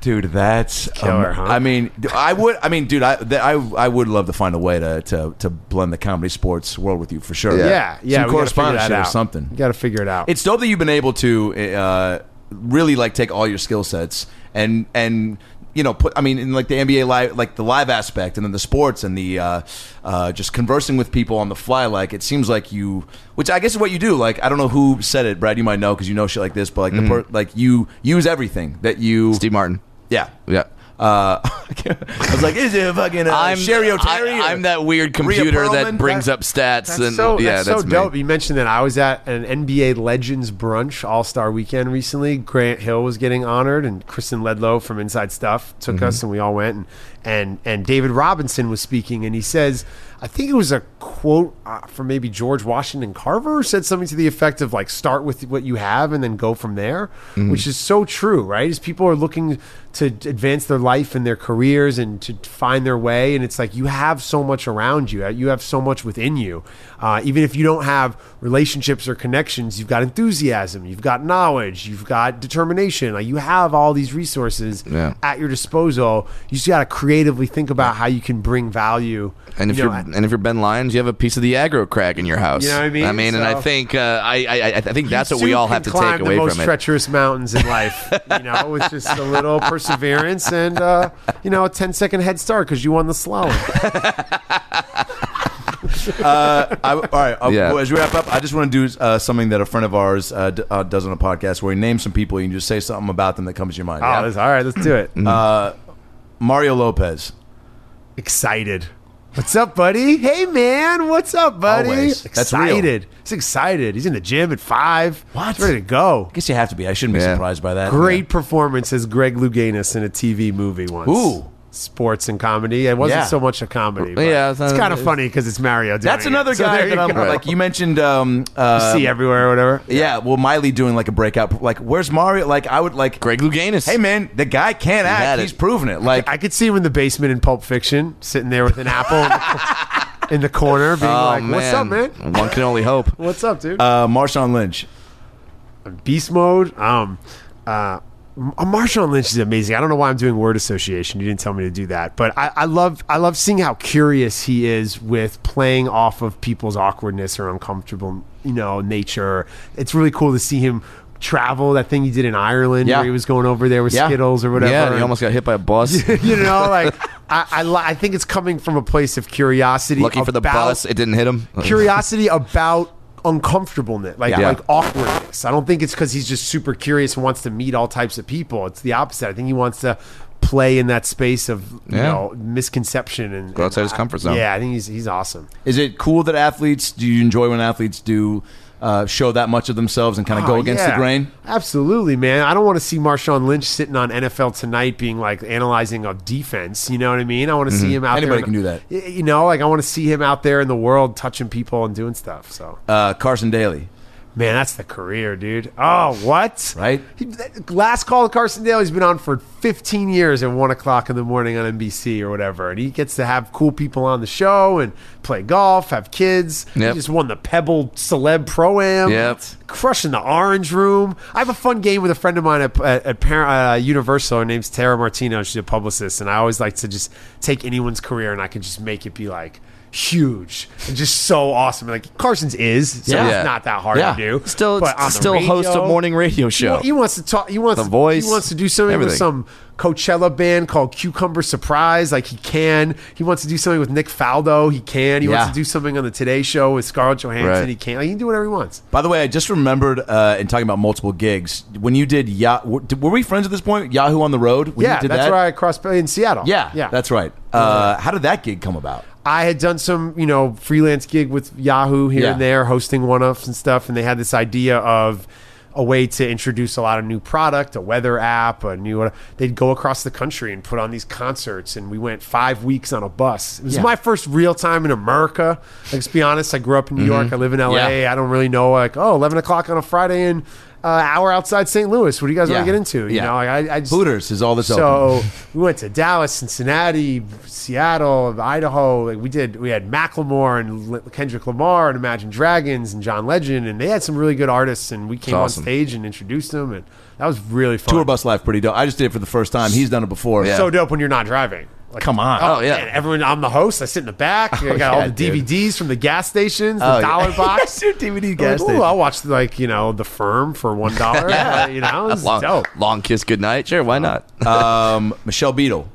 A: dude, that's
C: Killer, huh?
A: I mean, d- I would. I mean, dude, I th- I I would love to find a way to to, to blend the comedy sports world with you for sure.
C: Yeah, yeah.
A: Some correspondence or something.
C: Got to figure it out.
A: it's dope that you've been able to uh, really like take all your skill sets and and you know put I mean in like the NBA live like the live aspect and then the sports and the uh, uh, just conversing with people on the fly like it seems like you which I guess is what you do like I don't know who said it Brad you might know because you know shit like this but like the per- like you use everything that you
B: Mm-hmm. Steve Martin.
A: Yeah.
B: Yeah.
A: Uh, I was like, is it a fucking uh, Sherry O'Terry?
B: I, am
A: or-
B: that weird computer
A: Perlman?
B: that brings
A: That-
B: up stats
C: That's
B: and
C: so,
B: yeah,
C: that's
B: that's,
C: so
B: me.
C: dope. You mentioned that I was at an NBA Legends brunch All Star Weekend recently. Grant Hill was getting honored, and Kristen Ledlow from Inside Stuff took
A: Mm-hmm.
C: us, and we all went. And, and and David Robinson was speaking, and he says, I think it was a quote uh, from maybe George Washington Carver said something to the effect of like, start with what you have and then go from there,
A: Mm-hmm.
C: which is so true, right? Is people are looking to advance their life and their careers and to find their way. And it's like you have so much around you, uh, you have so much within you. Uh, even if you don't have relationships or connections, you've got enthusiasm, you've got knowledge, you've got determination. Like you have all these resources
B: Yeah.
C: at your disposal. You just got to creatively think about how you can bring value.
B: And if
C: you
B: you
C: know,
B: are and if you're Ben Lyons, you have a piece of the aggro crack in your house.
C: You know what I mean?
B: I mean, and I
C: So-
B: think uh, I, I I I think that's what
C: Sue
B: we all
C: can
B: have to
C: climb
B: take away
C: the most
B: from it.
C: treacherous mountains in life. you know, it's just a little perseverance and uh, you know a 10 second head start because you won the slalom.
A: I, all right. I'll-
B: Yeah.
A: As we wrap up, I just want to do uh, something that a friend of ours uh, d- uh, does on a podcast where he names some people and you just say something about them that comes to your mind.
C: Oh, that's- all right, let's do it.
A: Mm-hmm.
C: Uh,
A: Mario Lopez.
C: excited. What's up, buddy? Hey, man. What's up, buddy?
A: Always. That's real.
C: Excited. He's excited. He's in the gym at five.
A: What?
C: He's ready to go.
A: I guess you have to be. I shouldn't be
B: Yeah.
A: surprised by that.
C: Great performance as Greg Louganis in a TV movie once.
A: Ooh.
C: Sports and comedy. It wasn't
A: Yeah.
C: so much a comedy. but
B: Yeah,
C: it's,
B: it's not-
C: kind of funny because it's Mario. Doing
A: That's
C: it.
A: another
C: So
A: guy
C: there
A: that I'm
C: you go.
A: like. You mentioned. Um, uh,
C: see everywhere or whatever.
A: yeah. Well, Miley doing like a breakout. Like, where's Mario? Like, I would like.
B: Greg Louganis.
A: Hey, man, the guy can't
B: had
A: act.
B: it.
A: He's proven it. Like,
C: I could see him in the basement in Pulp Fiction, sitting there with an apple in the cor- in the corner, being
B: Oh,
C: like, "What's up, man?
B: One can only hope.
C: What's up, dude?"
A: uh, Marshawn Lynch.
C: Beast mode. Um, uh, M- Marshawn Lynch is amazing. I don't know why I'm doing word association. You didn't tell me to do that, but I, I love I love seeing how curious he is with playing off of people's awkwardness or uncomfortable, you know, nature. It's really cool to see him travel. That thing he did in Ireland,
A: Yeah.
C: where he was going over there with
A: Yeah.
C: Skittles or whatever.
B: Yeah, and he
C: and-
B: almost got hit by a bus.
C: you know, like I, I, li- I think it's coming from a place of curiosity.
B: Lucky for the
C: about-
B: bus, it didn't hit him.
C: curiosity about uncomfortableness, like
B: Yeah.
C: like awkwardness. I don't think it's because he's just super curious and wants to meet all types of people. It's the opposite. I think he wants to play in that space of you
B: Yeah.
C: know misconception and
B: Go outside
C: and
B: his
C: I-
B: comfort zone.
C: Yeah, I think he's he's awesome.
A: Is it cool that athletes? Do you enjoy when athletes do uh, show that much of themselves and kind of
C: Oh,
A: go against
C: yeah.
A: the grain?
C: Absolutely, man. I don't want to see Marshawn Lynch sitting on NFL Tonight being like analyzing a defense. You know what I mean? I want to see him out
A: Mm-hmm. Anybody
C: there.
A: can do that.
C: Y- You know, like I want to see him out there in the world touching people and doing stuff. So,
A: Uh, Carson Daly.
C: man, that's the career, dude. Oh, what?
A: Right?
C: He, that- last call to Carson Daly. He's been on for 15 years at one o'clock in the morning on NBC or whatever, and he gets to have cool people on the show and play golf, have kids.
B: Yep.
C: He just won the Pebble Celeb Pro Am.
B: Yep.
C: Crushing the Orange Room. I have a fun game with a friend of mine at, at, at Par- uh, Universal. Her name's Tara Martino. She's a publicist, and I always like to just take anyone's career and I can just make it be like. Huge and just so awesome. Like Carson's is, so
B: Yeah.
C: it's not that hard
B: Yeah.
C: to do.
B: Still,
C: But on the
B: still host a
C: radio-
B: morning radio show.
C: well, He, wants to talk. He wants
B: The voice,
C: He wants to do something with
B: everything.
C: some Coachella band called Cucumber Surprise. Like he can. He wants to do something with Nick Faldo. He can. He
A: Yeah.
C: wants to do something on the Today Show with Scarlett Johansson.
B: Right.
C: He can. Like, he can do whatever he wants.
A: By the way, I just remembered uh, in talking about multiple gigs when you did Yahoo. Were we friends at this point? Yahoo on the road. When
C: yeah,
A: you did
C: that's
A: that?
C: where I crossed in Seattle.
A: Yeah,
C: yeah,
A: that's right. Uh, how did that gig come about?
C: I had done some, you know, freelance gig with Yahoo here
A: Yeah.
C: and there, hosting one offs and stuff, and they had this idea of a way to introduce a lot of new product, a weather app, a new. They'd go across the country and put on these concerts, and we went five weeks on a bus. It was my first real time in America. Let's be honest, I grew up in New York. I live in LA.
A: Mm-hmm. Yeah.
C: I don't really know like oh, 11 o'clock on a Friday and uh, hour outside St. Louis. What do you guys
A: Yeah.
C: want to get into? You
A: Yeah.
C: know, like, I, I just
A: Hooters is all this. open.
C: so we went to Dallas, Cincinnati, Seattle, Idaho. Like we did, we had Macklemore and L- Kendrick Lamar and Imagine Dragons and John Legend, and they had some really good artists. And we came
B: awesome.
C: on stage and introduced them, and that was really fun.
A: tour bus life, pretty dope. I just did it for the first time. He's done it before.
C: so dope when you're not driving. Like,
A: Come on. Oh,
C: Oh,
B: Oh, yeah.
C: man, everyone. I'm the host. I sit in the back. I got
A: yeah,
C: all the
A: dude.
C: DVDs from the gas stations, the
A: Oh, yeah.
C: dollar box.
A: Dude, DVD
C: I'm
A: gas
C: like,
A: station.
C: "Ooh, I'll watch like you know the firm for one dollar. You know, it's
B: long,
C: dope. Uh,
B: long kiss, good night. Sure, why not?
A: um, Michelle Beadle.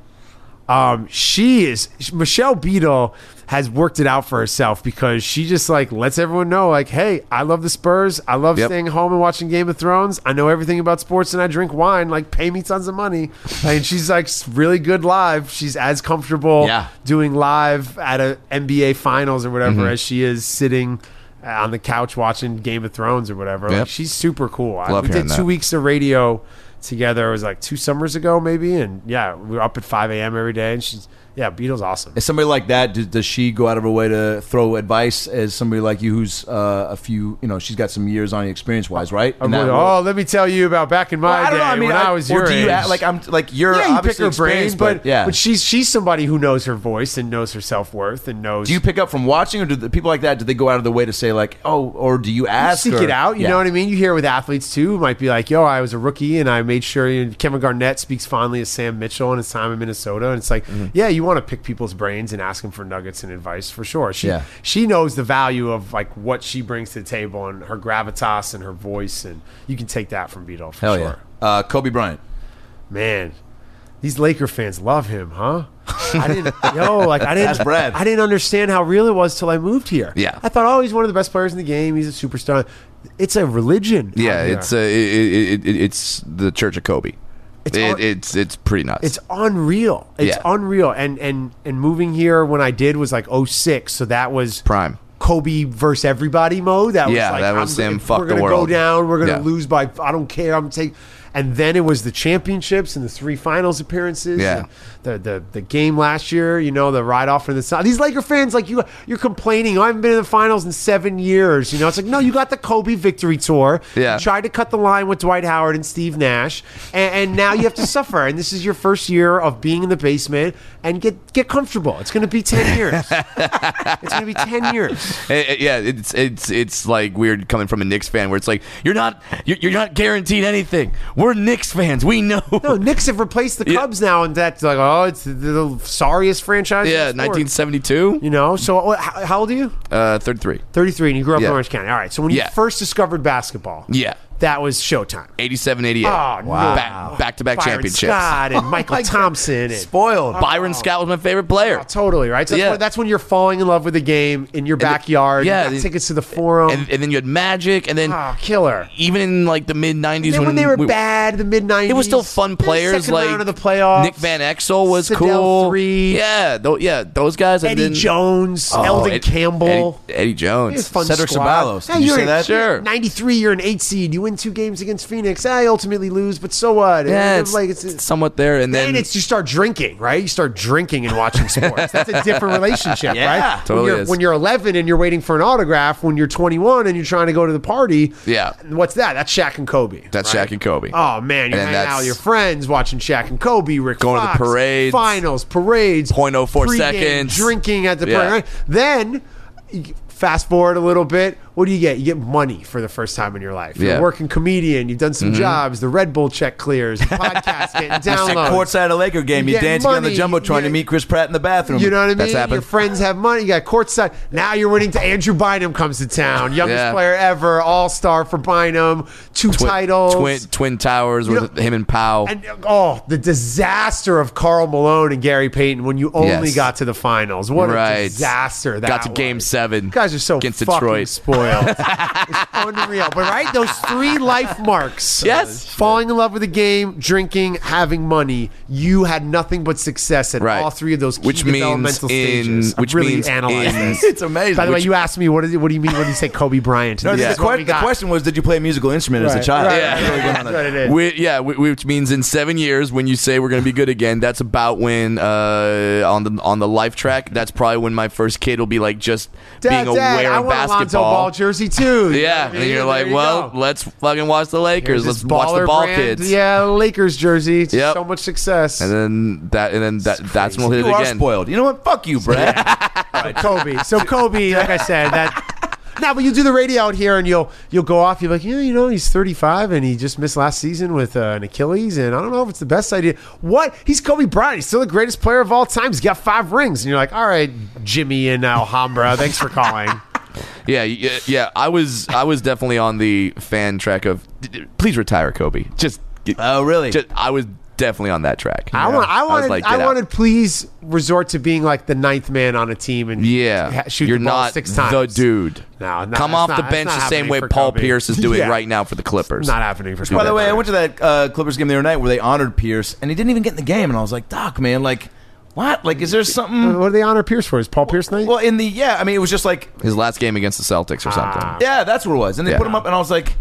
C: Um, she is Michelle Beadle has worked it out for herself because she just like lets everyone know like, hey, I love the Spurs. I love
B: Yep.
C: staying home and watching Game of Thrones. I know everything about sports and I drink wine. Like, pay me tons of money. and she's like s- really good live. She's as comfortable
B: Yeah.
C: doing live at a NBA finals or whatever
B: Mm-hmm.
C: as she is sitting uh, on the couch watching Game of Thrones or whatever.
B: Yep.
C: Like, she's super cool. I-
B: Love
C: we
B: hearing
C: did two
B: that.
C: weeks of radio together. It was like two summers ago, maybe. And yeah, we were up at 5 a.m. every day. And she's, yeah, Beatles awesome.
A: Is somebody like that? Does, does she go out of her way to throw advice as somebody like you, who's uh, a few, you know, she's got some years on you experience wise, right?
C: I'm
A: In that
C: like,
A: role.
C: oh, let me tell you about back in my
A: Well, I
C: day
A: don't know. I mean,
C: when I, was
A: or
C: your
A: do you
C: age.
A: act like I'm like you're
C: yeah, you pick
A: obviously
C: her brains,
A: experienced,
C: but,
A: yeah.
C: but she's she's somebody who knows her voice and knows her self worth and knows.
A: do you pick up from watching, or do the people like that? Do they go out of the way to say like, oh, or do you ask?
C: seek
A: or-
C: it out. You
A: Yeah.
C: know what I mean? You hear with athletes too, who might be like, yo, I was a rookie and I made sure you know, Kevin Garnett speaks fondly of Sam Mitchell and his time in Minnesota. And it's like,
A: Mm-hmm.
C: yeah, you want to pick people's brains and ask them for nuggets and advice for sure. She,
A: Yeah.
C: she knows the value of like what she brings to the table and her gravitas and her voice. And you can take that from Beadle for
A: Hell
C: sure.
A: yeah, uh, Kobe Bryant.
C: Man. These Laker fans love him, huh? I didn't, yo, like I didn't,
A: That's Brad.
C: I didn't understand how real it was till I moved here.
B: Yeah.
C: I thought, oh, he's one of the best players in the game. He's a superstar. It's a religion.
B: Yeah,
C: out here.
B: it's uh, it, it, it, it's the Church of Kobe. It's
C: all-
B: it, it's it's pretty nuts.
C: it's unreal. It's
B: Yeah.
C: unreal. And and and moving here when I did was like 06, so that was
B: prime.
C: Kobe versus everybody mode. That
B: Yeah,
C: was like
B: that was
C: I'm,
B: him,
C: if
B: fuck
C: we're
B: the
C: gonna
B: world.
C: go down. We're gonna
B: Yeah.
C: lose by. I don't care. I'm taking. And then it was the championships and the three finals appearances.
B: Yeah.
C: and the the the game last year. You know the ride off in the sun. These Laker fans like you. You're complaining. I haven't been in the finals in seven years. You know it's like no. You got the Kobe victory tour.
B: Yeah.
C: You tried to cut the line with Dwight Howard and Steve Nash, and, and now you have to suffer. And this is your first year of being in the basement and get get comfortable. It's going to be ten years. it's going to be ten years.
B: Eh, eh, yeah, it's it's it's like weird coming from a Knicks fan where it's like you're not you're, you're not guaranteed anything. We're Knicks fans. We know.
C: No, Oh, Knicks have replaced the
B: Yeah.
C: Cubs now, and that's like, oh, it's the, the sorriest franchise. in
B: yeah,
C: sports.
B: 1972,
C: You know, so uh, how, how old are you?
B: uh, 33,
C: 33, and you grew up
B: Yeah.
C: in Orange County. All right, so when
B: Yeah.
C: you first discovered basketball,
B: Yeah.
C: that was Showtime.
B: 87, 88.
C: Oh, no.
B: Back, back-to-back
C: Byron
B: championships. Oh
C: Scott and Michael Thompson. And,
A: Spoiled.
B: Byron Scott was my favorite player.
C: Oh, totally, right? So that's,
B: Yeah.
C: when, that's when you're falling in love with the game in your backyard.
B: yeah,
C: you got
B: the-
C: tickets to the forum.
B: And, and then you had Magic, and then
C: oh, killer.
B: even in like the mid 90s
C: And then when they were bad, the mid 90s.
B: It was still fun players
C: Second
B: like
C: round of the playoffs.
B: Nick Van Exel was
C: Sidell
B: cool.
C: Three.
B: Yeah, tho- yeah, those guys. and
C: Eddie
B: then-
C: Jones,
B: Oh,
C: Eldon
B: Ed-
C: Campbell.
B: Eddie, Eddie
C: It's
B: Jones.
C: fun
A: Cedric
C: squad.
A: Ceballos.
C: Yeah,
A: Did you
C: you're
A: say
C: an-
A: that?
B: Sure.
C: 93, you're an eight seed. You win two games against Phoenix. I ultimately lose, but so what?
B: Yeah,
C: And
B: it's,
C: like it's,
B: it's somewhat there, and then
C: and it's you start drinking, right? You start drinking and watching sports. That's a different relationship, right? When
B: Totally
C: you're-
B: is.
C: When you're 11 and you're waiting for an autograph, when you're 21 and you're trying to go to the party,
B: Yeah.
C: what's that? That's Shaq and Kobe.
B: that's Shaq and Kobe.
C: Oh man, you're
B: And then
C: hanging out
B: that's-
C: with your friends, watching Shaq and Kobe, Rick
B: Going to the
C: Fox,
B: parades.
C: finals, parades,
B: 0.04
C: pregame
B: seconds.
C: drinking at the
B: Yeah.
C: parade. Then you fast forward a little bit. What do you get? You get money for the first time in your life. You're
B: Yeah. Mm-hmm.
C: a working comedian. You've done some jobs. The Red Bull check clears. Podcast getting
A: At
C: downloads.
A: courtside at a Laker game,
C: You
A: you
C: get
A: dance on the
C: money,
A: jumbotron.
C: yeah.
A: You meet Chris Pratt in the bathroom.
C: You know what I mean?
B: That's happened.
C: Your friends have money. You got courtside. Now you're winning to Andrew Bynum comes to town. Youngest
B: Yeah.
C: player ever, all star for Bynum, two
B: Twin,
C: titles.
B: Twin, Twin Towers
C: You
B: with
C: know-
B: him and Powell.
C: And oh, the disaster of Carl Malone and Gary Payton when you only
B: Yes.
C: got to the finals. What
B: Right.
C: a disaster that
B: Got to Game
C: was.
B: Seven.
C: You guys are so
B: against
C: fucking
B: Detroit.
C: spoiled. it's unreal. But right, those three life marks.
B: Yes.
C: Falling in love with the game, drinking, having money. You had nothing but success at
B: Right.
C: all three of those key
B: Which means
C: developmental
B: in-
C: stages. I've
B: which
C: really
B: means
C: analyzed
B: in-
C: this.
A: It's amazing.
C: By the way,
A: Which-
C: you asked me what, is, what do you mean when you say Kobe Bryant?
A: No,
C: And this
A: the,
C: is what we
A: que- the
C: got.
A: question was, did you play a musical instrument as a child?
C: Right,
B: Yeah.
C: right, right. That's what it is.
B: Whi- yeah, whi- which means in seven years, when you say we're going to be good again, that's about when uh, on the on the life track. That's probably when my first kid will be like just
C: Dad,
B: being aware
C: Dad, I
B: of
C: want a Lonzo
B: basketball.
C: Ball jersey too. You know
B: yeah,
C: what I mean?
B: and you're like,
C: There you
B: well,
C: go.
B: let's fucking watch the Lakers.
C: Here's
B: Let's
C: this
B: watch the
C: baller
B: ball
C: brand.
B: kids.
C: Yeah, Lakers jersey. It's
B: Yep.
C: So much success.
B: And then that, and then that, that's when we'll hit
A: You
B: it
A: are
B: again.
A: spoiled. You know what? Fuck you, Brad.
C: So Kobe. So Kobe, like I said, that. Now, but you do the radio out here, and you'll you'll go off. You're like, yeah, you know, he's 35, and he just missed last season with uh, an Achilles, and I don't know if it's the best idea. What? He's Kobe Bryant. He's still the greatest player of all time. He's got five rings, and you're like, all right, Jimmy in Alhambra. Thanks for calling.
B: Yeah, yeah, yeah. I was, I was definitely on the fan track of, d- d- please retire Kobe. Just, get-
A: Oh, really?
B: just I was definitely on that track.
C: I want. I
B: was
C: wanted.
B: like,
C: I
B: get out.
C: wanted. Please resort to being like the ninth man on a team and
B: Yeah,
C: ha- shoot
B: you're
C: the ball
B: not
C: six times.
B: the dude.
C: No, no,
B: come
C: that's
B: off
C: not-
B: the
C: that's
B: bench
C: not
B: the same
C: happening
B: way
C: for
B: Paul
C: Kobe.
B: Pierce is doing
C: Yeah.
B: right now for the Clippers.
C: Not happening for.
A: By
C: Kobe
A: the way, I
C: Bryant.
A: went to that uh, Clippers game the other night where they honored Pierce, and he didn't even get in the game. And I was like, Doc, man, like, what? Like, is there something?
C: What do they honor Pierce for? Is Paul Pierce night?
A: Well, in the yeah, I mean, it was just like,
B: His last game against the Celtics or something.
C: Ah.
A: yeah, that's what it was. And they
B: Yeah.
A: put him up, and I was like,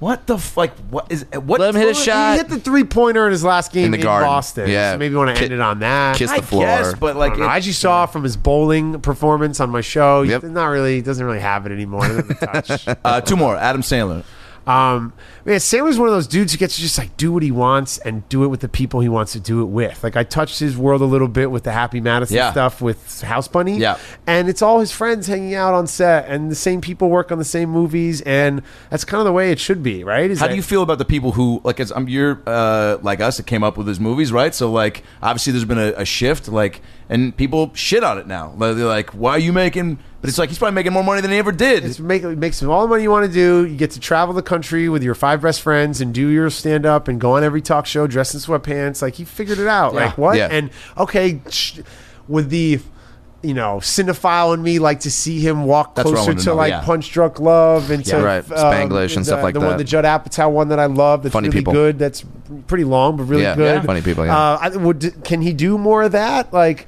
A: what the f- like? What is what?
B: Let him hit a
A: I
B: shot.
C: he hit the three pointer in his last game
B: In
C: in,
B: the Garden.
C: Boston.
B: Yeah.
C: so maybe you want
B: Ki-
C: to end it on that.
B: kiss
C: I,
B: the floor.
A: guess, but
C: I
A: like,
C: don't know.
A: it-
C: As you saw from his bowling performance on my show,
B: Yep.
C: he's not really doesn't really have it anymore. Doesn't touch.
A: uh, two more. Adam Sandler.
C: Um, man, Sam was one of those dudes who gets to just like do what he wants and do it with the people he wants to do it with. Like I touched his world a little bit with the Happy Madison
A: Yeah.
C: stuff with House Bunny,
A: Yeah.
C: and it's all his friends hanging out on set, and the same people work on the same movies, and that's kind of the way it should be, right? Is
A: How
C: that-
A: do you feel about the people who like? As I'm, you're uh, like us that came up with his movies, right? So like, obviously, there's been a, a shift, like, and people shit on it now. Like, They're like, "Why are you making?" But it's like he's probably making more money than he ever did.
C: It's make, it makes all the money you want to do. You get to travel the country with your five best friends and do your stand up and go on every talk show dressed in sweatpants. Like he figured it out. Like what?
B: Yeah.
C: And okay, sh- would the you know cinephile in me like to see him walk
A: That's what I
C: closer
A: wanna
C: to
A: know,
C: like
A: yeah.
C: Punch Drunk Love and to um,
B: Yeah, right. Spanglish and
C: the-
B: stuff like
C: the
B: that.
C: One, the Judd Apatow one that I love. That's
B: Funny
C: really
B: People.
C: good. That's pretty long but really
B: Yeah,
C: good.
B: yeah. Funny People, yeah.
C: Uh, I, would can he do more of that? Like.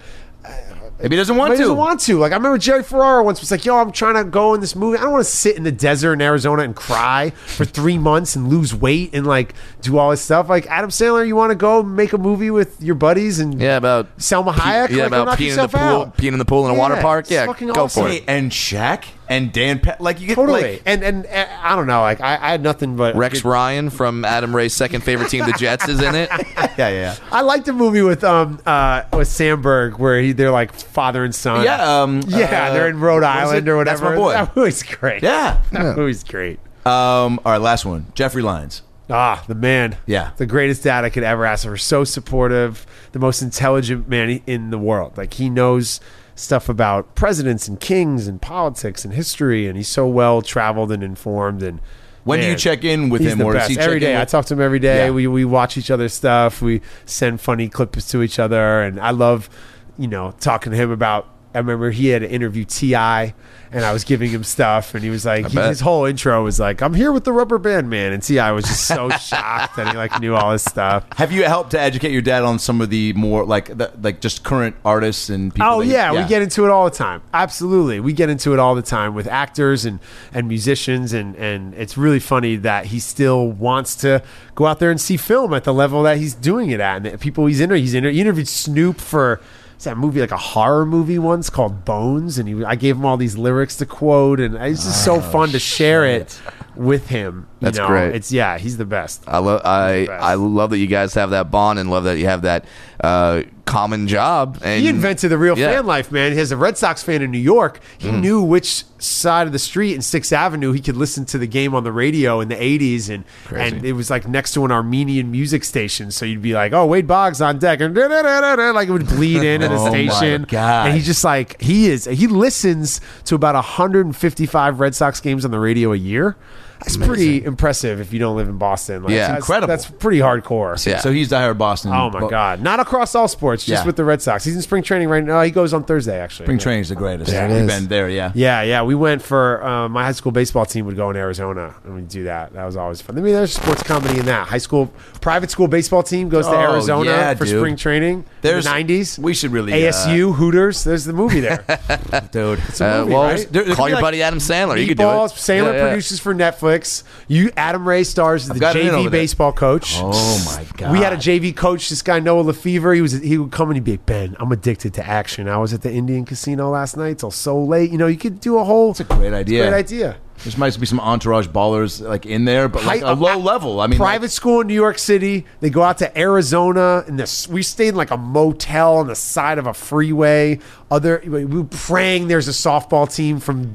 A: Maybe he doesn't want
C: But he
A: to.
C: doesn't want to. Like I remember Jerry Ferrara once was like, "Yo, I'm trying to go in this movie. I don't want to sit in the desert in Arizona and cry for three months and lose weight and like do all this stuff." Like Adam Sandler, you want to go make a movie with your buddies and
B: Yeah, about
C: Selma
B: pee-
C: Hayek.
B: yeah,
C: like, go
B: about
C: knock
B: peeing in the
C: yourself
B: pool,
C: out.
B: peeing in the pool in a water
C: Yeah,
B: park.
C: it's
B: Yeah,
C: fucking
B: go
C: awesome.
B: for
A: Hey,
B: it.
A: and Shaq and Dan Pat. Like you get
C: Totally.
A: like
C: and, and and I don't know. Like I, I had nothing but
B: Rex Ryan from Adam Ray's second favorite team, the Jets, is in it.
A: yeah, yeah,
C: I liked the movie with um uh with Sandberg where he, they're like father and son.
A: yeah. Um,
C: yeah.
A: uh,
C: they're in Rhode
A: what is
C: Island
A: it?
C: or
A: That's
C: whatever.
A: my boy.
C: That movie's great.
A: yeah.
C: that movie's great.
A: Um, all right, last one. Jeffrey Lyons.
C: Ah, the man.
A: Yeah.
C: The greatest dad I could ever ask for. So supportive, the most intelligent man i- in the world. Like, he knows stuff about presidents and kings and politics and history, and he's so well traveled and informed. And
A: When do you
C: man,
A: check in with
C: he's
A: him,
C: the
A: or
C: best.
A: is he
C: every
A: checking
C: day?
A: with-
C: I talk to him every day.
A: Yeah.
C: We we watch each other's stuff. We send funny clips to each other, and I love, you know, talking to him about. I remember he had an interview Ti, and I was giving him stuff, and he was like, he-
B: bet.
C: his whole intro was like, "I'm here with the Rubber Band Man," and Ti was just so shocked that he like knew all this stuff.
A: Have you helped to educate your dad on some of the more like the, like just current artists and people?
C: Oh
A: that-
C: yeah, we get into it all the time. Absolutely, we get into it all the time with actors and and musicians, and and it's really funny that he still wants to go out there and see film at the level that he's doing it at, and the people he's inter he's inter- he interviewed Snoop for. It's that movie, like a horror movie once called Bones, and he, I gave him all these lyrics to quote, and it's just so fun to share it with him. you
B: That's
C: know?
B: great.
C: It's yeah, he's the best.
B: I love I
C: the best.
B: I love that you guys have that bond and love that you have that uh, common job. And
C: He invented the real
B: Yeah. Mm-hmm.
C: fan life, man. He has a Red Sox fan in New York. He knew which side of the street in Sixth Avenue he could listen to the game on the radio in the '80s, and and it was like next to an Armenian music station. So you'd be like, "Oh, Wade Boggs on deck," and da-da-da-da-da, like it would bleed into the
A: Oh my
C: station.
A: God.
C: And he just like he is. He listens to about 155 Red Sox games on the radio a year. That's pretty impressive if you don't live in Boston. Like,
B: Yeah.
C: that's,
A: Incredible.
C: That's pretty hardcore.
B: Yeah.
A: So he's diehard Boston.
C: Oh my
A: Bo-
C: God! Not across all sports, just
A: Mm, Yeah.
C: with the Red Sox. He's in spring training right now. Oh, He goes on Thursday, actually.
A: Spring training's the greatest.
C: There it
A: We've
C: is.
A: been there, yeah.
C: Yeah, yeah. We went for uh, my high school baseball team would go in Arizona and we'd do that. That was always fun. I mean, there's sports comedy in that. High school private school baseball team goes to
A: Oh,
C: Arizona
A: yeah,
C: for
A: dude.
C: spring training.
A: There's-
C: in the '90s.
A: we should really, uh,
C: ASU Hooters. There's the movie there.
A: dude. It's
C: a
B: uh,
C: movie,
B: well,
C: right?
A: There- there could
B: call
A: be
B: your
A: like
B: buddy Adam Sandler. You could do it.
C: Meatballs, Sailor
B: Yeah, yeah.
C: produces for Netflix. You Adam Ray stars as the
A: got it in over
C: JV
A: there.
C: baseball coach.
A: Oh, my God.
C: We had a JV coach. This guy Noah Lefevre. He was he would come and he'd be like, Ben, I'm addicted to action. I was at the Indian Casino last night till so late. You know, you could do a whole. It's
A: a great idea.
C: Great idea.
A: There might be some entourage ballers like in there, but like
C: High-
A: a low level. I mean, like-
C: Private school in New York City. They go out to Arizona, and this we stayed in like a motel on the side of a freeway. Other we were praying there's a softball team from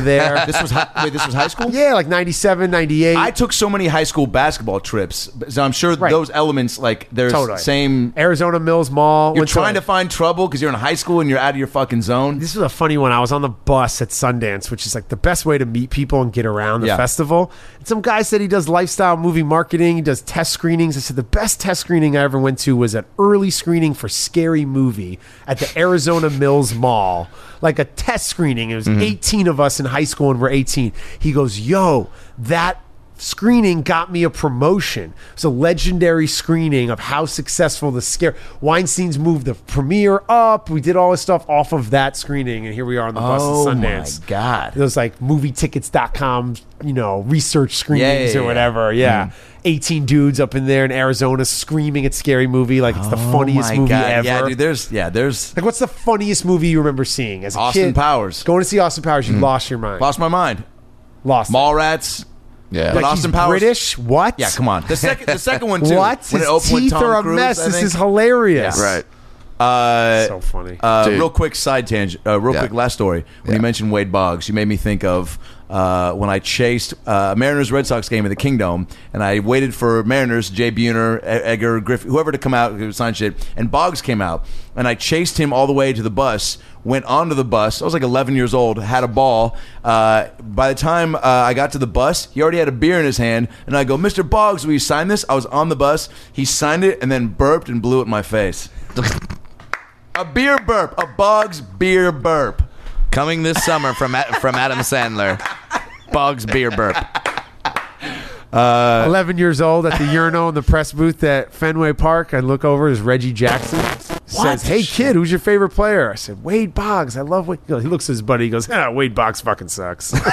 C: there.
A: this was high, wait, this was high school.
C: yeah, like 97, 98.
A: I took so many high school basketball trips, but- so I'm sure
C: Right.
A: those elements like there's
C: Totally.
A: same.
C: Arizona Mills Mall.
A: You're
C: Went
A: trying to find trouble because you're in high school and you're out of your fucking zone.
C: This was a funny one. I was on the bus at Sundance, which is like the best way to meet people and get around the
E: Yeah.
C: festival. And some guy said he does lifestyle movie marketing, he does test screenings. I said the best test screening I ever went to was an early screening for Scary Movie at the Arizona Mills Mall. Like a test screening. It was
E: Mm-hmm.
C: 18 of us in high school and we're 18. He goes, "Yo, that screening got me a promotion. It's a legendary screening of how successful the scare Weinstein's moved the premiere up. We did all this stuff off of that screening, and here we are on the bus
E: Oh, my
C: at Sundance.
E: God. Oh
C: Those like movietickets.com, you know, research
E: yeah,
C: screenings
E: Hmm.
C: or
E: yeah.
C: whatever. Yeah. 18 dudes up in there in Arizona screaming at scary movie like it's the funniest
E: Oh my
C: movie
E: God.
C: ever.
E: Yeah, dude. There's yeah. There's
C: like what's the funniest movie you remember seeing as a
E: Austin
C: kid?
E: Powers. Hmm.
C: Going to see Austin Powers, you lost your mind.
E: lost my mind.
C: Lost. it.
E: Mallrats.
B: Yeah.
E: But
C: Like,
E: Austin
C: he's
E: Powers.
C: British? What?
E: Yeah, come on. The second, the second one too.
C: What?
E: When it
C: His
E: opened with
C: teeth
E: Tom
C: are a
E: Cruise,
C: mess.
E: I
C: This
E: think.
C: is hilarious.
B: Right.
C: So funny.
E: Uh,
B: Dude.
E: real quick side tangent. Uh, real
B: Yeah.
E: quick last story. When
B: Yeah.
E: you mentioned Wade Boggs, you made me think of uh, when I chased uh, Mariners Red Sox game in the Kingdom, and I waited for Mariners Jay Buhner, E- Edgar Griffin, whoever to come out who would sign shit, and Boggs came out, and I chased him all the way to the bus. Went onto the bus. I was like 11 years old. Had a ball. Uh, by the time uh, I got to the bus, he already had a beer in his hand, and I go, "Mr. Boggs, will you sign this?" I was on the bus. He signed it, and then burped and blew it in my face. A beer burp. A Boggs beer burp.
B: Coming this summer from A- from Adam Sandler. Boggs beer burp.
C: 11 years old at the urinal in the press booth at Fenway Park. I look over, is Reggie Jackson. Says, hey, kid, who's your favorite player? I said, Wade Boggs. I love Wade. He looks at his buddy. He goes, ah, Wade Boggs fucking sucks.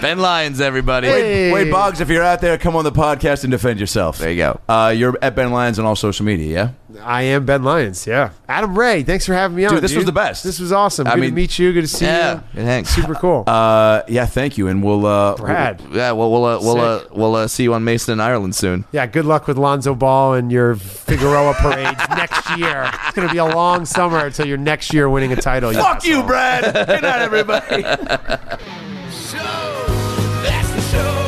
B: Ben Lyons, everybody.
C: Hey.
E: Wade Boggs, if you're out there, come on the podcast and defend yourself.
B: There you go.
E: Uh, you're at Ben Lyons on all social media, yeah?
C: I am Ben Lyons. Yeah. Adam Ray, thanks for having me on.
E: Dude, this was the best.
C: This was awesome.
E: I
C: Good to
E: mean-
C: meet you. Good to see
B: Yeah.
C: you.
B: Good hang.
C: Super cool.
E: Uh, yeah, thank you. And we'll. Uh,
C: Brad.
B: Yeah, well, we'll uh, we'll uh, we'll uh, see you on Mason in Ireland soon.
C: Yeah, good luck with Lonzo Ball and your Figueroa parades next year. It's going to be a long summer until you're next year winning a title.
E: We'll, fuck you, Brad. Good night, everybody.
A: That's the show.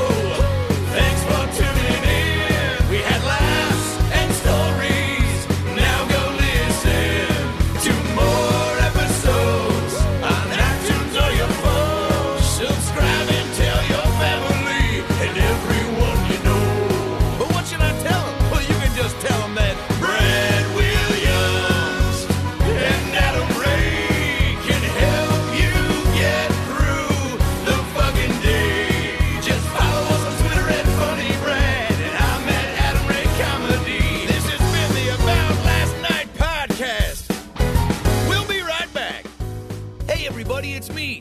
A: Thanks for tuning in. We had laughs and stories. Now go listen to more episodes on iTunes or your phone. Subscribe and tell your family and everyone you know. But what should I tell 'em? Well, you can just tell 'em that Brad Williams and Adam Ray can help you get through the fucking day. Just follow us on Twitter at Funny Brad, and I'm at Adam Ray Comedy. This has been the About Last Night podcast. We'll be right back. Hey, everybody, it's me,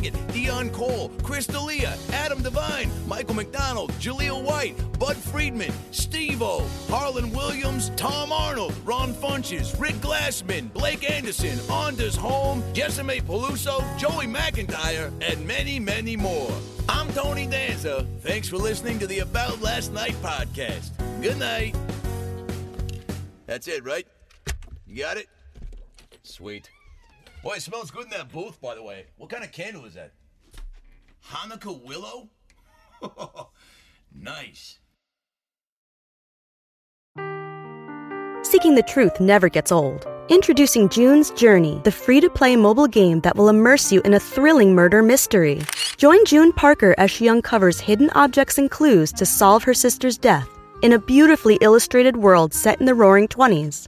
A: Dion Cole, Chris D'Elia, Adam Devine, Michael McDonald, Jaleel White, Bud Friedman, Steve O, Harlan Williams, Tom Arnold, Ron Funches, Rick Glassman, Blake Anderson, Anders Holm, Jessime Peluso, Joey McIntyre, and many, many more. I'm Tony Danza. Thanks for listening to the About Last Night podcast. Good night. That's it, right? You got it? Sweet. Boy, it smells good in that booth, by the way. What kind of candle is that? Hanukkah willow? nice.
F: Seeking the truth never gets old. Introducing June's Journey, the free to play mobile game that will immerse you in a thrilling murder mystery. Join June Parker as she uncovers hidden objects and clues to solve her sister's death in a beautifully illustrated world set in the roaring 20s.